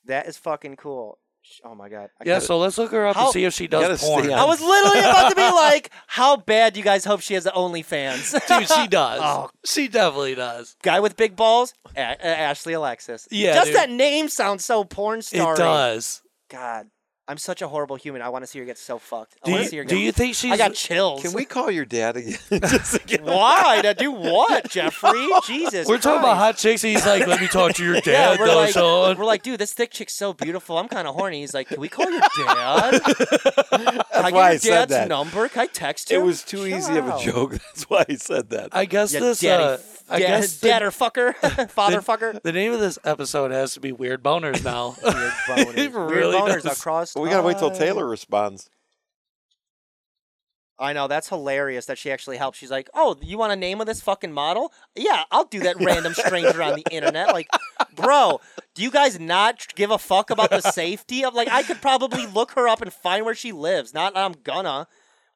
[SPEAKER 2] That is fucking cool. Sh- Oh my god. I
[SPEAKER 1] Yeah,
[SPEAKER 2] gotta-
[SPEAKER 1] so let's look her up
[SPEAKER 2] How-
[SPEAKER 1] and see if she
[SPEAKER 4] Gotta
[SPEAKER 1] does
[SPEAKER 4] stay
[SPEAKER 1] porn.
[SPEAKER 4] on-
[SPEAKER 2] *laughs* I was literally
[SPEAKER 1] *laughs*
[SPEAKER 2] about to be like, "How bad do you guys hope she has the OnlyFans?"
[SPEAKER 1] Dude,
[SPEAKER 2] *laughs*
[SPEAKER 1] *laughs* she does.
[SPEAKER 2] Oh.
[SPEAKER 1] She definitely does.
[SPEAKER 2] Guy with big balls, a- A- Ashley Alexis.
[SPEAKER 1] Yeah,
[SPEAKER 2] just
[SPEAKER 1] dude.
[SPEAKER 2] that name sounds so porn star.
[SPEAKER 1] It does.
[SPEAKER 2] God, I'm such a horrible human. I want to see her get so fucked. I
[SPEAKER 1] Do
[SPEAKER 2] want to see her.
[SPEAKER 1] you, do
[SPEAKER 2] get...
[SPEAKER 1] you think she's
[SPEAKER 2] I got chills.
[SPEAKER 4] Can we call your
[SPEAKER 2] *laughs*
[SPEAKER 4] dad again? *laughs* Just to get-
[SPEAKER 2] Why to
[SPEAKER 1] *laughs*
[SPEAKER 2] do what, Jeffrey? Jesus,
[SPEAKER 1] We're talking about
[SPEAKER 2] Christ.
[SPEAKER 1] hot chicks and he's like, Let me talk to your
[SPEAKER 2] *laughs* Yeah,
[SPEAKER 1] dad
[SPEAKER 2] we're
[SPEAKER 1] though,
[SPEAKER 2] like,
[SPEAKER 1] Sean.
[SPEAKER 2] we're like, dude, this thick chick's so beautiful. I'm kind of horny. He's like, can we call your dad? Can I
[SPEAKER 4] why I
[SPEAKER 2] get
[SPEAKER 4] said
[SPEAKER 2] your dad's
[SPEAKER 4] that.
[SPEAKER 2] number? Can I text
[SPEAKER 4] it
[SPEAKER 2] him?
[SPEAKER 4] was too
[SPEAKER 2] Chill
[SPEAKER 4] easy of a
[SPEAKER 2] out.
[SPEAKER 4] joke. *laughs* That's why he said that.
[SPEAKER 1] *laughs* I guess
[SPEAKER 2] Yeah,
[SPEAKER 1] this
[SPEAKER 2] daddy,
[SPEAKER 1] uh, I
[SPEAKER 2] dad,
[SPEAKER 1] guess the-
[SPEAKER 2] dadder fucker, *laughs* father fucker.
[SPEAKER 1] the name of this episode has to be Weird Boners
[SPEAKER 2] *laughs*
[SPEAKER 1] now.
[SPEAKER 2] Weird boners,
[SPEAKER 1] It
[SPEAKER 2] Weird
[SPEAKER 1] really
[SPEAKER 2] boners
[SPEAKER 1] does.
[SPEAKER 2] across.
[SPEAKER 4] we gotta wait till
[SPEAKER 2] time.
[SPEAKER 4] Taylor
[SPEAKER 2] *laughs*
[SPEAKER 4] responds. *laughs*
[SPEAKER 2] I know that's hilarious that she actually helped. She's like, "Oh, you want a name of this fucking model? Yeah, I'll do that random stranger on the internet." Like, bro, do you guys not tr- give a fuck about the safety of? Like, I could probably look her up and find where she lives. Not, that I'm gonna,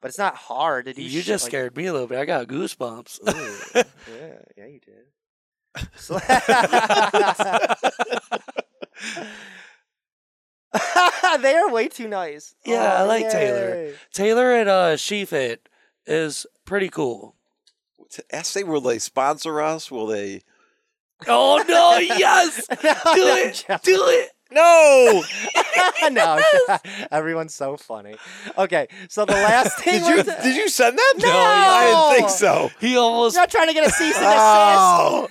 [SPEAKER 2] but it's not hard to
[SPEAKER 1] *laughs*
[SPEAKER 2] do.
[SPEAKER 1] you
[SPEAKER 2] shit
[SPEAKER 1] just
[SPEAKER 2] like-
[SPEAKER 1] scared me a little bit. I got goosebumps.
[SPEAKER 2] Ooh, yeah, yeah, you did. *laughs* So- they are way too nice.
[SPEAKER 1] *laughs* Yeah, I
[SPEAKER 2] Aw,
[SPEAKER 1] like Taylor. *laughs*
[SPEAKER 2] yay.
[SPEAKER 1] *laughs*
[SPEAKER 2] *laughs*
[SPEAKER 1] Taylor at uh Shefit is pretty cool.
[SPEAKER 4] To ask they will they sponsor us? Will they?
[SPEAKER 1] Oh
[SPEAKER 2] *laughs*
[SPEAKER 1] no, yes! Do
[SPEAKER 2] no,
[SPEAKER 1] it!
[SPEAKER 2] Jeff.
[SPEAKER 1] Do it!
[SPEAKER 4] No.
[SPEAKER 2] *laughs* no, everyone's so funny. Okay, so
[SPEAKER 1] *laughs*
[SPEAKER 2] the last thing
[SPEAKER 4] did you
[SPEAKER 2] was-
[SPEAKER 4] did you send that?
[SPEAKER 2] No!
[SPEAKER 4] I didn't think so.
[SPEAKER 1] *laughs* He almost
[SPEAKER 2] You're not trying to get a cease *laughs* and desist.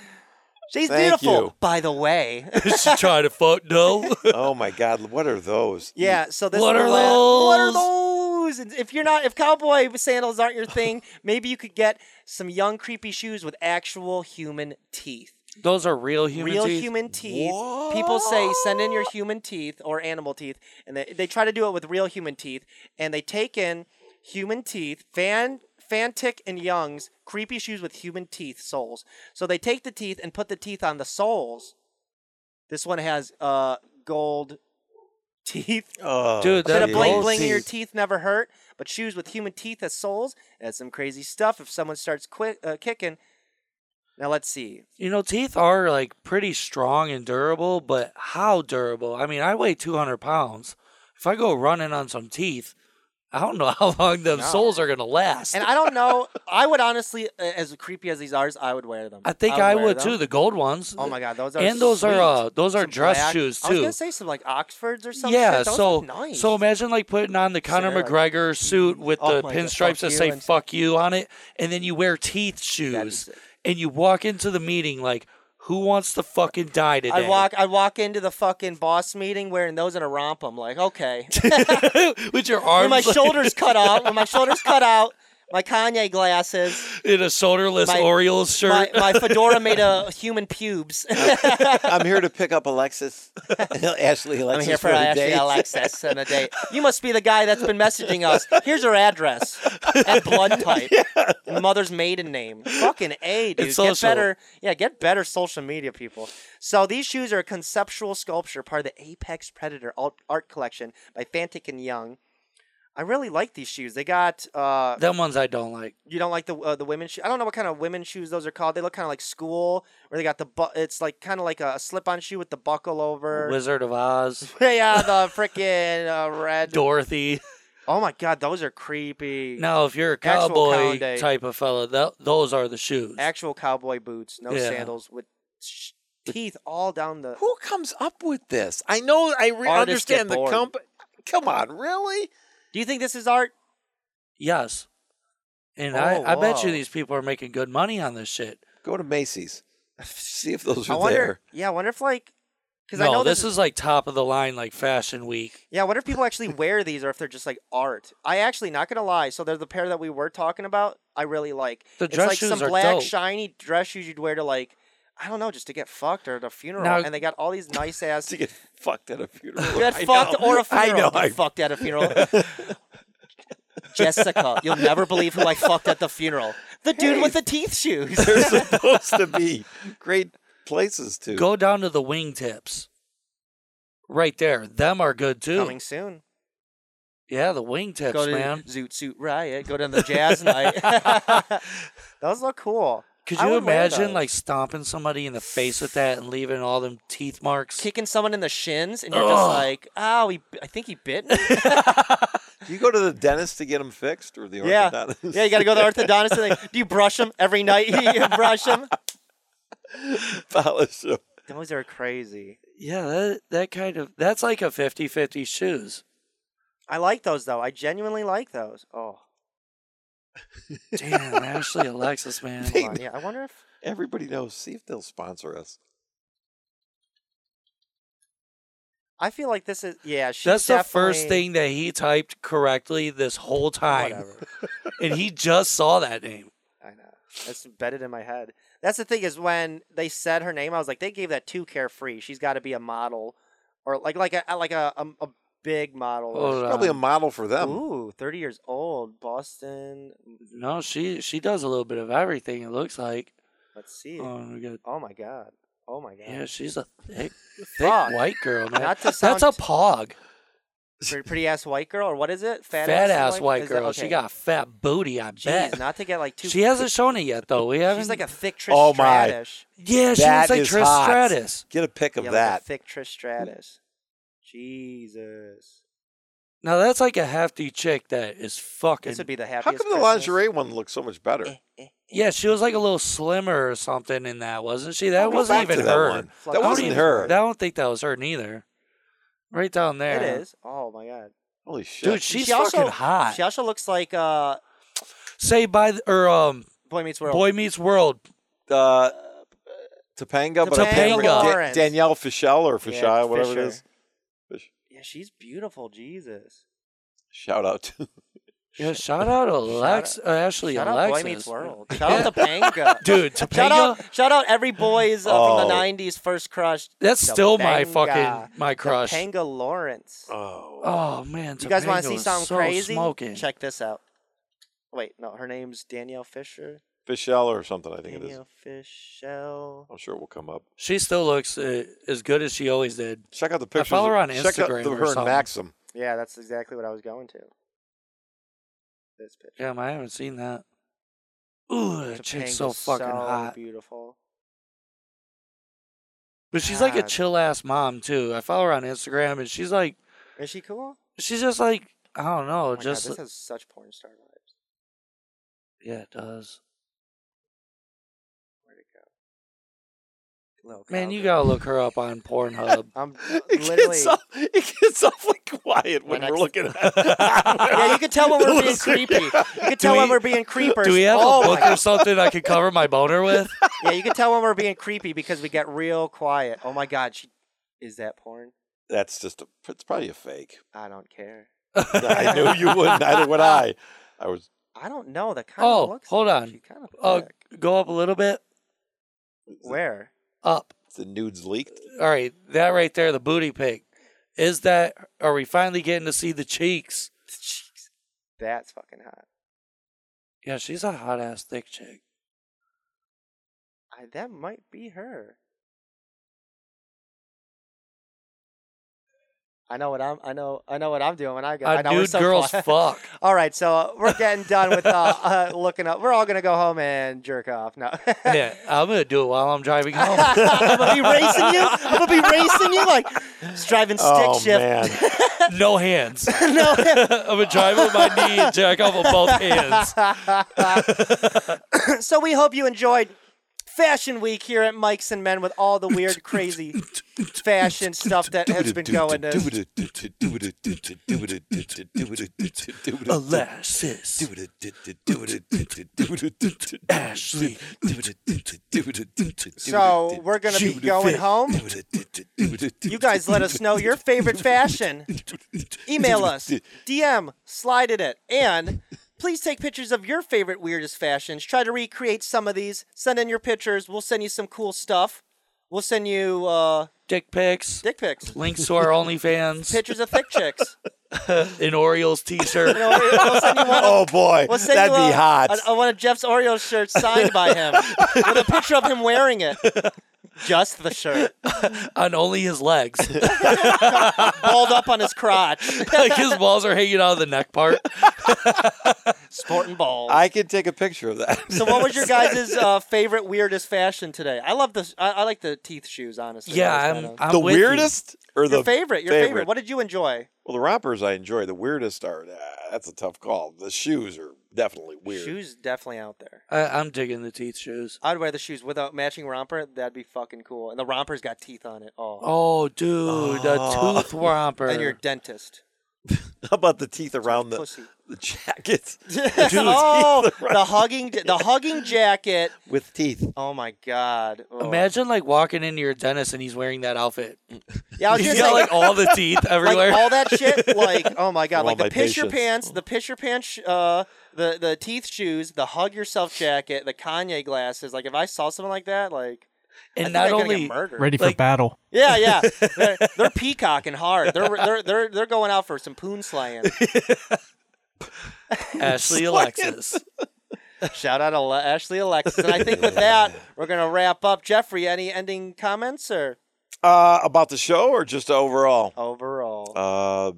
[SPEAKER 2] *laughs*
[SPEAKER 4] Oh.
[SPEAKER 2] She's
[SPEAKER 4] thank
[SPEAKER 2] beautiful,
[SPEAKER 4] you.
[SPEAKER 2] by the way.
[SPEAKER 1] she tried to fuck
[SPEAKER 2] *laughs*
[SPEAKER 1] no. *laughs*
[SPEAKER 4] oh my God! What are those?
[SPEAKER 2] yeah. So this
[SPEAKER 1] What
[SPEAKER 2] is the
[SPEAKER 1] are
[SPEAKER 2] la- What are
[SPEAKER 1] those?
[SPEAKER 2] those? And if you're not, if cowboy *laughs* sandals aren't your thing, maybe you could get some young creepy shoes with actual human teeth.
[SPEAKER 1] Those are real human
[SPEAKER 2] real
[SPEAKER 1] teeth.
[SPEAKER 2] human teeth. People say send in your human teeth or animal teeth, and they, they try to do it with real human teeth, and they take in human teeth, Fan Fantic and Young's creepy shoes with human teeth soles. So they take the teeth and put the teeth on the soles. This one has uh gold teeth.
[SPEAKER 4] Oh,
[SPEAKER 1] Dude,
[SPEAKER 2] A bit
[SPEAKER 1] that
[SPEAKER 2] of bling
[SPEAKER 1] gold
[SPEAKER 2] bling in your
[SPEAKER 1] teeth.
[SPEAKER 2] teeth never hurt, but shoes with human teeth as soles. That's some crazy stuff. If someone starts quick uh, kicking, now let's see.
[SPEAKER 1] You know, teeth are like pretty strong and durable, but how durable? I mean, I weigh 200 pounds. If I go running on some teeth, I don't know *laughs* how long them
[SPEAKER 2] No.
[SPEAKER 1] soles are going to last.
[SPEAKER 2] And I don't know. I would honestly, uh, as creepy as these are, I would wear them.
[SPEAKER 1] I think I
[SPEAKER 2] wear
[SPEAKER 1] would
[SPEAKER 2] them.
[SPEAKER 1] too. The gold ones.
[SPEAKER 2] Oh my god, those are
[SPEAKER 1] And those
[SPEAKER 2] sweet.
[SPEAKER 1] are uh, those are
[SPEAKER 2] Some
[SPEAKER 1] dress
[SPEAKER 2] black-
[SPEAKER 1] shoes
[SPEAKER 2] I was
[SPEAKER 1] too.
[SPEAKER 2] gonna say some like Oxfords or something.
[SPEAKER 1] Yeah,
[SPEAKER 2] Those
[SPEAKER 1] so
[SPEAKER 2] look nice.
[SPEAKER 1] so imagine like putting on the Conor
[SPEAKER 2] they're like-
[SPEAKER 1] McGregor suit with
[SPEAKER 2] Oh
[SPEAKER 1] the
[SPEAKER 2] my God,
[SPEAKER 1] pinstripes
[SPEAKER 2] fuck
[SPEAKER 1] that
[SPEAKER 2] you
[SPEAKER 1] say
[SPEAKER 2] and-
[SPEAKER 1] "fuck you" on it, and then you wear teeth shoes,
[SPEAKER 2] sick.
[SPEAKER 1] and you walk into the meeting like, "Who wants to fucking die today?"
[SPEAKER 2] I walk, I walk into the fucking boss meeting wearing those in a romp. I'm
[SPEAKER 1] *laughs*
[SPEAKER 2] like, okay,
[SPEAKER 1] *laughs* with
[SPEAKER 2] *laughs*
[SPEAKER 1] your arms,
[SPEAKER 2] with my
[SPEAKER 1] like-
[SPEAKER 2] shoulders cut out, with my shoulders cut out, my Kanye glasses,
[SPEAKER 1] in a shoulderless
[SPEAKER 2] My-
[SPEAKER 1] Orioles
[SPEAKER 2] my,
[SPEAKER 1] shirt.
[SPEAKER 2] *laughs* my fedora made of
[SPEAKER 1] *laughs*
[SPEAKER 2] human pubes.
[SPEAKER 4] *laughs* I'm here to pick up Alexis, Ashley, Alexis
[SPEAKER 2] *laughs* I'm here for
[SPEAKER 4] the
[SPEAKER 2] Ashley
[SPEAKER 4] day.
[SPEAKER 2] Alexis and a date. You must be the guy that's been messaging us. Here's her address and
[SPEAKER 1] *laughs*
[SPEAKER 2] blood type, and mother's maiden name. Fucking a dude.
[SPEAKER 1] It's
[SPEAKER 2] get
[SPEAKER 1] social.
[SPEAKER 2] better. Yeah, get better social media people. So these shoes are a conceptual sculpture, part of the Apex Predator alt- art collection by Fantic and Young. I really like these shoes. They got uh,
[SPEAKER 1] Them ones I don't like.
[SPEAKER 2] you don't like the uh, the women's shoe. I don't know what kind of women's shoes those are called. They look kind of like school, where they got the bu- it's like kind of like a slip-on shoe with the buckle over.
[SPEAKER 1] Wizard of
[SPEAKER 2] *laughs*
[SPEAKER 1] Oz,
[SPEAKER 2] yeah, the freaking uh, red.
[SPEAKER 1] Dorothy.
[SPEAKER 2] Oh my god, those are creepy.
[SPEAKER 1] Now, if you're a
[SPEAKER 2] Actual
[SPEAKER 1] cowboy
[SPEAKER 2] Conde.
[SPEAKER 1] type of fella, tho- those are the shoes.
[SPEAKER 2] Actual cowboy boots, no
[SPEAKER 1] Yeah.
[SPEAKER 2] sandals, with sh- teeth all down the. *laughs*
[SPEAKER 4] Who comes up with this? I know. I re-
[SPEAKER 2] Artists get
[SPEAKER 4] understand the
[SPEAKER 2] bored.
[SPEAKER 4] company. Come on, really?
[SPEAKER 2] Do you think this is art?
[SPEAKER 1] yes, and
[SPEAKER 2] Oh,
[SPEAKER 1] I, I bet you
[SPEAKER 2] wow.
[SPEAKER 1] these people are making good money on this shit.
[SPEAKER 4] Go to Macy's. *laughs* See if those
[SPEAKER 2] I
[SPEAKER 4] are
[SPEAKER 2] wonder.
[SPEAKER 4] there.
[SPEAKER 2] Yeah, I wonder if like, because
[SPEAKER 1] No,
[SPEAKER 2] I know
[SPEAKER 1] this is like top of the line, like Fashion Week.
[SPEAKER 2] Yeah, I wonder if people actually wear these or if they're just like art. I actually not gonna lie. So they're the pair that we were talking about. I really like.
[SPEAKER 1] The
[SPEAKER 2] it's
[SPEAKER 1] dress
[SPEAKER 2] like
[SPEAKER 1] shoes
[SPEAKER 2] some
[SPEAKER 1] are
[SPEAKER 2] black
[SPEAKER 1] dope.
[SPEAKER 2] shiny dress shoes you'd wear to like, I don't know, just to get fucked or at a funeral.
[SPEAKER 1] Now-
[SPEAKER 2] and they got all these nice ass.
[SPEAKER 4] To get fucked at a funeral.
[SPEAKER 2] Get
[SPEAKER 4] I
[SPEAKER 2] fucked
[SPEAKER 4] know.
[SPEAKER 2] or a funeral.
[SPEAKER 4] I know.
[SPEAKER 2] Get *laughs*
[SPEAKER 4] I *laughs*
[SPEAKER 2] fucked at a funeral. Jessica, you'll never believe who I fucked at the funeral. The dude with the teeth shoes.
[SPEAKER 4] They're supposed to be great places to.
[SPEAKER 1] Go down to the wingtips. Right there, them are good too.
[SPEAKER 2] Coming soon.
[SPEAKER 1] Yeah, the wingtips,
[SPEAKER 2] Go to
[SPEAKER 1] man.
[SPEAKER 2] Zoot Suit Riot. Go to the *laughs* jazz night. Those look cool.
[SPEAKER 1] Could
[SPEAKER 2] I
[SPEAKER 1] you
[SPEAKER 2] would wear
[SPEAKER 1] imagine
[SPEAKER 2] those.
[SPEAKER 1] like stomping somebody in the face with that and leaving all them teeth marks?
[SPEAKER 2] kicking someone in the shins, and you're just
[SPEAKER 1] Ugh.
[SPEAKER 2] like, "Oh, he, I think he bit." me."
[SPEAKER 1] *laughs*
[SPEAKER 2] *laughs*
[SPEAKER 4] Do you go to the dentist to get them fixed or the
[SPEAKER 2] yeah,
[SPEAKER 4] orthodontist?
[SPEAKER 2] yeah. You got to go to the orthodontist. And they, do you brush him every night? *laughs* you brush him.
[SPEAKER 4] *laughs* Polish 'em.
[SPEAKER 2] Those are crazy.
[SPEAKER 1] Yeah, that that kind of that's like a 50-50 shoes.
[SPEAKER 2] I like those though. I genuinely like those. Oh,
[SPEAKER 1] Damn, Ashley Alexis,
[SPEAKER 2] *laughs*
[SPEAKER 1] man.
[SPEAKER 2] come on. yeah. I wonder if
[SPEAKER 4] Everybody knows. See if they'll sponsor us.
[SPEAKER 2] I feel like this is yeah. She's
[SPEAKER 1] That's the first
[SPEAKER 2] definitely-
[SPEAKER 1] thing that he typed correctly this whole time.
[SPEAKER 2] Whatever.
[SPEAKER 1] *laughs* And he just saw that name.
[SPEAKER 2] I know. That's embedded in my head. That's the thing is when they said her name, I was like, they gave that too carefree. She's got to be a model, or like like a like a a, a big model. or
[SPEAKER 1] Hold
[SPEAKER 4] Probably a
[SPEAKER 1] on.
[SPEAKER 4] model for them.
[SPEAKER 2] Ooh, 30 years old, Boston. mm,
[SPEAKER 1] No, she she does a little bit of everything it looks like.
[SPEAKER 2] Let's see.
[SPEAKER 1] Oh, we got
[SPEAKER 2] oh my god. Oh my god.
[SPEAKER 1] Yeah, she's a thick, thick
[SPEAKER 2] Fuck.
[SPEAKER 1] white girl, man.
[SPEAKER 2] Not to
[SPEAKER 1] That's a
[SPEAKER 2] sound-
[SPEAKER 1] pog.
[SPEAKER 2] Pretty, pretty ass white girl, or what is it?
[SPEAKER 1] Fat,
[SPEAKER 2] Fat,
[SPEAKER 1] ass white
[SPEAKER 2] is it-
[SPEAKER 1] girl. She
[SPEAKER 2] okay.
[SPEAKER 1] got a fat booty, I
[SPEAKER 2] Jeez,
[SPEAKER 1] bet.
[SPEAKER 2] not to get like too.
[SPEAKER 1] She hasn't shown it yet, though. We haven't.
[SPEAKER 2] She's like a thick Trish
[SPEAKER 4] Oh my.
[SPEAKER 2] Stratus.
[SPEAKER 1] yeah, she
[SPEAKER 4] That
[SPEAKER 1] looks like
[SPEAKER 4] is
[SPEAKER 1] Trish
[SPEAKER 4] hot.
[SPEAKER 1] Stratus.
[SPEAKER 4] Get a pic of
[SPEAKER 2] yeah, Like a
[SPEAKER 4] that.
[SPEAKER 2] thick Trish Stratus. Jesus.
[SPEAKER 1] Now that's like a hefty chick that is fucking.
[SPEAKER 2] This would be the
[SPEAKER 4] How
[SPEAKER 2] happiest.
[SPEAKER 4] come the
[SPEAKER 2] Christmas. Eh,
[SPEAKER 4] lingerie one looks so much better?
[SPEAKER 1] yeah, she was like a little slimmer or something in that, wasn't she? That
[SPEAKER 4] Go
[SPEAKER 1] wasn't
[SPEAKER 4] back to
[SPEAKER 1] even
[SPEAKER 4] that
[SPEAKER 1] her.
[SPEAKER 4] one.
[SPEAKER 2] Fuck
[SPEAKER 4] That
[SPEAKER 1] I don't
[SPEAKER 4] wasn't
[SPEAKER 1] even-
[SPEAKER 4] her.
[SPEAKER 1] I don't think that was her neither. Right down there.
[SPEAKER 2] It is. Oh my god.
[SPEAKER 4] Holy shit.
[SPEAKER 1] Dude, she's
[SPEAKER 2] She also-
[SPEAKER 1] fucking hot.
[SPEAKER 2] She also looks like uh,
[SPEAKER 1] Say by the, or um
[SPEAKER 2] Boy Meets World.
[SPEAKER 1] Boy Meets World.
[SPEAKER 4] uh, Topanga, but I can't remember.
[SPEAKER 1] Topanga.
[SPEAKER 2] Lawrence.
[SPEAKER 4] Danielle Fischel or
[SPEAKER 2] Yeah,
[SPEAKER 4] Fischel, whatever
[SPEAKER 2] Fisher.
[SPEAKER 4] it is. Fish.
[SPEAKER 2] Yeah, she's beautiful. Jesus.
[SPEAKER 4] Shout out to *laughs*
[SPEAKER 1] Yeah, shout out Alex, uh, Ashley,
[SPEAKER 2] Shout out Boy
[SPEAKER 1] Alexis,
[SPEAKER 2] Meets World.
[SPEAKER 1] *laughs*
[SPEAKER 2] Shout out Topanga.
[SPEAKER 1] dude.
[SPEAKER 2] *laughs* Shout
[SPEAKER 1] Topanga,
[SPEAKER 2] out, shout out every boy's uh, from the
[SPEAKER 4] Oh.
[SPEAKER 2] 90s first crush.
[SPEAKER 1] that's still my
[SPEAKER 2] Topanga.
[SPEAKER 1] fucking my crush.
[SPEAKER 2] Topanga Lawrence.
[SPEAKER 4] Oh,
[SPEAKER 1] Oh man,
[SPEAKER 2] you guys
[SPEAKER 1] want
[SPEAKER 2] want to see something
[SPEAKER 1] so
[SPEAKER 2] crazy?
[SPEAKER 1] Smoking.
[SPEAKER 2] Check this out. Wait, no, her name's Danielle Fisher.
[SPEAKER 4] Fischel or something. I think it is.
[SPEAKER 2] Danielle Fisher.
[SPEAKER 4] I'm sure it will come up.
[SPEAKER 1] She still looks uh, as good as she always did.
[SPEAKER 4] Check out the pictures.
[SPEAKER 1] follow her on
[SPEAKER 4] Check out
[SPEAKER 1] Instagram
[SPEAKER 4] the,
[SPEAKER 1] or
[SPEAKER 4] her and
[SPEAKER 1] something.
[SPEAKER 4] Maxim.
[SPEAKER 2] Yeah, that's exactly what I was going to. This picture.
[SPEAKER 1] Damn, I haven't seen that. Ooh, that chick's so
[SPEAKER 2] Topanga's
[SPEAKER 1] fucking
[SPEAKER 2] so
[SPEAKER 1] hot.
[SPEAKER 2] Beautiful.
[SPEAKER 1] But she's like a
[SPEAKER 2] God.
[SPEAKER 1] chill ass mom too. I follow her on Instagram, and she's like,
[SPEAKER 2] Is she cool?
[SPEAKER 1] she's just like, I don't know,
[SPEAKER 2] Oh my
[SPEAKER 1] Oh, just
[SPEAKER 2] God, this has such porn star vibes.
[SPEAKER 1] yeah, it does.
[SPEAKER 2] Where'd it go? Little
[SPEAKER 1] Man, you
[SPEAKER 2] cowgirl.
[SPEAKER 1] gotta look her up on
[SPEAKER 2] *laughs*
[SPEAKER 1] Pornhub. *laughs*
[SPEAKER 2] I'm
[SPEAKER 4] *laughs* It
[SPEAKER 2] literally.
[SPEAKER 4] gets, off, it gets awfully quiet when
[SPEAKER 2] My
[SPEAKER 4] we're
[SPEAKER 2] next-
[SPEAKER 4] looking
[SPEAKER 2] *laughs*
[SPEAKER 4] at *laughs*
[SPEAKER 2] Yeah, you can
[SPEAKER 1] *laughs*
[SPEAKER 2] tell when we're being creepy. You can tell when
[SPEAKER 1] we-
[SPEAKER 2] we're being creepers.
[SPEAKER 1] Do we have
[SPEAKER 2] oh
[SPEAKER 1] a
[SPEAKER 2] my
[SPEAKER 1] book or something I could cover my
[SPEAKER 2] *laughs*
[SPEAKER 1] boner with?
[SPEAKER 2] Yeah, you can tell when we're being creepy because we get real quiet. Oh my god, she is that porn?
[SPEAKER 4] That's just a, it's probably a *laughs* fake.
[SPEAKER 2] I don't care.
[SPEAKER 4] I knew you wouldn't. Neither would I. I was
[SPEAKER 2] I don't know. That kind
[SPEAKER 1] Oh,
[SPEAKER 2] of looks.
[SPEAKER 1] hold
[SPEAKER 2] like
[SPEAKER 1] on.
[SPEAKER 2] She kind of
[SPEAKER 1] Uh,
[SPEAKER 2] thick.
[SPEAKER 1] *laughs* Go up a little bit.
[SPEAKER 2] where?
[SPEAKER 1] Up.
[SPEAKER 4] the nudes leaked.
[SPEAKER 1] All right, that right there, the booty pic. Is that? Are we finally getting to see the cheeks?
[SPEAKER 2] Jeez. That's fucking hot.
[SPEAKER 1] Yeah, she's a hot ass thick chick.
[SPEAKER 2] I, that might be her. I know what I'm. I know. I know what I'm doing when I go. I
[SPEAKER 1] A
[SPEAKER 2] know we're
[SPEAKER 1] nude
[SPEAKER 2] so
[SPEAKER 1] girls
[SPEAKER 2] *laughs* quiet.
[SPEAKER 1] fuck.
[SPEAKER 2] All right, so uh, we're getting done with uh, uh, looking up. We're all gonna go home and jerk off. No.
[SPEAKER 1] Yeah, I'm gonna do it while I'm driving home.
[SPEAKER 2] *laughs* I'm gonna be racing you. I'm gonna be racing you *laughs* like it's driving stick
[SPEAKER 4] Oh
[SPEAKER 2] shift.
[SPEAKER 4] man,
[SPEAKER 1] *laughs* *laughs*
[SPEAKER 2] *laughs*
[SPEAKER 1] No hands.
[SPEAKER 2] no.
[SPEAKER 1] I'm gonna drive with my knee and jack off with both
[SPEAKER 4] *laughs*
[SPEAKER 1] hands.
[SPEAKER 2] *laughs* so we hope you enjoyed Fashion Week here at Mike's and Men with all the weird, crazy fashion stuff that has been going.
[SPEAKER 4] *laughs*
[SPEAKER 2] To.
[SPEAKER 1] Alexis, Ashley,
[SPEAKER 2] So we're gonna be going home. You guys let us know your favorite fashion. Email us, DM, slide it at, and please take pictures of your favorite weirdest fashions. Try to recreate some of these. Send in your pictures. We'll send you some cool stuff. We'll send you uh,
[SPEAKER 1] dick pics,
[SPEAKER 2] dick pics,
[SPEAKER 1] links to our OnlyFans,
[SPEAKER 2] pictures of thick chicks.
[SPEAKER 1] an Orioles
[SPEAKER 2] You
[SPEAKER 1] T-shirt.
[SPEAKER 2] know, we'll send you one of-
[SPEAKER 4] *laughs* oh boy,
[SPEAKER 2] We'll send
[SPEAKER 4] that'd
[SPEAKER 2] you
[SPEAKER 4] be
[SPEAKER 2] a-
[SPEAKER 4] hot.
[SPEAKER 2] a- one of Jeff's Oreo shirts signed by him with a picture of him wearing it. Just the shirt,
[SPEAKER 1] on only his legs. *laughs*
[SPEAKER 2] balled up on his crotch,
[SPEAKER 1] like his balls are hanging out of the neck part.
[SPEAKER 2] sporting balls.
[SPEAKER 4] I could take a picture of *laughs* that.
[SPEAKER 2] So what was your guys' uh, favorite weirdest fashion today? I love the I, I like the teeth shoes, honestly.
[SPEAKER 1] Yeah,
[SPEAKER 2] That was
[SPEAKER 1] I'm.
[SPEAKER 2] kinda-
[SPEAKER 1] I'm
[SPEAKER 4] the
[SPEAKER 1] with you.
[SPEAKER 4] weirdest or
[SPEAKER 2] your
[SPEAKER 4] the
[SPEAKER 2] favorite, your favorite. What did you enjoy?
[SPEAKER 4] Well, the rompers I enjoy. The weirdest are uh, that's a tough call. The shoes are definitely weird.
[SPEAKER 2] Shoes definitely out there.
[SPEAKER 1] I, I'm digging the teeth shoes.
[SPEAKER 2] I'd wear the shoes without matching romper. That'd be fucking cool. And the romper's got teeth on it. Oh,
[SPEAKER 1] Oh, dude,
[SPEAKER 4] Oh.
[SPEAKER 1] a tooth romper.
[SPEAKER 2] and your dentist.
[SPEAKER 4] How *laughs* about the teeth around the,
[SPEAKER 2] Pussy.
[SPEAKER 4] *laughs* the
[SPEAKER 1] *laughs*
[SPEAKER 4] jackets *laughs*
[SPEAKER 2] oh, the hugging, the hugging jacket.
[SPEAKER 4] with teeth?
[SPEAKER 2] Oh my god. Oh.
[SPEAKER 1] Imagine like walking into your dentist and he's wearing that outfit.
[SPEAKER 2] Yeah, I was
[SPEAKER 1] He's
[SPEAKER 2] just
[SPEAKER 1] got like
[SPEAKER 2] like,
[SPEAKER 1] all the teeth everywhere.
[SPEAKER 2] Oh, *laughs* like all that
[SPEAKER 1] *laughs*
[SPEAKER 2] shit. Like, oh my god,
[SPEAKER 4] All
[SPEAKER 2] like the
[SPEAKER 4] my
[SPEAKER 2] piss your
[SPEAKER 4] patients.
[SPEAKER 2] pants, the piss your pants, sh- uh, the the teeth shoes, the hug yourself jacket, the Kanye glasses. Like, if I saw something like that, like, I
[SPEAKER 1] and
[SPEAKER 2] think I'm
[SPEAKER 1] not
[SPEAKER 2] gonna get
[SPEAKER 1] only
[SPEAKER 2] murdered.
[SPEAKER 5] Ready for
[SPEAKER 1] Like-
[SPEAKER 5] battle.
[SPEAKER 2] Yeah, yeah, they're, they're peacocking hard. They're they're they're they're going out for some
[SPEAKER 1] *laughs*
[SPEAKER 2] poon slaying.
[SPEAKER 1] *laughs* Ashley Alexis.
[SPEAKER 2] Shout out to Ale- Ashley Alexis. And I think with that, we're gonna wrap up. Jeffrey, any ending comments or
[SPEAKER 4] Uh, about the show or just overall?
[SPEAKER 2] overall?
[SPEAKER 4] Uh,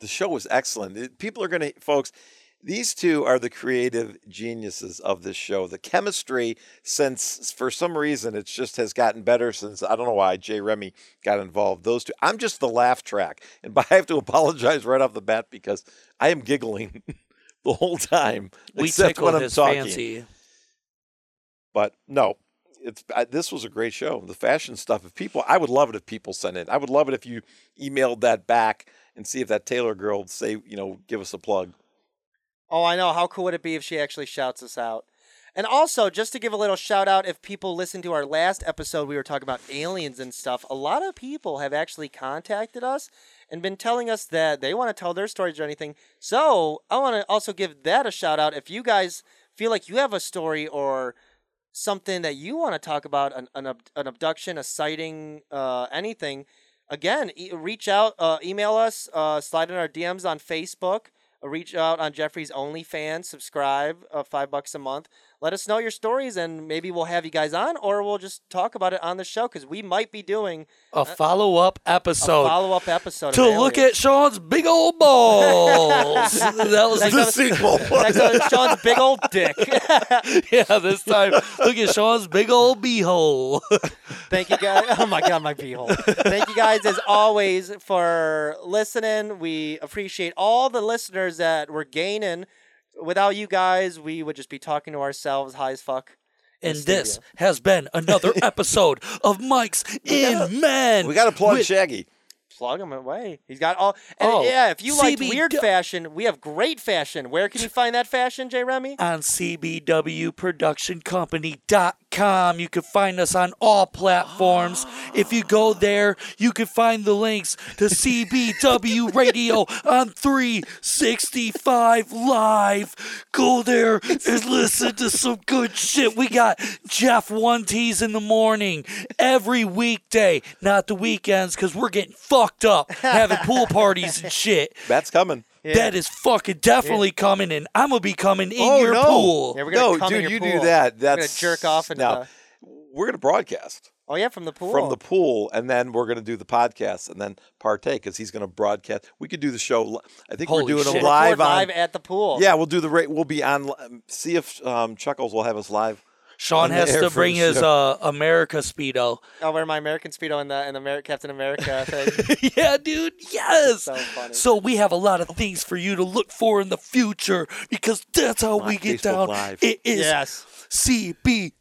[SPEAKER 4] the show was excellent. It- people are gonna, folks. These two are the creative geniuses of this show. The chemistry, since for some reason it just has gotten better since I don't know why Jay Remy got involved. Those two, I'm just the laugh track, and *laughs* but I have to apologize right off the bat because I am giggling *laughs* the whole time,
[SPEAKER 1] we
[SPEAKER 4] except
[SPEAKER 1] tickle
[SPEAKER 4] when I'm
[SPEAKER 1] his
[SPEAKER 4] talking.
[SPEAKER 1] fancy.
[SPEAKER 4] But no, it's I, this was a great show. The fashion stuff. If people, I would love it if people sent in. I would love it if you emailed that back and see if that Taylor girl would say, you know, give us a plug. *laughs*
[SPEAKER 2] Oh, I know. How cool would it be if she actually shouts us out? And also, just to give a little shout out, if people listen to our last episode, we were talking about aliens and stuff. A lot of people have actually contacted us and been telling us that they want to tell their stories or anything. So I want to also give that a shout out. If you guys feel like you have a story or something that you want to talk about an, an, ab- an abduction, a sighting, uh, anything, again, e- reach out, uh, email us, uh, slide in our DMs on Facebook, uh, reach out on Jeffrey's OnlyFans, subscribe, uh, five bucks a month. Let us know your stories, and maybe we'll have you guys on, or we'll just talk about it on the show because we might be doing
[SPEAKER 1] A follow up
[SPEAKER 2] a
[SPEAKER 1] episode
[SPEAKER 2] follow up episode. of
[SPEAKER 1] to look
[SPEAKER 2] Aliens.
[SPEAKER 1] at Sean's big old
[SPEAKER 2] *laughs*
[SPEAKER 1] balls. that was
[SPEAKER 2] Like
[SPEAKER 1] the
[SPEAKER 4] The
[SPEAKER 2] that
[SPEAKER 4] sequel.
[SPEAKER 2] Next one is Sean's big old dick.
[SPEAKER 1] *laughs*
[SPEAKER 2] *laughs*
[SPEAKER 1] yeah, this time. Look at Sean's big old
[SPEAKER 2] *laughs*
[SPEAKER 1] beehole.
[SPEAKER 2] Thank you guys. *laughs* Oh my god, my beehole. Thank you guys as always for listening. We appreciate all the listeners that we're gaining. Without you guys, we would just be talking to ourselves high as fuck. in
[SPEAKER 1] and
[SPEAKER 2] the
[SPEAKER 1] this
[SPEAKER 2] studio.
[SPEAKER 1] has been another episode of
[SPEAKER 2] *laughs*
[SPEAKER 1] Mike's in Men.
[SPEAKER 4] we got to plug
[SPEAKER 1] with-
[SPEAKER 4] Shaggy.
[SPEAKER 2] plug him away. He's got all. And
[SPEAKER 1] Oh,
[SPEAKER 2] yeah, if you like
[SPEAKER 1] CB
[SPEAKER 2] weird fashion, we have great fashion. Where can you find that fashion, J. Remy?
[SPEAKER 1] on cbwproductioncompany.com. You can find us on all platforms. If you go there, you can find the links to
[SPEAKER 4] *laughs*
[SPEAKER 1] CBW Radio on 365 Live. Go there and listen to some good shit. We got Jeff One Tees in the morning every weekday, not the weekends, because we're getting fucked up having pool parties and shit.
[SPEAKER 4] *laughs* That's coming.
[SPEAKER 1] That is fucking definitely coming, and I'm gonna be coming in
[SPEAKER 4] Oh,
[SPEAKER 1] your
[SPEAKER 4] no.
[SPEAKER 1] pool.
[SPEAKER 2] Yeah, we're gonna
[SPEAKER 4] No,
[SPEAKER 2] come in
[SPEAKER 4] dude,
[SPEAKER 2] your
[SPEAKER 4] you
[SPEAKER 2] pool.
[SPEAKER 4] do that.
[SPEAKER 2] We're gonna
[SPEAKER 4] That's
[SPEAKER 2] jerk off uh, into
[SPEAKER 4] now.
[SPEAKER 2] the-
[SPEAKER 4] We're gonna broadcast
[SPEAKER 2] Oh yeah, from the pool.
[SPEAKER 4] from the pool, and then we're gonna do the podcast, and then partake because he's gonna broadcast. We could do the show. li- I think
[SPEAKER 1] Holy
[SPEAKER 4] we're doing
[SPEAKER 1] shit.
[SPEAKER 2] We'll
[SPEAKER 4] a
[SPEAKER 1] We're
[SPEAKER 4] live
[SPEAKER 2] record
[SPEAKER 4] on.
[SPEAKER 2] live at the pool.
[SPEAKER 4] Yeah, we'll do the rate. We'll be on. li- See if um, Chuckles will have us live.
[SPEAKER 1] Sean
[SPEAKER 4] in the
[SPEAKER 1] has
[SPEAKER 4] air
[SPEAKER 1] to
[SPEAKER 4] for
[SPEAKER 1] bring
[SPEAKER 4] the
[SPEAKER 1] his
[SPEAKER 4] show.
[SPEAKER 1] uh, America speedo. *laughs*
[SPEAKER 2] I'll wear my American speedo and the and the Amer- Captain America thing.
[SPEAKER 1] yeah, dude. Yes.
[SPEAKER 2] So funny.
[SPEAKER 1] So we have a lot of things for you to look for in the future because that's how
[SPEAKER 4] on
[SPEAKER 1] we get
[SPEAKER 4] Facebook
[SPEAKER 1] down.
[SPEAKER 4] Live.
[SPEAKER 1] It is
[SPEAKER 2] yes.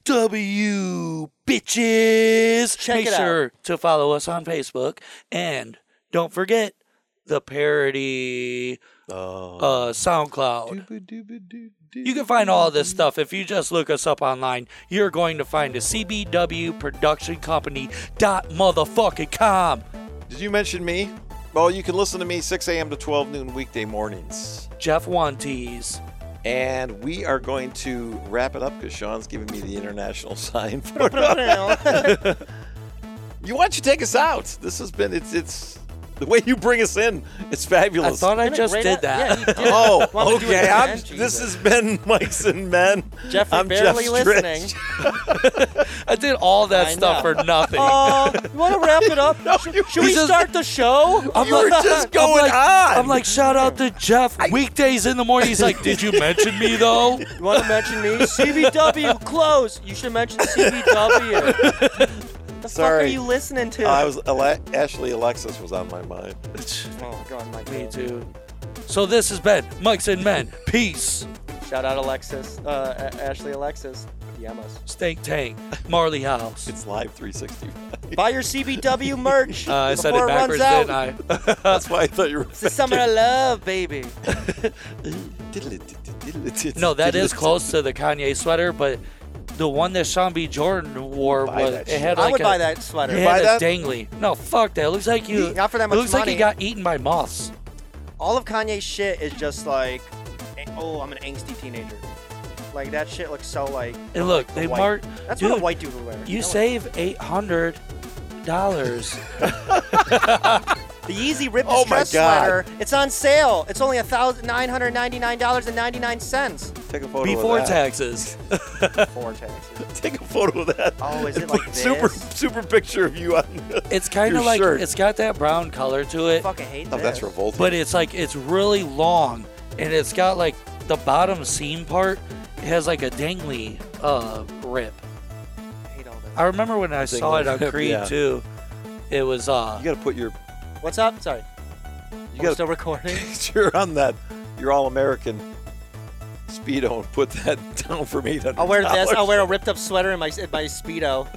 [SPEAKER 1] CBW bitches.
[SPEAKER 2] Check
[SPEAKER 1] Make
[SPEAKER 2] it out.
[SPEAKER 1] sure to follow us on Facebook and don't forget the parody
[SPEAKER 4] Oh.
[SPEAKER 1] uh, SoundCloud. You can find all this stuff if you just look us up online. You're going to find a CBW production company dot motherfucking com.
[SPEAKER 4] Did you mention me? Well, you can listen to me 6 a.m. to 12 noon weekday mornings.
[SPEAKER 1] Jeff Wantes.
[SPEAKER 4] And we are going to wrap it up because Sean's giving me the international *laughs* sign. For
[SPEAKER 2] *laughs*
[SPEAKER 4] you why don't you take us out? This has been it's it's the way you bring us in. It's
[SPEAKER 1] I
[SPEAKER 4] fabulous.
[SPEAKER 1] thought I
[SPEAKER 2] Did it
[SPEAKER 1] just
[SPEAKER 2] right
[SPEAKER 1] did
[SPEAKER 2] out- yeah,
[SPEAKER 1] that. *laughs*
[SPEAKER 2] you did. *laughs*
[SPEAKER 4] *laughs* Oh,
[SPEAKER 2] Why don't we do it
[SPEAKER 4] okay.
[SPEAKER 2] again?
[SPEAKER 4] I'm, this
[SPEAKER 2] Jesus.
[SPEAKER 4] has been *laughs* Mike's and Men.
[SPEAKER 2] Jeffrey
[SPEAKER 4] I'm
[SPEAKER 2] barely
[SPEAKER 4] Jeff Stritch.
[SPEAKER 2] listening.
[SPEAKER 1] *laughs* I did all that
[SPEAKER 2] I
[SPEAKER 1] stuff
[SPEAKER 2] know.
[SPEAKER 1] for nothing.
[SPEAKER 2] *laughs* Oh, you want to wrap
[SPEAKER 1] *laughs*
[SPEAKER 2] it up? should should we
[SPEAKER 1] You just-
[SPEAKER 2] start the show?
[SPEAKER 1] I'm
[SPEAKER 4] You were just
[SPEAKER 1] I'm
[SPEAKER 4] going
[SPEAKER 1] like,
[SPEAKER 4] on.
[SPEAKER 1] I'm like, shout out to Jeff. Weekdays in the morning. He's like, did you mention me
[SPEAKER 2] *laughs*
[SPEAKER 1] though?
[SPEAKER 2] *laughs* You want to mention me?
[SPEAKER 1] *laughs*
[SPEAKER 2] CBW, close. You should mention CBW. the fuck are
[SPEAKER 4] Sorry.
[SPEAKER 2] you listening to?
[SPEAKER 4] *laughs* I was Ale- Ashley Alexis was on my mind.
[SPEAKER 2] oh, God, my
[SPEAKER 1] me
[SPEAKER 2] God.
[SPEAKER 1] too. So this has been Mike's and Men. Peace.
[SPEAKER 2] Shout out Alexis, uh, A- Ashley Alexis. DM us.
[SPEAKER 1] Steak Tank. Marley House.
[SPEAKER 4] It's live 365.
[SPEAKER 2] Buy your CBW
[SPEAKER 1] *laughs*
[SPEAKER 2] merch
[SPEAKER 1] Uh, I said
[SPEAKER 2] before
[SPEAKER 1] it backwards,
[SPEAKER 2] runs out.
[SPEAKER 1] didn't I?
[SPEAKER 4] *laughs* That's why I thought you were. *laughs*
[SPEAKER 2] It's the summer of love,
[SPEAKER 1] *laughs*
[SPEAKER 2] baby.
[SPEAKER 1] No, that is close to the Kanye sweater, but the one that Sean B. Jordan wore
[SPEAKER 4] buy
[SPEAKER 1] was
[SPEAKER 4] that
[SPEAKER 1] it had
[SPEAKER 2] I
[SPEAKER 1] like
[SPEAKER 2] would
[SPEAKER 1] a,
[SPEAKER 2] buy that sweater.
[SPEAKER 1] It had
[SPEAKER 4] Buy
[SPEAKER 1] a
[SPEAKER 4] that?
[SPEAKER 1] dangly. No, fuck that. It looks like you.
[SPEAKER 2] *laughs* Not for that
[SPEAKER 1] it
[SPEAKER 2] much
[SPEAKER 1] looks like
[SPEAKER 2] money.
[SPEAKER 1] you got eaten by moths.
[SPEAKER 2] all of Kanye's shit is just like, ang- oh, I'm an angsty teenager. Like that shit looks so like.
[SPEAKER 1] And look,
[SPEAKER 2] like the
[SPEAKER 1] they
[SPEAKER 2] white-
[SPEAKER 1] mark.
[SPEAKER 2] That's
[SPEAKER 1] dude,
[SPEAKER 2] what a white dude would wear.
[SPEAKER 1] You
[SPEAKER 2] know?
[SPEAKER 1] save eight hundred dollars.
[SPEAKER 2] the Yeezy ripped
[SPEAKER 4] Oh my
[SPEAKER 2] distress
[SPEAKER 4] God.
[SPEAKER 2] sweater. It's on sale. It's only a thousand nine hundred ninety nine dollars and ninety nine *laughs* cents
[SPEAKER 4] Take a photo
[SPEAKER 1] Before
[SPEAKER 4] of that.
[SPEAKER 1] taxes,
[SPEAKER 2] before taxes.
[SPEAKER 4] Take a photo of *laughs* that.
[SPEAKER 2] Oh, is it
[SPEAKER 4] And
[SPEAKER 2] like
[SPEAKER 4] put super
[SPEAKER 2] this?
[SPEAKER 4] super picture of you on. *laughs*
[SPEAKER 1] it's kind
[SPEAKER 4] Your
[SPEAKER 1] of like
[SPEAKER 4] shirt.
[SPEAKER 1] it's got that brown color to
[SPEAKER 2] I
[SPEAKER 1] it,
[SPEAKER 2] fucking hate
[SPEAKER 4] Oh,
[SPEAKER 2] this.
[SPEAKER 4] that's revolting.
[SPEAKER 1] but it's like it's really long, and it's got like the bottom seam part has like a dangly uh, rip.
[SPEAKER 2] I hate all
[SPEAKER 1] I remember when I saw it on
[SPEAKER 4] Dangly rip,
[SPEAKER 1] Creed
[SPEAKER 4] yeah.
[SPEAKER 1] too. It was uh,
[SPEAKER 4] you gotta put your
[SPEAKER 2] that. What's up? Sorry,
[SPEAKER 4] you
[SPEAKER 2] I'm
[SPEAKER 4] gotta
[SPEAKER 2] still
[SPEAKER 4] *laughs*
[SPEAKER 2] recording.
[SPEAKER 4] picture on that. You're all American. Speedo and put that *laughs* down for me.
[SPEAKER 2] Oh, I'll wear this. I'll wear a ripped up sweater in my in my speedo.